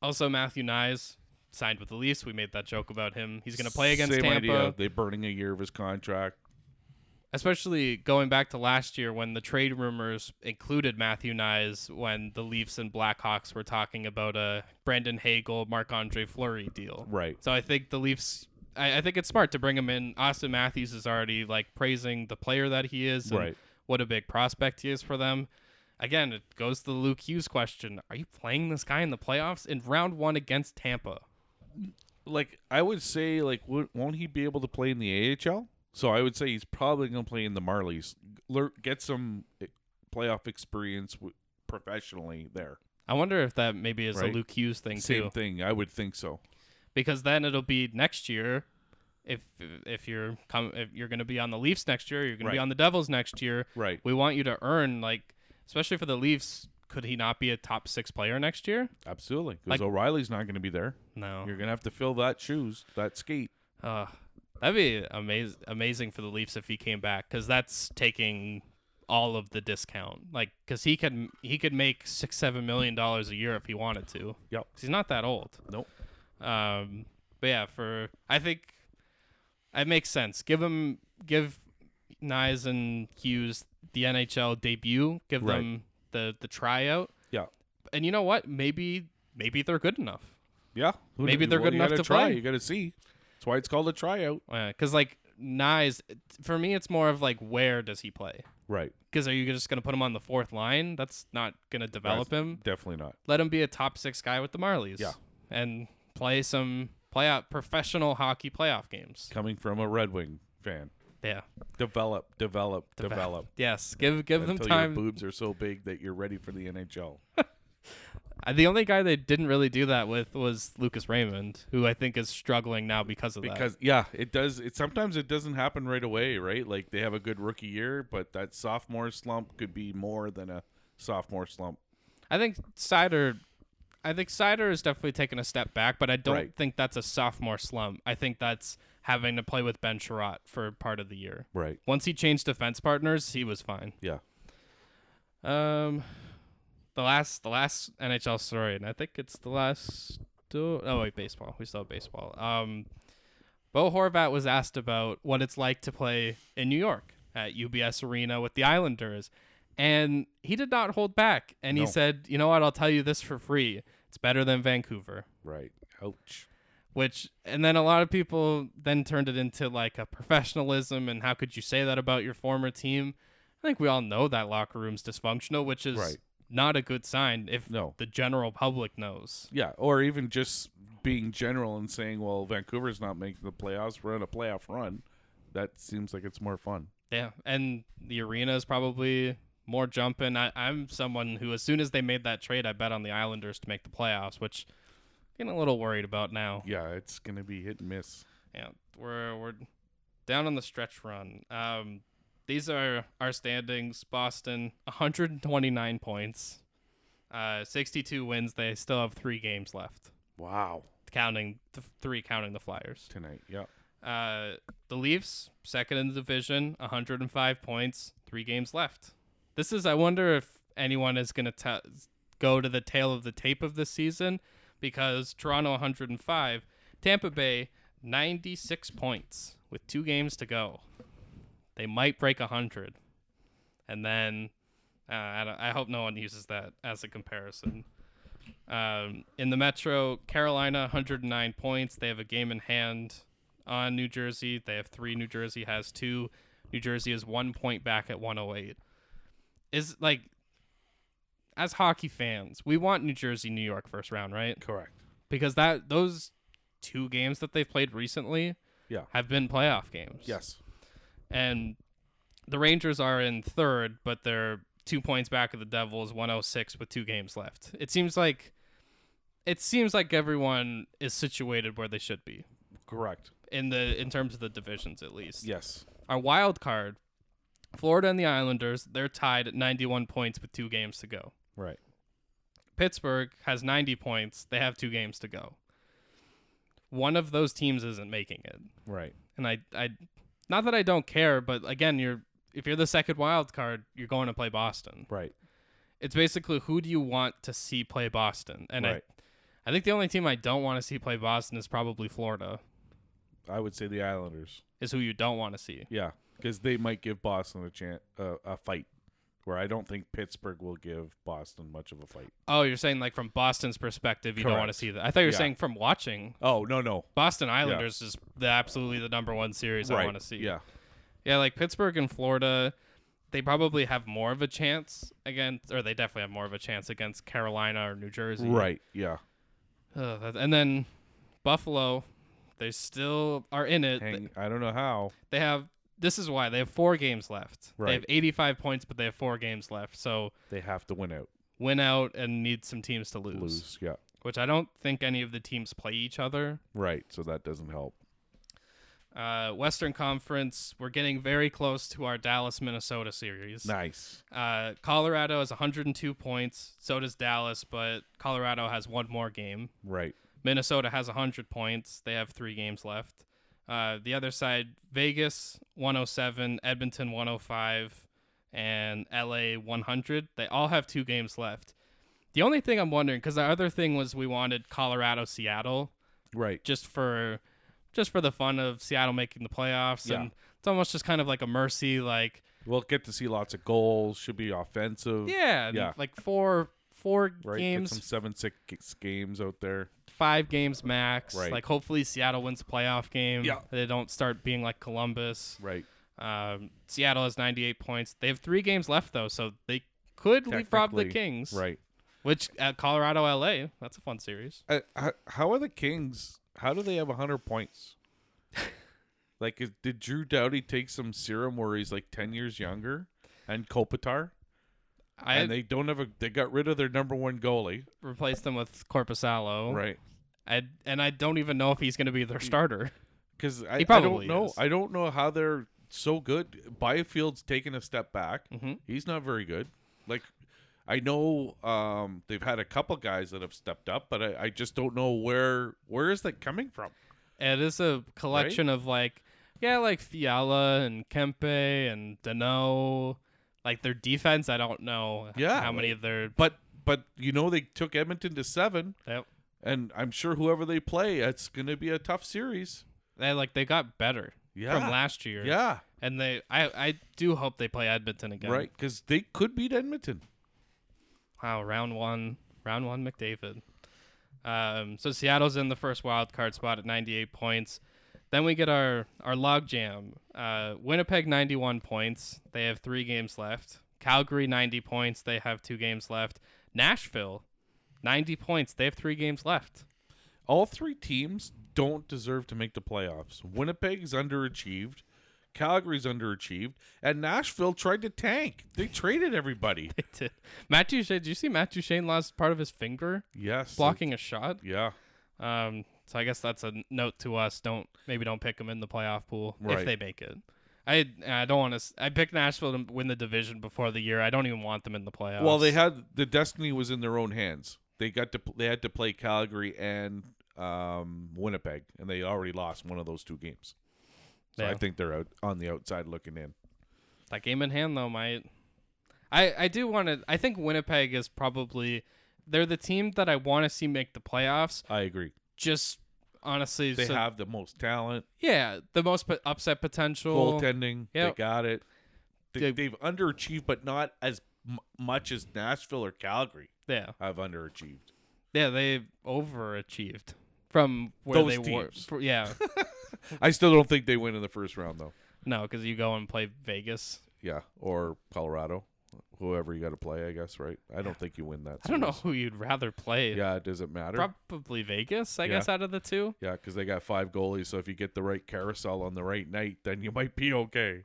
also, Matthew Nyes signed with the Leafs. We made that joke about him. He's going to play against
Same
Tampa.
Idea. They burning a year of his contract.
Especially going back to last year when the trade rumors included Matthew Nyes when the Leafs and Blackhawks were talking about a Brandon Hagel, Marc Andre Fleury deal.
Right.
So I think the Leafs. I, I think it's smart to bring him in. Austin Matthews is already like praising the player that he is, and
Right.
What a big prospect he is for them. Again, it goes to the Luke Hughes question: Are you playing this guy in the playoffs in round one against Tampa?
Like I would say, like wo- won't he be able to play in the AHL? So I would say he's probably going to play in the Marlies. Lear- Get some eh, playoff experience w- professionally there.
I wonder if that maybe is
Right.
a Luke Hughes thing
Same
too,
thing. I would think so.
because then it'll be next year. if if you're com- if you're going to be on the Leafs next year, you're going to be
Right.
on the Devils next year.
Right.
We want you to earn like especially for the Leafs, could he not be a top 6 player next year?
Absolutely. Because
Like-
O'Reilly's not going to be there.
No.
You're going to have to fill that shoes, that skate.
Uh, that'd be amazing amazing for the Leafs if he came back cuz that's taking all of the discount. Like cuz he could he could make 6 7 million dollars a year if he wanted to.
Yep.
'Cause he's not that old.
Nope.
Um, but yeah, for I think it makes sense. Give them give Nyes and Hughes the NHL debut. Give
Right.
them the the tryout.
Yeah.
And you know what? Maybe maybe they're good enough.
Yeah. Who
Maybe
kn-
they're
well,
good
you
enough
gotta
to
try.
play.
You got to see. That's why it's called a tryout.
Because like Nyes, for me, it's more of like where does he play?
Right.
Because are you just gonna put him on the fourth line? That's not gonna develop
That's
him.
Definitely not.
Let him be a top six guy with the Marlies.
Yeah.
And play some playoff professional hockey playoff games.
Coming from a Red Wing fan.
Yeah.
Develop, develop, develop.
Yes, give give them
Until your
time.
boobs are so big that you're ready for the NHL.
Uh, The only guy they didn't really do that with was Lucas Raymond, who I think is struggling now because of that.
because yeah it does it sometimes it doesn't happen right away right like they have a good rookie year but that sophomore slump could be more than a sophomore slump
I think Cider, I think Cider is definitely taking a step back, but I don't
Right.
think that's a sophomore slump. I think that's having to play with Ben Sherratt for part of the year.
right
Once he changed defense partners, he was fine.
yeah
Um, the last the last NHL story, and I think it's the last. sto- oh wait, baseball. We still have baseball. Um, Bo Horvat was asked about what it's like to play in New York at UBS Arena with the Islanders, and he did not hold back, and he
No.
said, "You know what? I'll tell you this for free. It's better than Vancouver."
right ouch
Which and then a lot of people then turned it into like a professionalism and how could you say that about your former team? I think we all know that locker room's dysfunctional, which is
Right.
not a good sign if
No.
the general public knows.
yeah or even just being general and saying well vancouver's not making the playoffs we're on a playoff run that seems like it's more fun
Yeah, and the arena is probably more jumping. I, I'm someone who, as soon as they made that trade, I bet on the Islanders to make the playoffs, which I'm getting a little worried about now.
yeah it's gonna be hit and miss
Yeah, we're we're down on the stretch run. Um, these are our standings. Boston, 129 points, uh, 62 wins. They still have three games left,
wow
counting the three counting the Flyers.
tonight yeah
Uh, the Leafs, second in the division, 105 points, three games left. This is, I wonder if anyone is going to ta- go to the tail of the tape of this season because Toronto 105, Tampa Bay 96 points with two games to go. They might break 100. And then uh, I, don't- I hope no one uses that as a comparison. Um, in the Metro, Carolina 109 points. They have a game in hand on New Jersey. They have three. New Jersey has two. New Jersey is one point back at 108. Is like, as hockey fans, we want New Jersey, New York first round, right?
correct
Because that those two games that they've played recently
Yeah.
have been playoff games.
yes
And the Rangers are in third, but they're two points back of the Devils, 106 with two games left. It seems like it seems like everyone is situated where they should be
correct
in the in terms of the divisions at least.
yes
Our wild card, Florida and the Islanders, they're tied at 91 points with two games to go.
right
Pittsburgh has 90 points. They have two games to go. One of those teams isn't making it.
right
And I I not that I don't care, but again, you're if you're the second wild card, you're going to play Boston.
right
It's basically who do you want to see play Boston? And
Right.
I I think the only team I don't want to see play Boston is probably Florida.
i would say the islanders
Is who you don't want to see.
Yeah, because they might give Boston a chance, uh, a fight, where I don't think Pittsburgh will give Boston much of a fight.
Oh, you're saying like from Boston's perspective, you don't want to
Correct.
see that. I thought you were
Yeah.
saying from watching
Oh no, no,
Boston Islanders is the absolutely the number one series I
right?
want to see.
Yeah,
yeah, like Pittsburgh and Florida, they probably have more of a chance against, or they definitely have more of a chance against Carolina or New Jersey.
right. Yeah,
Ugh, that- and then Buffalo, they still are in it.
Hang, I don't know how.
They have this is why they have four games left. They have
Right.
85 points, but they have four games left. So
They have to win out,
win out and need some teams to lose,
lose. Yeah,
which I don't think any of the teams play each other.
right. So that doesn't help.
Uh, Western Conference, we're getting very close to our Dallas Minnesota series.
Nice.
Uh, Colorado has 102 points. So does Dallas, but Colorado has one more game.
Right.
Minnesota has 100 points. They have three games left. Uh, the other side, Vegas 107, Edmonton 105, and LA 100. They all have two games left. The only thing I'm wondering, because the other thing was we wanted Colorado Seattle
Right.
just for just for the fun of Seattle making the playoffs,
Yeah.
and it's almost just kind of like a mercy, like
We'll get to see lots of goals. Should be offensive.
yeah,
Yeah.
like four four
Right. Get some
games,
seven six games out there.
five games max.
Right.
Like hopefully Seattle wins a playoff game.
Yeah.
they don't start being like Columbus.
Right.
Um, Seattle has 98 points. They have three games left though, so they could leapfrog the
Technically,
Kings.
Right.
Which at Colorado, LA, that's a fun series.
Uh, how, how are the Kings? How do they have hundred points? like, is, did Drew Doughty take some serum where he's like ten years younger, and Kopitar,
I
and they don't have a. They got rid of their number one goalie.
replaced them with Corpusalo.
Right.
I, and I don't even know if he's going to be their starter.
Because I,
He
I
probably
don't know.
is.
I don't know how they're so good. Byfield's taken a step back.
Mhm.
He's not very good. Like I know um, they've had a couple guys that have stepped up, but I, I just don't know where where is that coming from.
It is a collection of like, yeah, like Fiala and Kempe and Dano. Like their defense, I don't know
Yeah,
how many
like-
of their.
But but you know they took Edmonton to seven,
They,
and I'm sure whoever they play, it's going to be a tough series.
they like they got better
Yeah.
from last year.
Yeah,
and they I I do hope they play Edmonton
Right.
again.
'Cause right. Because they could beat Edmonton.
Wow, round one, round one, McDavid. Um, so Seattle's in the first wild card spot at 98 points. Then we get our our logjam. Uh, Winnipeg 91 points. They have three games left. Calgary 90 points. They have two games left. Nashville 90 points. They have three games left.
All three teams don't deserve to make the playoffs. Winnipeg's underachieved, Calgary's underachieved, and Nashville tried to tank. They traded everybody.
Matt Duchesne, did you see Matt Duchesne lost part of his finger
Yes.
blocking a shot?
Yeah.
Um, so I guess that's a n- note to us. Don't maybe don't pick them in the playoff pool if
Right.
they make it. I I don't want to. I picked Nashville to win the division before the year. I don't even want them in the playoffs.
Well, they had the destiny was in their own hands. They got to pl- they had to play Calgary and um, Winnipeg, and they already lost one of those two games. So I
Yeah.
think they're out on the outside looking in.
that game in hand though might. I I do want to. I think Winnipeg is probably they're the team that I want to see make the playoffs.
I agree.
Just honestly,
They
so-
have the most talent,
yeah the most po- upset potential.
goaltending.
Yep.
They got it. They,
They-
they've underachieved, but not as m- much as Nashville or Calgary
Yeah,
have underachieved.
yeah they overachieved from where
Those
they were.
teams.
fr- yeah,
I still don't think they win in the first round though.
no, because you go and play Vegas.
Yeah, or Colorado, whoever you got to play, I guess. Right? I don't think you win that.
I don't know
series.
who you'd rather play.
Yeah, does it matter?
Probably Vegas, I
Yeah.
guess, out of the two.
Yeah, because they got five goalies. So if you get the right carousel on the right night, then you might be okay.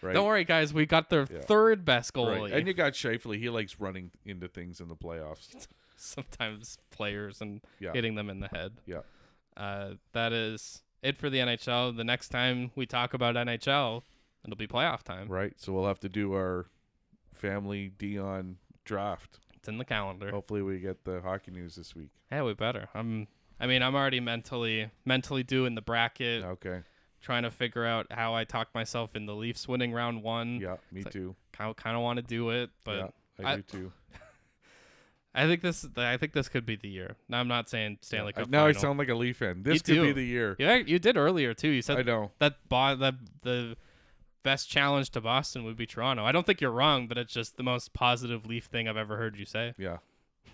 Right.
Don't worry, guys. We got their third best
Right.
goalie.
And you got Shifley. He likes running into things in the playoffs.
Sometimes players and
Yeah.
hitting them in the head.
Yeah.
Uh, that is it for the NHL. The next time we talk about NHL, it'll be playoff time.
Right. So we'll have to do our family Dion draft.
It's in the calendar.
Hopefully, we get the hockey news this week.
Yeah, we better. I'm. I mean, I'm already mentally mentally doing the bracket,
Okay.
trying to figure out how I talk myself in the Leafs winning round one.
Yeah. Me too.
Kind kind of want to do it, but
yeah. I,
I-
do too.
I think this. I think this could be the year. Now I'm not saying Stanley
I-
Cup.
now I
final.
sound like a Leaf fan. This could
do.
be the year.
You, ac- you did earlier too. You
I
said
know.
that bo- that the best challenge to Boston would be Toronto. I don't think you're wrong, but it's just the most positive Leaf thing I've ever heard you say.
Yeah.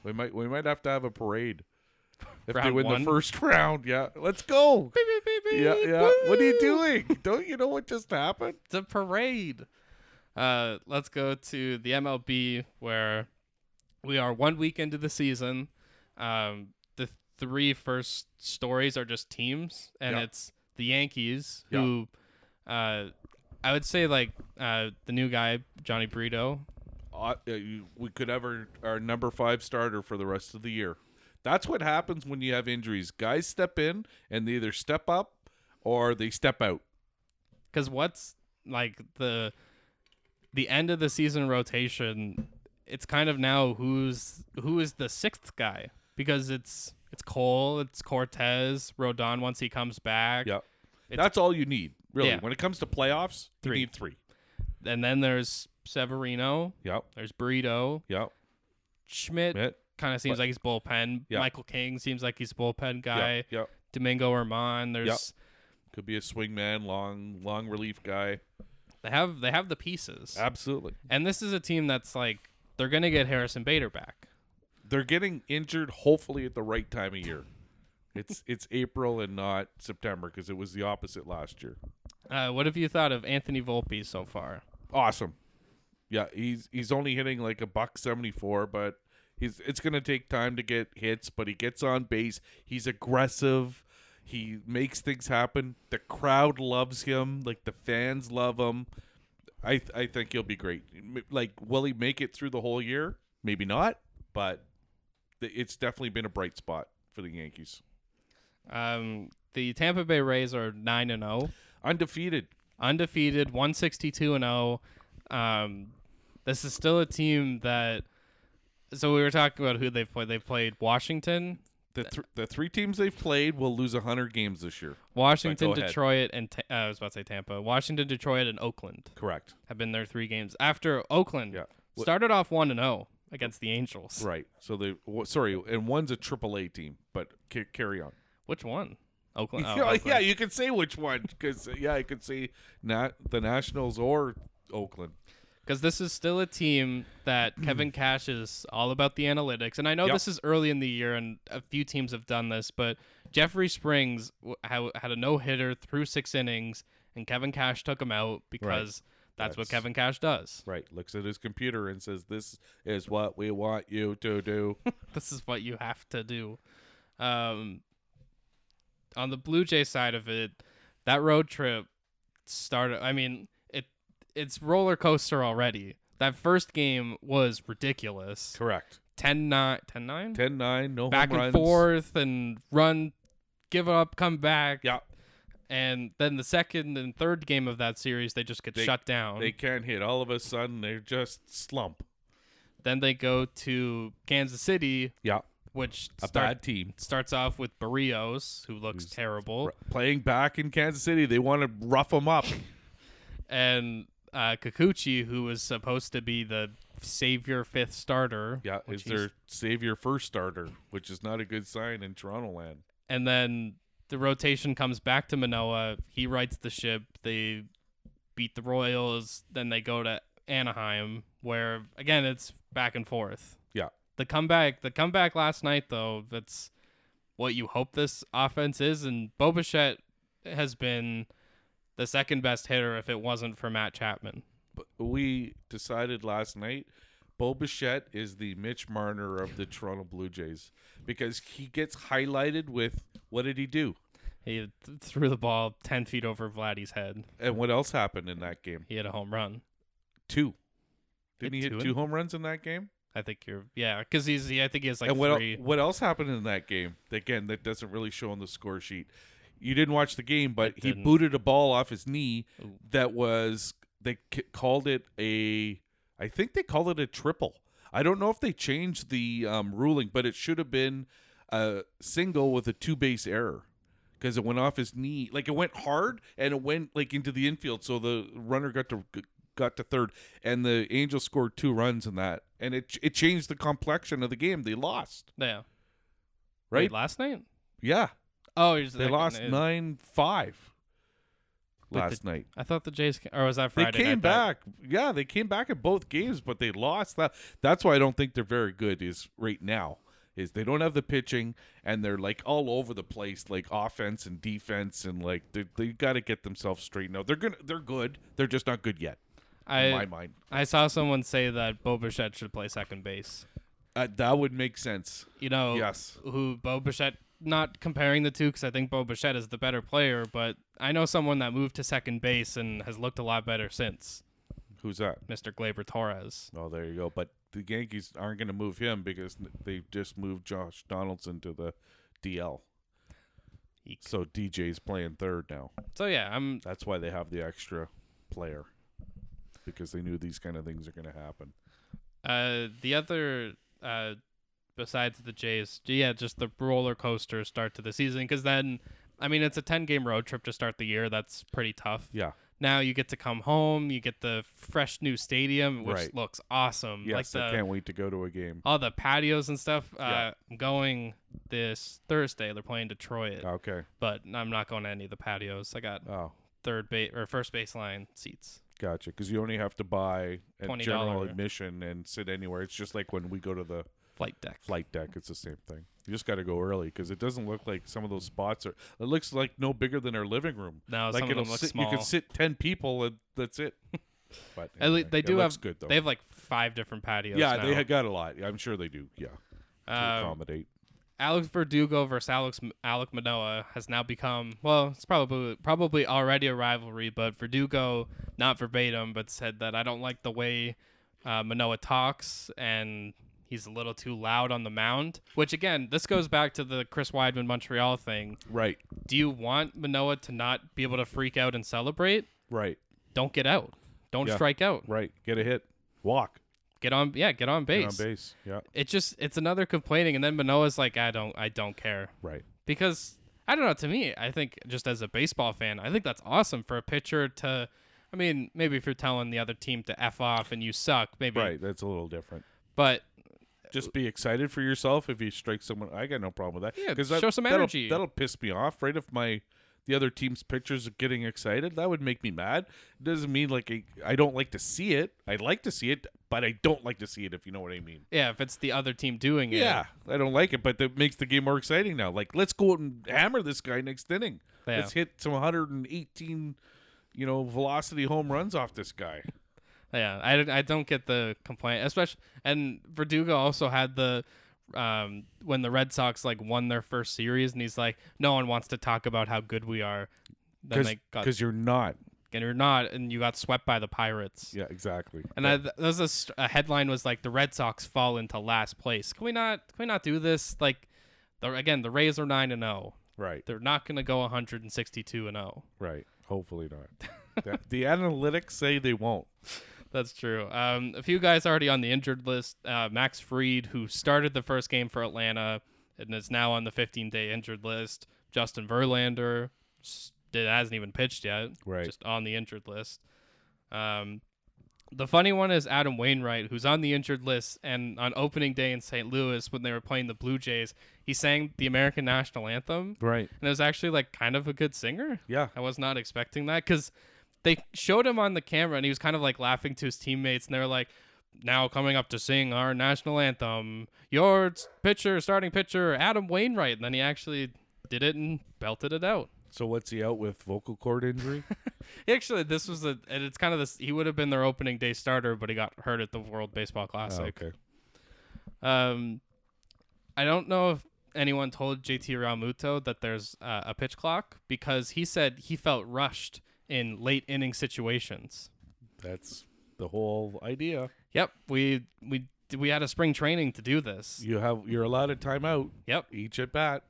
We might we might have to have a parade if they
Round
win
one?
the first round. Yeah. Let's go. Yeah, yeah. What are you
Woo!
doing? Don't you know what just happened?
It's a parade. Uh, let's go to the MLB where we are one week into the season. Um, the three first stories are just teams, and
Yeah.
it's the Yankees who, uh, I would say like uh, the new guy Johnny Brito.
Uh, uh, you- we could have our, our number five starter for the rest of the year. That's what happens when you have injuries. Guys step in and they either step up or they step out.
because what's like the the end of the season rotation? It's kind of now who's who is the sixth guy because it's it's Cole, it's Cortez, Rodon once he comes back,
Yeah.
It's-
That's all you need, really.
Yeah.
When it comes to playoffs,
Three.
you need three.
and then there's Severino,
Yep.
there's Burrito,
Yep.
Schmidt
Mitt.
kind of seems
But-
like he's bullpen.
Yeah.
Michael King seems like he's bullpen guy.
Yep. Yep.
Domingo Herman, there's
Could be a swingman, long, long relief guy.
they have they have the pieces.
Absolutely.
And this is a team that's like they're gonna get Harrison Bader back.
They're getting injured, hopefully at the right time of year. It's it's April and not September because it was the opposite last year.
Uh, what have you thought of Anthony Volpe so far?
Awesome. Yeah, he's he's only hitting like a buck seventy four, but he's it's gonna take time to get hits, but he gets on base. He's aggressive. He makes things happen. The crowd loves him. Like the fans love him. I th- I think he'll be great. M- Like, will he make it through the whole year? Maybe not, but th- it's definitely been a bright spot for the Yankees.
Um, the Tampa Bay Rays are nine and zero,
Undefeated.
undefeated, one sixty two and zero. Um, this is still a team that. So we were talking about who they've played. They've played Washington,
The th- the three teams they've played will lose hundred games this year.
Washington,
ahead.
Detroit, and ta- uh, I was about to say Tampa, Washington, Detroit, and Oakland.
Correct.
have been there three games after Oakland
Yeah. Wh-
started off one and zero against the Angels.
Right. So they w- sorry, and one's a AAA team, but ca- carry on. Uh,
Which one? Oakland. Oh,
yeah,
Oakland.
yeah, you can say which one because yeah, I could say not the Nationals or Oakland.
Because this is still a team that Kevin Cash is all about the analytics, and I know
Yep.
this is early in the year, and a few teams have done this, but Jeffrey Springs w- ha- had a no hitter through six innings, and Kevin Cash took him out because that's, what
That's-
Kevin Cash does.
Right. Looks at his computer and says, "This is what we want you to do."
this is what you have to do. Um, on the Blue Jay side of it, that road trip started. I mean, it it's roller coaster already. That first game was ridiculous.
Correct.
10 9, 10 9?
10-9, no
back
home
and
runs.
forth and run, give up, come back.
Yeah,
And then the second and third game of that series, they just get
They-
shut down.
they can't hit. All of a sudden, they just slump.
then they go to Kansas City,
Yeah,
which
a
start,
bad team
starts off with Barrios, who looks
Who's-
terrible.
R- playing back in Kansas City. They want to rough them up.
and uh, Kikuchi, who was supposed to be the savior fifth starter.
Yeah,
which
is
he's-
their savior first starter, which is not a good sign in Toronto land.
And then the rotation comes back to Manoa. He rights the ship. They beat the Royals. Then they go to Anaheim, where again it's back and forth.
Yeah.
The comeback, the comeback last night though, that's what you hope this offense is. And Bobichette has been the second best hitter if it wasn't for Matt Chapman.
But we decided last night Bo Bichette is the Mitch Marner of the Toronto Blue Jays because he gets highlighted with what did he do
He th- threw the ball 10 feet over Vladdy's head.
and what else happened in that game?
He had a home run.
Two. Didn't he
Hit
hit
two
two
in-
home runs in that game?
I think you're, yeah, because he's, he, I think he has like
and what el-
three.
what else happened in that game? Again, that doesn't really show on the score sheet. You didn't watch the game, but he
didn't.
booted a ball off his knee
Ooh.
that was they c- called it a I think they called it a triple. I don't know if they changed the um, ruling, but it should have been a single with a two base error because it went off his knee. Like it went hard and it went like into the infield, so the runner got to got to third, and the Angels scored two runs in that, and it it changed the complexion of the game. They lost,
Yeah.
right?
Wait, last night?
yeah,
Oh, he's
they lost nine five
But
last night.
I thought the Jays, ca- or was that Friday?
they came
night that-
back. Yeah, they came back at both games, but they lost. That that's why I don't think they're very good is right now. Is they don't have the pitching and they're like all over the place, like offense and defense, and like they they got to get themselves straightened out. They're gonna they're good. They're just not good yet in Oh, my
I,
mind.
I saw someone say that Bo Bichette should play second base.
Uh, that would make sense.
You know,
Yes.
who Bo Bichette, not comparing the two because I think Bo Bichette is the better player, but I know someone that moved to second base and has looked a lot better since,
Who's that?
Mr. Glaber Torres.
Oh, there you go. But the Yankees aren't going to move him because they just moved Josh Donaldson to the DL.
Eek.
So DJ's playing third now.
So yeah, I'm
That's why they have the extra player because they knew these kind of things are going to happen.
Uh, the other uh, besides the Jays, yeah, just the roller coaster start to the season because then, I mean, it's a ten game road trip to start the year. That's pretty tough.
Yeah.
Now you get to come home. You get the fresh new stadium, which
Right.
looks awesome.
Yes,
Mm, like
I
the
can't wait to go to a game.
all the patios and stuff.
Yeah.
Uh, I'm going this Thursday. They're playing Detroit,
Okay.
but I'm not going to any of the patios. I got
Oh,
third base or first baseline seats.
gotcha. Because you only have to buy a
$20.
general admission and sit anywhere. It's just like when we go to the
Flight deck.
flight deck. It's the same thing. You just got to go early because it doesn't look like some of those spots are. It looks like no bigger than our living room.
No,
like
some of them look
sit,
small.
You can sit ten people and that's it. But
At least
anyway,
they
it
do
looks
have
good though.
They have like five different patios.
yeah,
now.
they had got a lot. I'm sure they do. Yeah, to
Um,
accommodate.
Alex Verdugo versus Alex Alec Manoa has now become well, it's probably probably already a rivalry, but Verdugo not verbatim, but said that I don't like the way uh, Manoa talks and he's a little too loud on the mound. Which again, this goes back to the Chris Weidman Montreal thing.
Right,
Do you want Manoa to not be able to freak out and celebrate?
right,
Don't get out. Don't
Yeah.
strike out.
right. Get a hit, walk,
Get on. Yeah, get on
get
base.
on base. Yeah,
It's just it's another complaining, and then Manoa's like, I don't, I don't care.
right.
because I don't know. To me, I think just as a baseball fan, I think that's awesome for a pitcher to. I mean, maybe if you're telling the other team to f off and you suck, maybe.
Right, that's a little different.
But
Just be excited for yourself if you strike someone. I got no problem with that.
Yeah,
'Cause that,
show some
that'll-
energy.
That'll, piss me off, right? If my the other team's pitchers are getting excited, that would make me mad. It doesn't mean like I, I don't like to see it. I like to see it, but I don't like to see it. If you know what I mean.
yeah, if it's the other team doing it,
Yeah, I don't like it, but that makes the game more exciting now. Like, let's go out and hammer this guy next inning.
Yeah.
Let's hit some 118, you know, velocity home runs off this guy.
yeah, I, don't- I don't get the complaint, especially. And Verdugo also had the um when the Red Sox like won their first series, and he's like, no one wants to talk about how good we are. Then they got
Because you're not.
and you're not, and you got swept by the Pirates.
Yeah, exactly.
And I, th- there was a, st- a headline was like the Red Sox fall into last place. Can we not? Can we not do this? Like, the, again, the Rays are nine and zero.
right,
They're not going to go 162 and oh. zero.
right. Hopefully not. the, the analytics say they won't.
That's true. Um, a few guys already on the injured list. Uh, Max Fried, who started the first game for Atlanta and is now on the 15 day injured list. Justin Verlander s- did, hasn't even pitched yet.
Right.
Just on the injured list. Um, the funny one is Adam Wainwright, who's on the injured list. And on opening day in St. Louis, when they were playing the Blue Jays, he sang the American National Anthem.
Right.
And it was actually like kind of a good singer.
Yeah.
I was not expecting that because they showed him on the camera and he was kind of like laughing to his teammates and they were like, now coming up to sing our national anthem, your s- pitcher, starting pitcher, Adam Wainwright. And then he actually did it and belted it out.
So what's he out with? Vocal cord injury?
Actually, this was a, and it's kind of this, he would have been their opening day starter, but he got hurt at the World Baseball
Oh,
Classic.
okay.
Um, I don't know if anyone told JT Realmuto that there's uh, a pitch clock because he said he felt rushed in late inning situations.
That's the whole idea.
Yep, we we we had a spring training to do this.
You have you're allowed a timeout
Yep,
each at bat.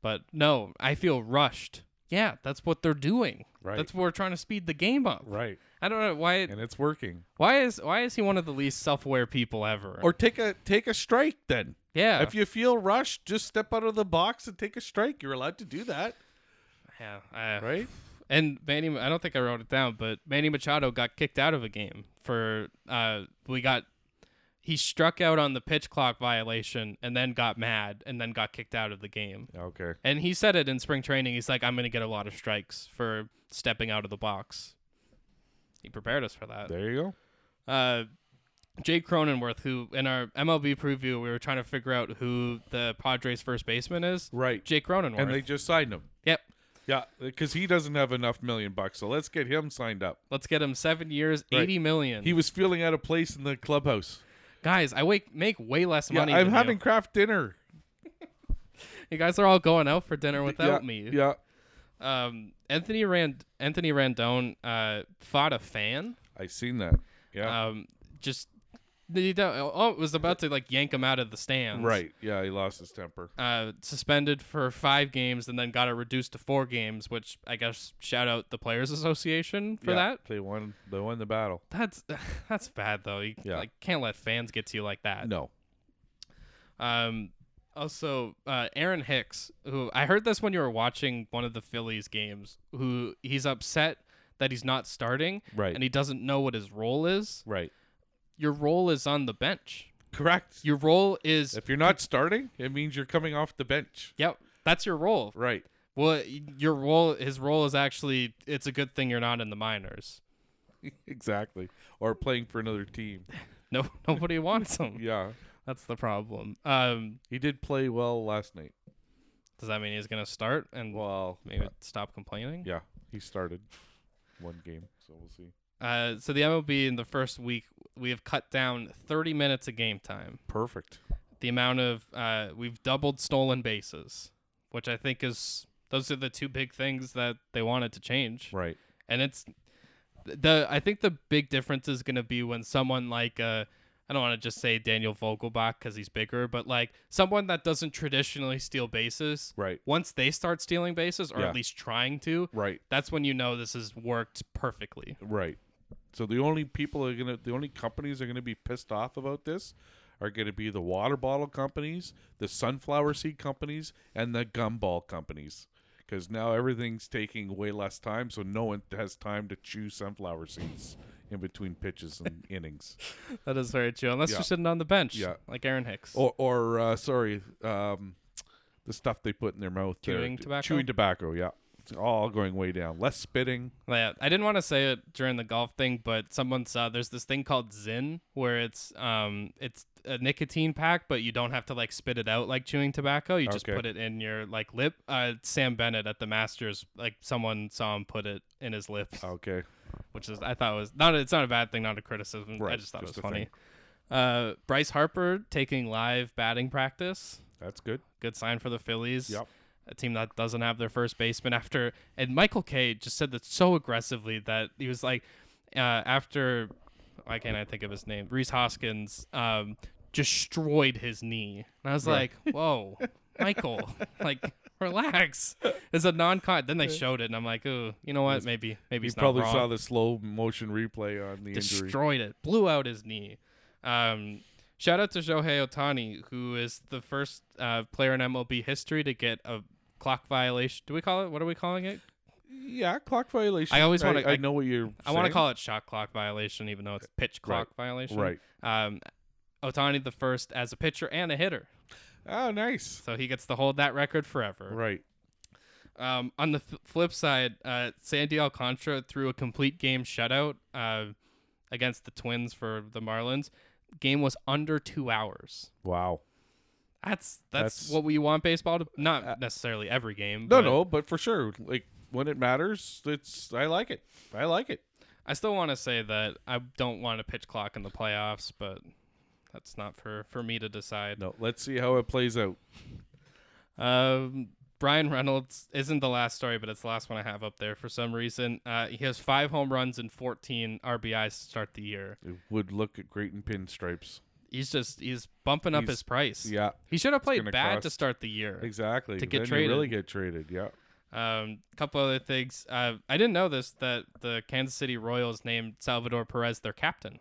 but no, I feel rushed. Yeah, that's what they're doing.
Right.
That's what we're trying to speed the game up.
Right.
I don't know why.
And it's working.
Why is why is he one of the least self-aware people ever?
Or take a take a strike then.
yeah,
If you feel rushed, just step out of the box and take a strike. You're allowed to do that,
yeah. I-
right?
And Manny, I don't think I wrote it down, but Manny Machado got kicked out of a game for uh, we got he struck out on the pitch clock violation and then got mad and then got kicked out of the game.
Okay.
And he said it in spring training. He's like, I'm going to get a lot of strikes for stepping out of the box. He prepared us for that.
There you go.
Uh, Jake Cronenworth, who in our MLB preview, we were trying to figure out who the Padres' first baseman is.
Right.
Jake Cronenworth.
And they just signed him.
yep.
Yeah, because he doesn't have enough million bucks. So let's get him signed up.
Let's get him seven years,
Right.
eighty million.
He was feeling out of place in the clubhouse.
Guys, I wake, make way less
Yeah,
money.
I'm
than
having craft dinner
you. you guys are all going out for dinner without
Yeah,
me.
Yeah,
Um, Anthony Rand Anthony Randone uh, fought a fan.
I seen that. Yeah,
Um, just They don't- oh, it was about to like yank him out of the stands.
Right. Yeah, he lost his temper.
Uh, suspended for five games and then got it reduced to four games, which I guess shout out the Players Association for
Yeah,
that.
They won they won the battle.
That's that's bad though. You
Yeah.
like can't let fans get to you like that.
No.
Um, also, uh, Aaron Hicks, who I heard this when you were watching one of the Phillies games, who he's upset that he's not starting
Right.
and he doesn't know what his role is.
right.
Your role is on the bench.
Correct.
Your role is
if you're not starting, it means you're coming off the bench.
yep. That's your role.
Right.
Well, your role, his role is actually it's a good thing you're not in the minors.
exactly. Or playing for another team.
No, nobody wants him.
Yeah.
That's the problem. Um,
He did play well last night.
does that mean he's gonna start and
Well,
maybe stop complaining?
yeah, he started one game, so we'll see.
Uh, so the MLB in the first week, we have cut down 30 minutes of game time.
Perfect.
The amount of uh, we've doubled stolen bases, which I think is those are the two big things that they wanted to change.
Right.
And it's the I think the big difference is going to be when someone like uh, I don't want to just say Daniel Vogelbach because he's bigger, but like someone that doesn't traditionally steal bases,
Right.
once they start stealing bases or
Yeah.
at least trying to,
Right.
that's when you know this has worked perfectly.
Right. So the only people are gonna, the only companies that are gonna be pissed off about this, are gonna be the water bottle companies, the sunflower seed companies, and the gumball companies, because now everything's taking way less time, so no one has time to chew sunflower seeds in between pitches and innings.
That is very true. Unless
Yeah.
you're sitting on the bench,
Yeah.
like Aaron Hicks.
Or, or uh, sorry, um, the stuff they put in their mouth. there.
Chewing tobacco?
Chewing tobacco. Yeah, it's all going way down. Less spitting.
Yeah, I didn't want to say it during the golf thing, but someone saw there's this thing called Zyn where it's um it's a nicotine pack, but you don't have to like spit it out like chewing tobacco. You just
Okay.
put it in your like lip. Uh, Sam Bennett at the Masters, like someone saw him put it in his lip,
Okay.
which is I thought was not it's not a bad thing, not a criticism. I
Right,
just thought
just
it
a
was funny. Uh, Bryce Harper taking live batting practice.
That's good.
Good sign for the Phillies.
Yep.
a team that doesn't have their first baseman after and Michael K just said that so aggressively that he was like uh, after why can't I think of his name Reese Hoskins um, destroyed his knee and I was
Right.
like whoa Michael like relax it's a non-con then they showed it and I'm like oh you know what maybe maybe
You
he's
probably
not wrong
saw the slow motion replay on the injury.
destroyed it, blew out his knee. Um, shout out to Shohei Otani, who is the first uh, player in MLB history to get a clock violation. Do we call it? What are we calling it?
Yeah, clock violation.
I always wanna-
I,
I-
know what you're.
I want to call it shot clock violation, even though it's pitch clock violation.
Right.
Um, Otani the first as a pitcher and a hitter,
Oh, nice.
so he gets to hold that record forever.
Right.
Um, on the f- flip side, uh, Sandy Alcantara threw a complete game shutout uh, against the Twins for the Marlins. Game was under two hours.
Wow.
That's, that's
That's- Uh,
what we want baseball to not necessarily every game.
No,
but
no, but for sure, like when it matters, it's I like it. I like it.
I still want to say that I don't want a pitch clock in the playoffs, but that's not for for me to decide.
No, let's see how it plays out.
Um, Brian Reynolds isn't the last story, but it's the last one I have up there for some reason. Uh, he has five home runs and 14 RBIs to start the year.
It would look great in pinstripes.
He's just he's bumping up
He's-
his price.
Yeah,
he should have played
gonna
bad to
cost-
start the year.
exactly.
To get
Then you really get traded. Yeah.
Um, couple other things. Uh, I didn't know this that the Kansas City Royals named Salvador Perez their captain.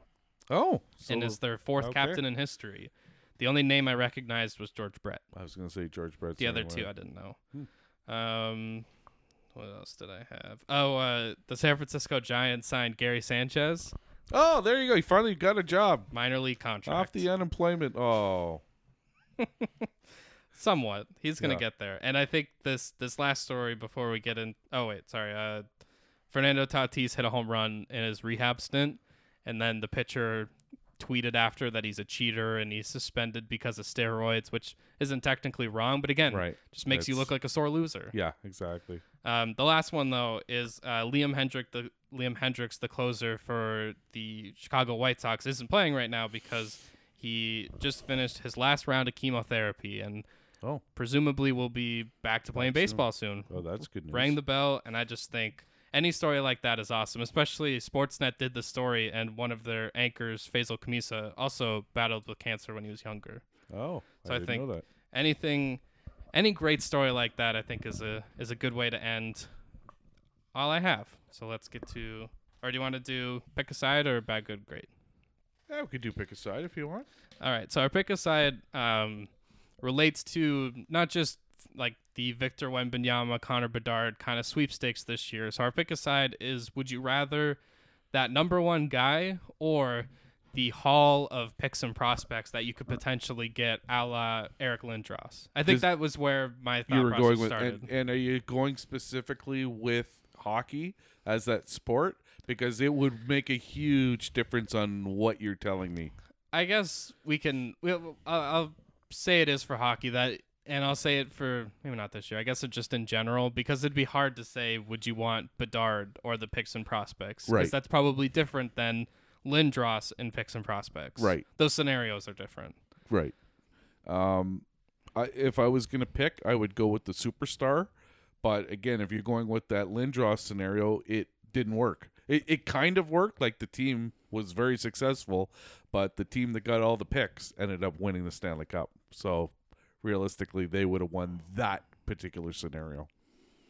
Oh, so
and is their fourth
okay.
captain in history. The only name I recognized was George Brett.
I was gonna say George Brett.
The other two I didn't know.
Hmm.
Um, what else did I have? Oh, uh, the San Francisco Giants signed Gary Sanchez,
Oh, there you go. He finally got a job
minor league
off
contract.
the unemployment. Oh,
Somewhat, he's gonna
Yeah.
get there. And I think this this last story before we get in. Oh wait, sorry. Uh, Fernando Tatis hit a home run in his rehab stint, and then the pitcher tweeted after that he's a cheater and he's suspended because of steroids, which isn't technically wrong, but again,
right.
just makes you
That's-
look like a sore loser.
Yeah, exactly.
Um, the last one though is uh, Liam Hendrick, the Liam Hendricks, the closer for the Chicago White Sox, isn't playing right now because he just finished his last round of chemotherapy and
Oh,
presumably will be back to playing
soon.
baseball soon.
oh, that's good news.
Rang the bell, and I just think any story like that is awesome. Especially Sportsnet did the story, and one of their anchors, Faisal Kamisa, also battled with cancer when he was younger.
Oh,
So I
didn't
think-
know that.
Anything, any great story like that, I think is a is a good way to end. All I have. So let's get to. Or do you want to do pick a side or bad, good, great?
Yeah, we could do pick a side if you want.
All right. So our pick aside um, relates to not just like the Victor Wembanyama, Connor Bedard kind of sweepstakes this year. So our pick aside is: Would you rather that number one guy or the hall of picks and prospects that you could potentially get, a la Eric Lindros? I think
Is-
that was where my thought
you were
process
going with,
started.
and, and are you going specifically with hockey as that sport? Because it would make a huge difference on what you're telling me.
I guess we can. we I'll, I'll say it is for hockey that, and I'll say it for maybe not this year. I guess it just in general because it'd be hard to say would you want Bedard or the picks and prospects, 'cause
Right.
That's probably different than Lindros and picks and prospects.
Right.
Those scenarios are different.
Right. Um, I, if I was going to pick, I would go with the superstar. But again, if you're going with that Lindros scenario, it didn't work. It, it kind of worked. Like the team was very successful, but the team that got all the picks ended up winning the Stanley Cup. So realistically, they would have won that particular scenario.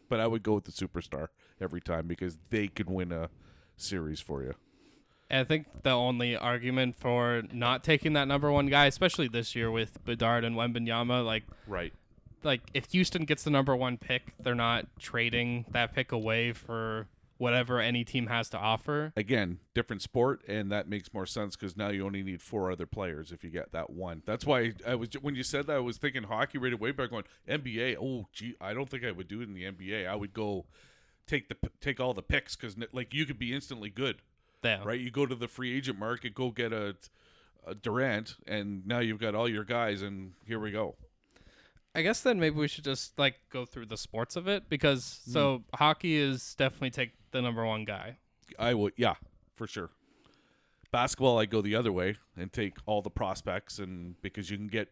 But I would go with the superstar every time because they could win a series for you.
And I think the only argument for not taking that number one guy, especially this year with Bedard and Wembenyama, like
Right.
like if Houston gets the number one pick, they're not trading that pick away for whatever any team has to offer.
again, different sport, and that makes more sense because now you only need four other players if you get that one. That's why I was when you said that I was thinking hockey right away, but I'm going NBA. Oh, gee, I don't think I would do it in the NBA. I would go take the p- take all the picks because like you could be instantly good,
Yeah.
right? You go to the free agent market, go get a, a Durant, and now you've got all your guys, and here we go.
I guess then maybe we should just like go through the sports of it because
Mm.
so hockey is definitely take the number one guy.
I would, yeah, for sure. Basketball, I go the other way and take all the prospects, and because you can get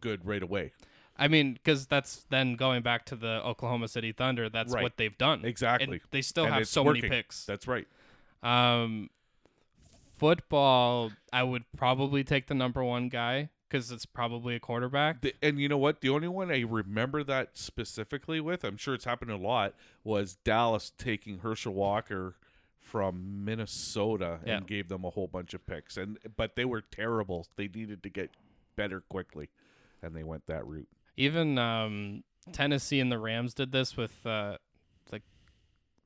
good right away.
I mean, because that's then going back to the Oklahoma City Thunder. That's
Right.
what they've done
Exactly.
And they still
And
have
it's
so
working.
many picks.
That's right.
Um, football, I would probably take the number one guy because it's probably a quarterback.
The, and you know what? The only one I remember that specifically with, I'm sure it's happened a lot, was Dallas taking Herschel Walker from Minnesota
Yeah.
and gave them a whole bunch of picks. And but they were terrible. They needed to get better quickly, and they went that route.
Even um, Tennessee and the Rams did this with uh, like,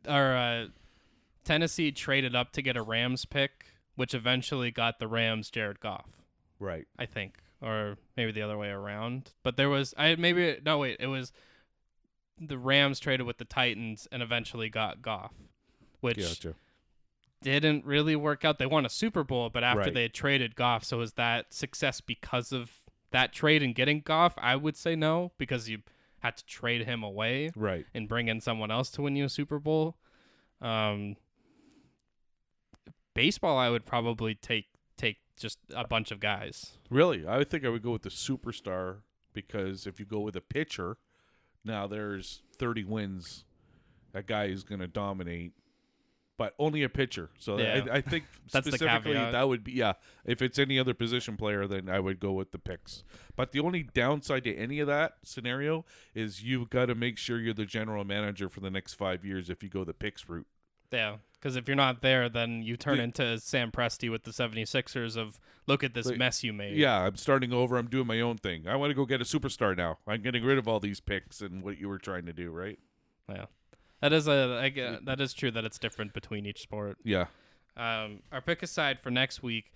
or uh, Tennessee traded up to get a Rams pick, which eventually got the Rams Jared Goff,
Right.
I think, or maybe the other way around. But there was I maybe no wait, it was the Rams traded with the Titans and eventually got Goff, which
Gotcha.
didn't really work out. They won a Super Bowl, but after
Right.
they had traded Goff, so is that success because of that trade and getting Goff? I would say no, because you had to trade him away
Right.
and bring in someone else to win you a Super Bowl. Um, baseball, I would probably take take just a bunch of guys.
Really, I would think I would go with the superstar because if you go with a pitcher, now there's 30 wins. That guy is going to dominate, but only a pitcher. So
Yeah.
I, I think
That's the
specifically
caveat.
that would be yeah. If it's any other position player, then I would go with the picks. But the only downside to any of that scenario is you've got to make sure you're the general manager for the next five years if you go the picks route.
Yeah, because if you're not there, then you turn
The-
into Sam Presti with the 76ers of look at this
Like,
mess you made.
Yeah, I'm starting over. I'm doing my own thing. I want to go get a superstar now. I'm getting rid of all these picks and what you were trying to do, right?
yeah. That is a I gue- that is true that it's different between each sport.
Yeah.
um, our pick aside for next week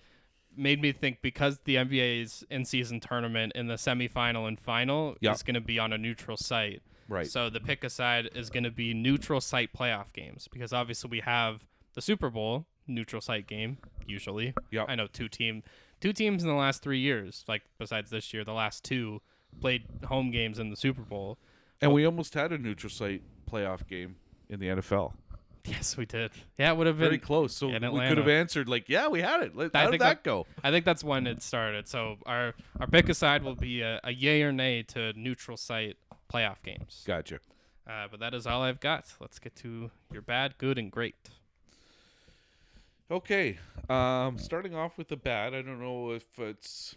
made me think because the NBA's in-season tournament in the semifinal and final
Yeah.
is going to be on a neutral site.
Right.
So the pick aside is going to be neutral site playoff games because obviously we have the Super Bowl neutral site game usually.
Yeah.
I know two team two teams in the last 3 years like besides this year the last two played home games in the Super Bowl.
and we almost had a neutral site playoff game in the NFL.
Yes, we did. Yeah, it would have been
Very close. So we
in
could
Atlanta.
have answered like, yeah, we had it. Let-
I
How did
think
that
that-
go?
I think that's when it started. So our our pick aside will be a, a yay or nay to neutral site playoff games.
Gotcha.
Uh, but that is all I've got. Let's get to your bad, good, and great.
Okay. Um, starting off with the bad. I don't know if it's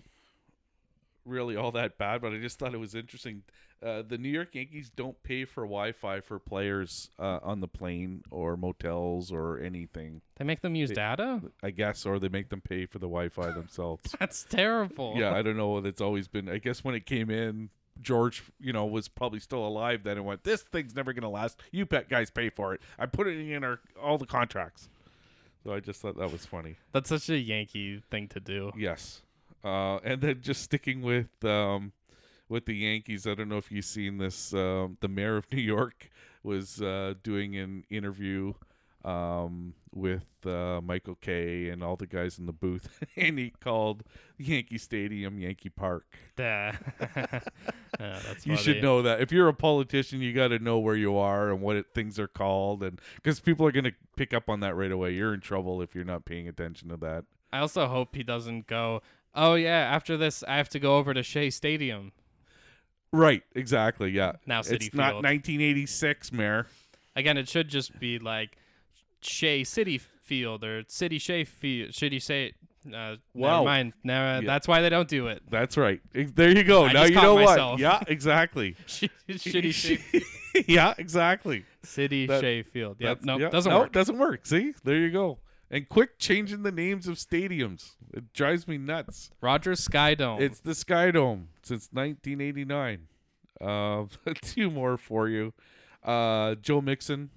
really all that bad, but I just thought it was interesting. Uh, the New York Yankees don't pay for Wi-Fi for players uh, on the plane or motels or anything.
They make them use data?
I guess, or they make them pay for the Wi-Fi themselves.
That's terrible.
yeah, I don't know. It's always been. I guess when it came in, George, you know, was probably still alive then and went, "This thing's never gonna last. You pet guys pay for it. I put it in our all the contracts." So I just thought that was funny.
That's such a Yankee thing to do.
Yes. Uh, and then just sticking with um, with the Yankees, I don't know if you've seen this. Um, the mayor of New York was uh, doing an interview um, with uh, Michael Kay and all the guys in the booth, and he called Yankee Stadium Yankee Park.
Duh. Yeah, that's funny.
You should know that if you're a politician, you got to know where you are and what it, things are called, and because people are going to pick up on that right away. You're in trouble if you're not paying attention to that.
I also hope he doesn't go, oh, yeah, after this, I have to go over to Shea Stadium.
Right, exactly. Yeah.
Now City
it's not
Field.
1986, Mayor.
Again, it should just be like Shea City Field or City Shea Field. City Shea. Uh,
Wow.
Never mind. Never,
Yeah.
That's why they don't do it.
That's right. Ex- There you go.
I
now
just
you
caught
know
myself.
what. Yeah, exactly.
Shitty Shea.
yeah, exactly.
City
That-
Shea Field. Yep.
That's-
No,
yeah,
doesn't
no,
work.
Doesn't work. See, there you go. And quick changing the names of stadiums. It drives me nuts.
Rogers Sky Dome.
It's the Sky Dome since 1989. Uh, two more for you. Uh, Joe Mixon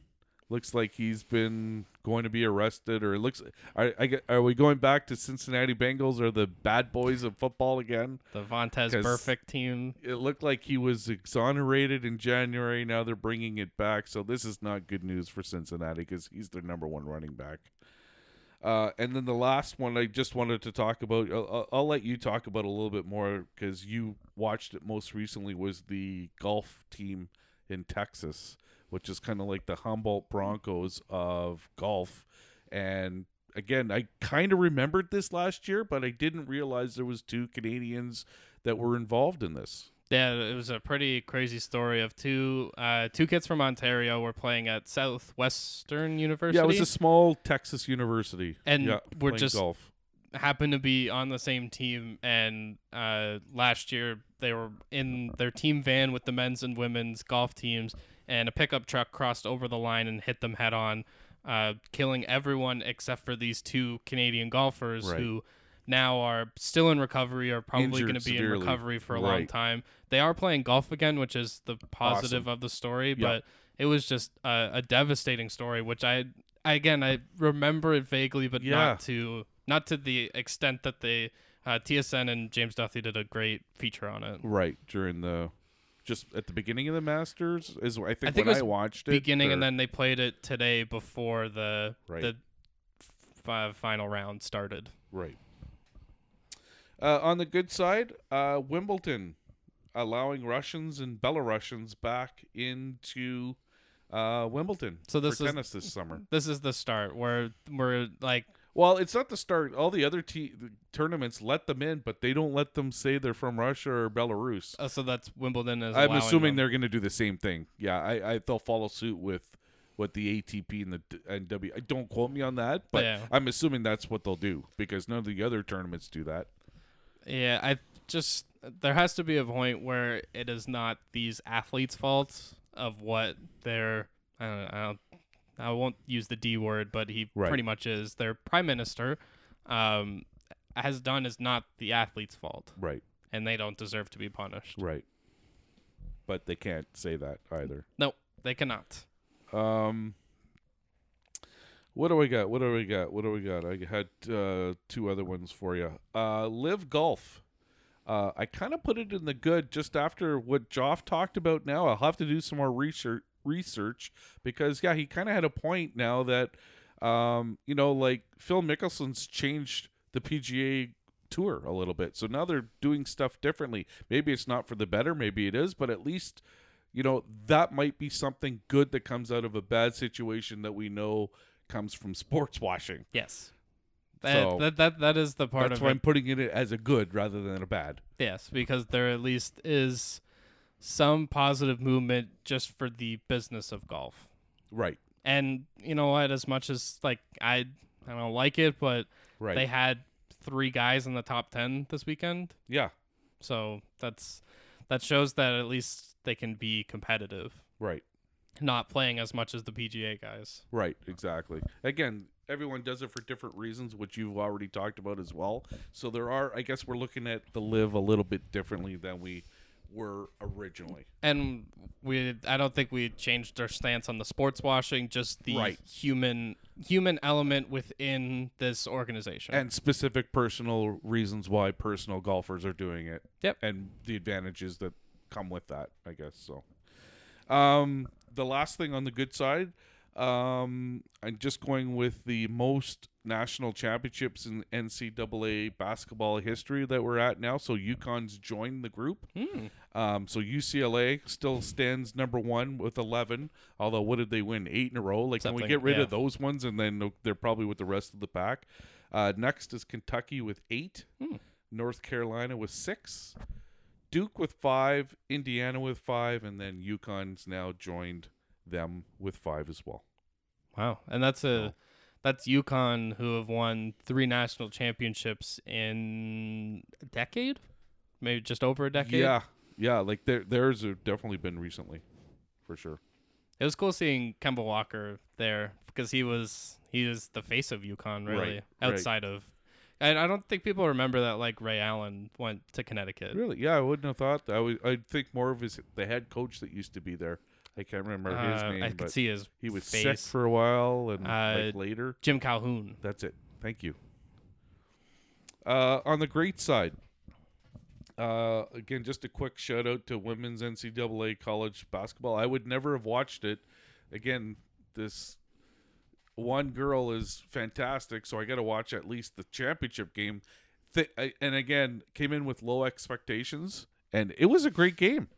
looks like he's been going to be arrested, or it looks. Are, I, get- are we going back to Cincinnati Bengals or the bad boys of football again?
the Vontez
'cause-
perfect team.
It looked like he was exonerated in January. Now they're bringing it back, so this is not good news for Cincinnati because he's their number one running back. Uh, and then the last one I just wanted to talk about, I'll, I'll- I'll let you talk about a little bit more because you watched it most recently, was the golf team in Texas, which is kind of like the Humboldt Broncos of golf. And again, I kind of remembered this last year, but I didn't realize there was two Canadians that were involved in this.
Yeah, it was a pretty crazy story of two uh, two kids from Ontario were playing at Southwestern University.
Yeah, it was a small Texas university,
And
yeah,
we're
playing
just-
golf.
happened to be on the same team and uh, last year they were in their team van with the men's and women's golf teams and a pickup truck crossed over the line and hit them head on uh, killing everyone except for these two canadian golfers
Right.
who now are still in recovery or probably
Injured
going to be in
severely.
recovery for a long
Right.
time they are playing golf again which is the positive of the story but it was just a, a devastating story which i I- again i remember it vaguely but
Yeah.
not to not to the extent that they uh, TSN and James Duffy did a great feature on it.
Right during the, just at the beginning of the Masters is I think,
I think
when
it was
I watched it.
Beginning and
or-
then they played it today before the
Right.
the f- uh, final round started.
right. Uh, on the good side, uh, Wimbledon allowing Russians and Belarusians back into uh, Wimbledon.
So this
for
is-
tennis this summer.
This is the start where we're like
Well, it's not the start. All the other te- the tournaments let them in, but they don't let them say they're from Russia or Belarus.
uh, so that's Wimbledon is.
I'm
allowing
assuming
them.
they're going to do the same thing. Yeah, I, I they'll follow suit with what the ATP and the D- and W. I- Don't quote me on that, but
Yeah.
I'm assuming that's what they'll do because none of the other tournaments do that.
Yeah, I just there has to be a point where it is not these athletes' fault of what they're. I don't. I, don't, I won't use the D word, but he
Right.
pretty much is their prime minister. Um, has done is not the athlete's fault,
Right,
and they don't deserve to be punished.
right. But they can't say that either.
No, they cannot.
Um, what do we got? What do we got? What do we got? I had uh, two other ones for you. Uh, Live Golf. Uh, I kind of put it in the good just after what Joff talked about. Now I'll have to do some more research research because yeah, he kind of had a point now that um, you know like Phil Mickelson's changed the PGA tour a little bit, so now they're doing stuff differently. Maybe it's not for the better, maybe it is, but at least you know that might be something good that comes out of a bad situation that we know comes from sports washing.
Yes. That,
So-
that that that is the part
That's
of
why
it.
I'm putting it as a good rather than a bad.
Yes, because there at least is some positive movement just for the business of golf.
Right.
And you know what? As much as like I, I don't like it, but
Right.
they had three guys in the top ten this weekend,
yeah.
so that's that shows that at least they can be competitive,
Right.
not playing as much as the PGA guys.
Right. Exactly. Again, everyone does it for different reasons, which you've already talked about as well. So there are, I guess, we're looking at the live a little bit differently than we were originally.
and we I don't think we changed our stance on the sports washing, just the
Right.
human human element within this organization.
and specific personal reasons why personal golfers are doing it.
Yep.
And the advantages that come with that, I guess. So, um, the last thing on the good side, um, I'm just going with the most national championships in NCAA basketball history that we're at now. So UConn's joined the group.
Hmm.
Um, so UCLA still stands number one with 11. Although, what did they win? Eight in a row? Like, can we
Something,
get rid
yeah.
of those ones and then they're probably with the rest of the pack? Uh, next is Kentucky with eight,
Hmm.
North Carolina with six, Duke with five, Indiana with five, and then UConn's now joined them with five as well.
wow, and that's a that's UConn who have won three national championships in a decade, maybe just over a decade.
Yeah. Yeah. Like, there, theirs have definitely been recently, for sure.
it was cool seeing Kemba Walker there because he was he is the face of UConn really
Right, right.
outside of. And I don't think people remember that like Ray Allen went to Connecticut.
Really? Yeah, I wouldn't have thought. That. I would. I'd think more of his the head coach that used to be there. I can't remember his
Uh,
name,
I
but
could see his
he was sick
face.
for a while, and like
Uh,
later.
Jim Calhoun.
That's it. Thank you. Uh, on the great side, uh, again, just a quick shout out to women's NCAA college basketball. I would never have watched it. Again, this one girl is fantastic, so I got to watch at least the championship game. Th- I, and again, came in with low expectations, and it was a great game.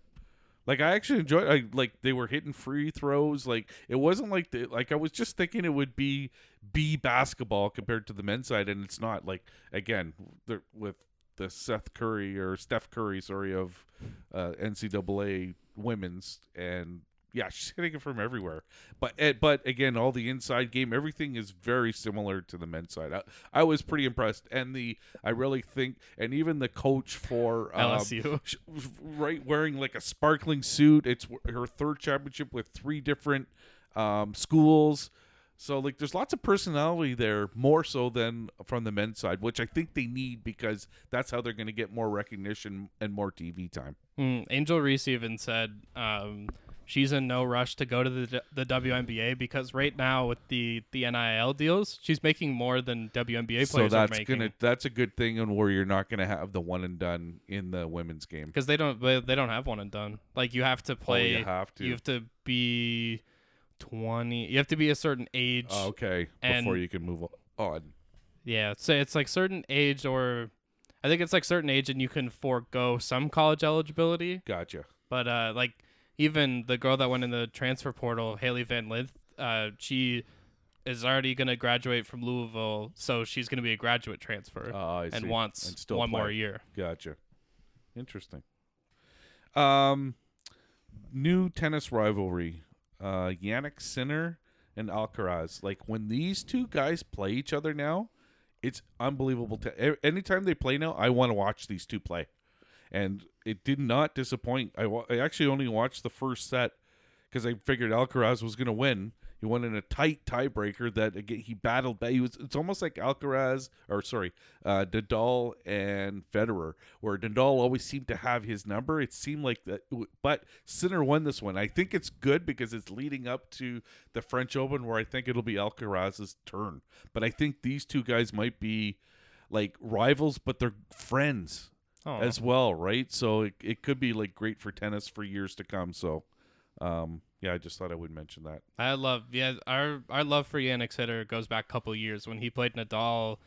Like I actually enjoyed. I, like they were hitting free throws. Like it wasn't like the, like I was just thinking it would be B basketball compared to the men's side, and it's not. Like again, they're- with the Seth Curry or Steph Curry, sorry, of uh, NCAA women's, and yeah, she's hitting it from everywhere. But eh, but again, all the inside game, everything is very similar to the men's side. I, I was pretty impressed, and the I really think, and even the coach for um,
LSU.
sh- right wearing like a sparkling suit. It's w- her third championship with three different um, schools. So like there's lots of personality there more so than from the men's side, which I think they need because that's how they're going to get more recognition and more TV time.
Mm, Angel Reese even said um, she's in no rush to go to the the WNBA because right now with the the NIL deals, she's making more than WNBA players
So
are
that's
making.
gonna that's a good thing, and where you're not going to have the one and done in the women's game.
because they don't they they don't have one and done. Like you have to
Oh,
play.
you have to.
you have to be twenty. You have to be a certain age.
okay,
and-
before you can move on.
Yeah, so it's like certain age or. I think it's like certain age and you can forego some college eligibility.
Gotcha.
But uh, like even the girl that went in the transfer portal, Haley Van Lith, uh, she is already gonna graduate from Louisville, so she's gonna be a graduate transfer
Uh, I
and
see.
wants
And still
one more
play.
year.
Gotcha. Interesting. Um, new tennis rivalry: uh, Yannick Sinner and Alcaraz. Like when these two guys play each other now, it's unbelievable. To e- anytime they play now, I want to watch these two play, and it did not disappoint. I, wa- I actually only watched the first set because I figured Alcaraz was going to win. He won in a tight tiebreaker that again, he battled. But he was. It's almost like Alcaraz, or sorry, uh, Nadal and Federer, where Nadal always seemed to have his number. It seemed like that, but Sinner won this one. I think it's good because it's leading up to the French Open, where I think it'll be Alcaraz's turn. But I think these two guys might be like rivals, but they're friends
Oh,
as well, right? So it, it could be like great for tennis for years to come. So, um, yeah, I just thought I would mention that.
I love yeah our our love for Yannick Sinner goes back a couple years when he played Nadal.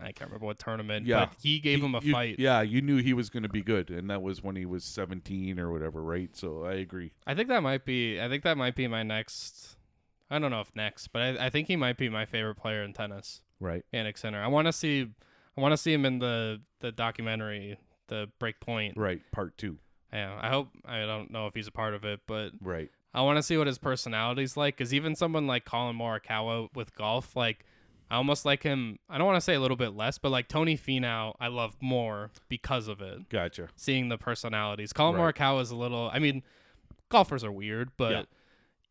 I can't remember what tournament,
Yeah.
but he gave
He-
him a
you-
fight.
Yeah, you knew he was going to be good, and that was when he was seventeen or whatever, right? So I agree.
I think that might be I think that might be my next. I don't know if next, but I, I think he might be my favorite player in tennis.
Right.
Yannick Center. I want to see, I want to see him in the the documentary, the Breakpoint.
Right. Part two.
Yeah, I hope I don't know if he's a part of it, but
Right.
I want to see what his personality's like. Because even someone like Colin Morikawa with golf, like I almost like him. I don't want to say a little bit less, but like Tony Finau, I love more because of it.
Gotcha.
Seeing the personalities, Colin
Right.
Morikawa is a little. I mean, golfers are weird, but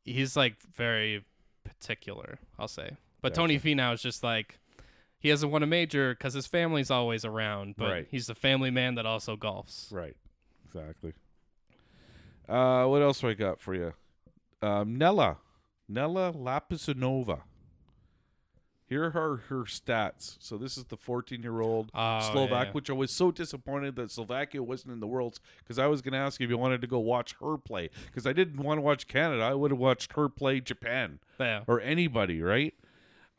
he's like very particular. I'll say. But Tony Finau is just like he hasn't won a major because his family's always around. But
Right.
he's the family man that also golfs.
Right. Exactly. Uh, what else do I got for you? Um, Nella, Nella Lapisanova. Here are her stats. So this is the 14-year-old
Oh,
Slovak,
yeah.
which I was so disappointed that Slovakia wasn't in the Worlds because I was going to ask you if you wanted to go watch her play because I didn't want to watch Canada. I would have watched her play Japan
Yeah.
or anybody, right?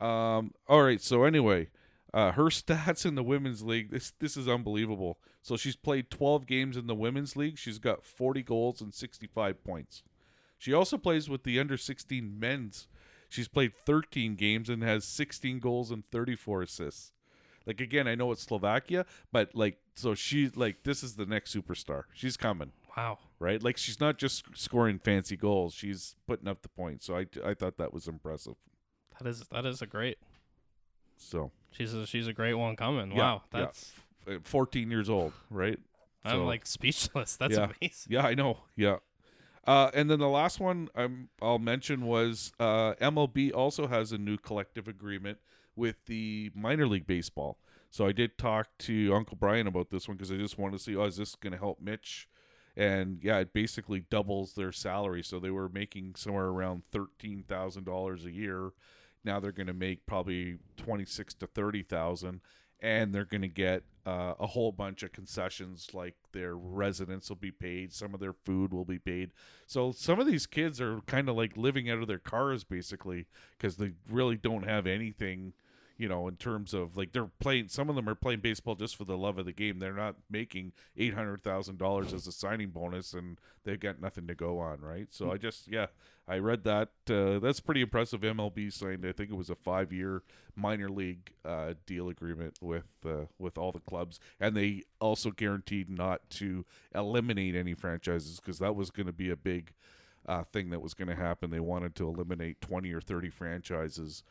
Um, all right. So anyway, uh, her stats in the women's league this this is unbelievable. So she's played 12 games in the women's league. She's got 40 goals and 65 points. She also plays with the under 16 men's. She's played 13 games and has 16 goals and 34 assists. Like again, I know it's Slovakia, but like so she's like this is the next superstar. She's coming
Wow.
right? Like she's not just scoring fancy goals; she's putting up the points. So I, I thought that was impressive.
That is that is a great.
So
She's a, she's a great one coming.
yeah,
wow,
yeah.
that's
F- uh, 14 years old, right?
I'm
So,
like speechless. That's
Yeah.
amazing.
yeah, I know, yeah. Uh, and then the last one I'm, I'll mention was uh, MLB also has a new collective agreement with the minor league baseball. So I did talk to Uncle Brian about this one because I just wanted to see, oh, is this going to help Mitch? And yeah, it basically doubles their salary. So they were making somewhere around thirteen thousand dollars a year. Now they're going to make probably twenty six to thirty thousand, and they're going to get uh, a whole bunch of concessions, like their residence will be paid, some of their food will be paid. So some of these kids are kind of like living out of their cars basically because they really don't have anything you know, in terms of like they're playing, some of them are playing baseball just for the love of the game. They're not making eight hundred thousand dollars as a signing bonus, and they've got nothing to go on, right? So I just, yeah, I read that. Uh, that's pretty impressive. MLB signed, I think it was a five-year minor league uh, deal agreement with uh, with all the clubs, and they also guaranteed not to eliminate any franchises because that was going to be a big uh, thing that was going to happen. They wanted to eliminate 20 or 30 franchises.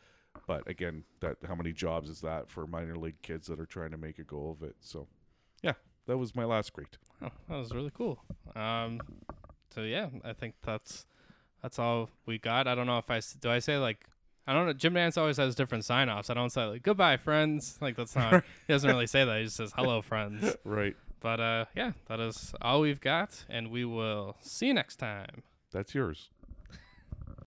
But again, that how many jobs is that for minor league kids that are trying to make a go of it? So, yeah, that was my last great.
Oh, that was really cool. Um, so yeah, I think that's that's all we got. I don't know if I s- do. I say like I don't know. Jim Nance always has different sign offs. I don't say like goodbye friends. Like that's not. he doesn't really say that. He just says hello friends.
Right.
But uh, yeah, that is all we've got, and we will see you next time.
That's yours.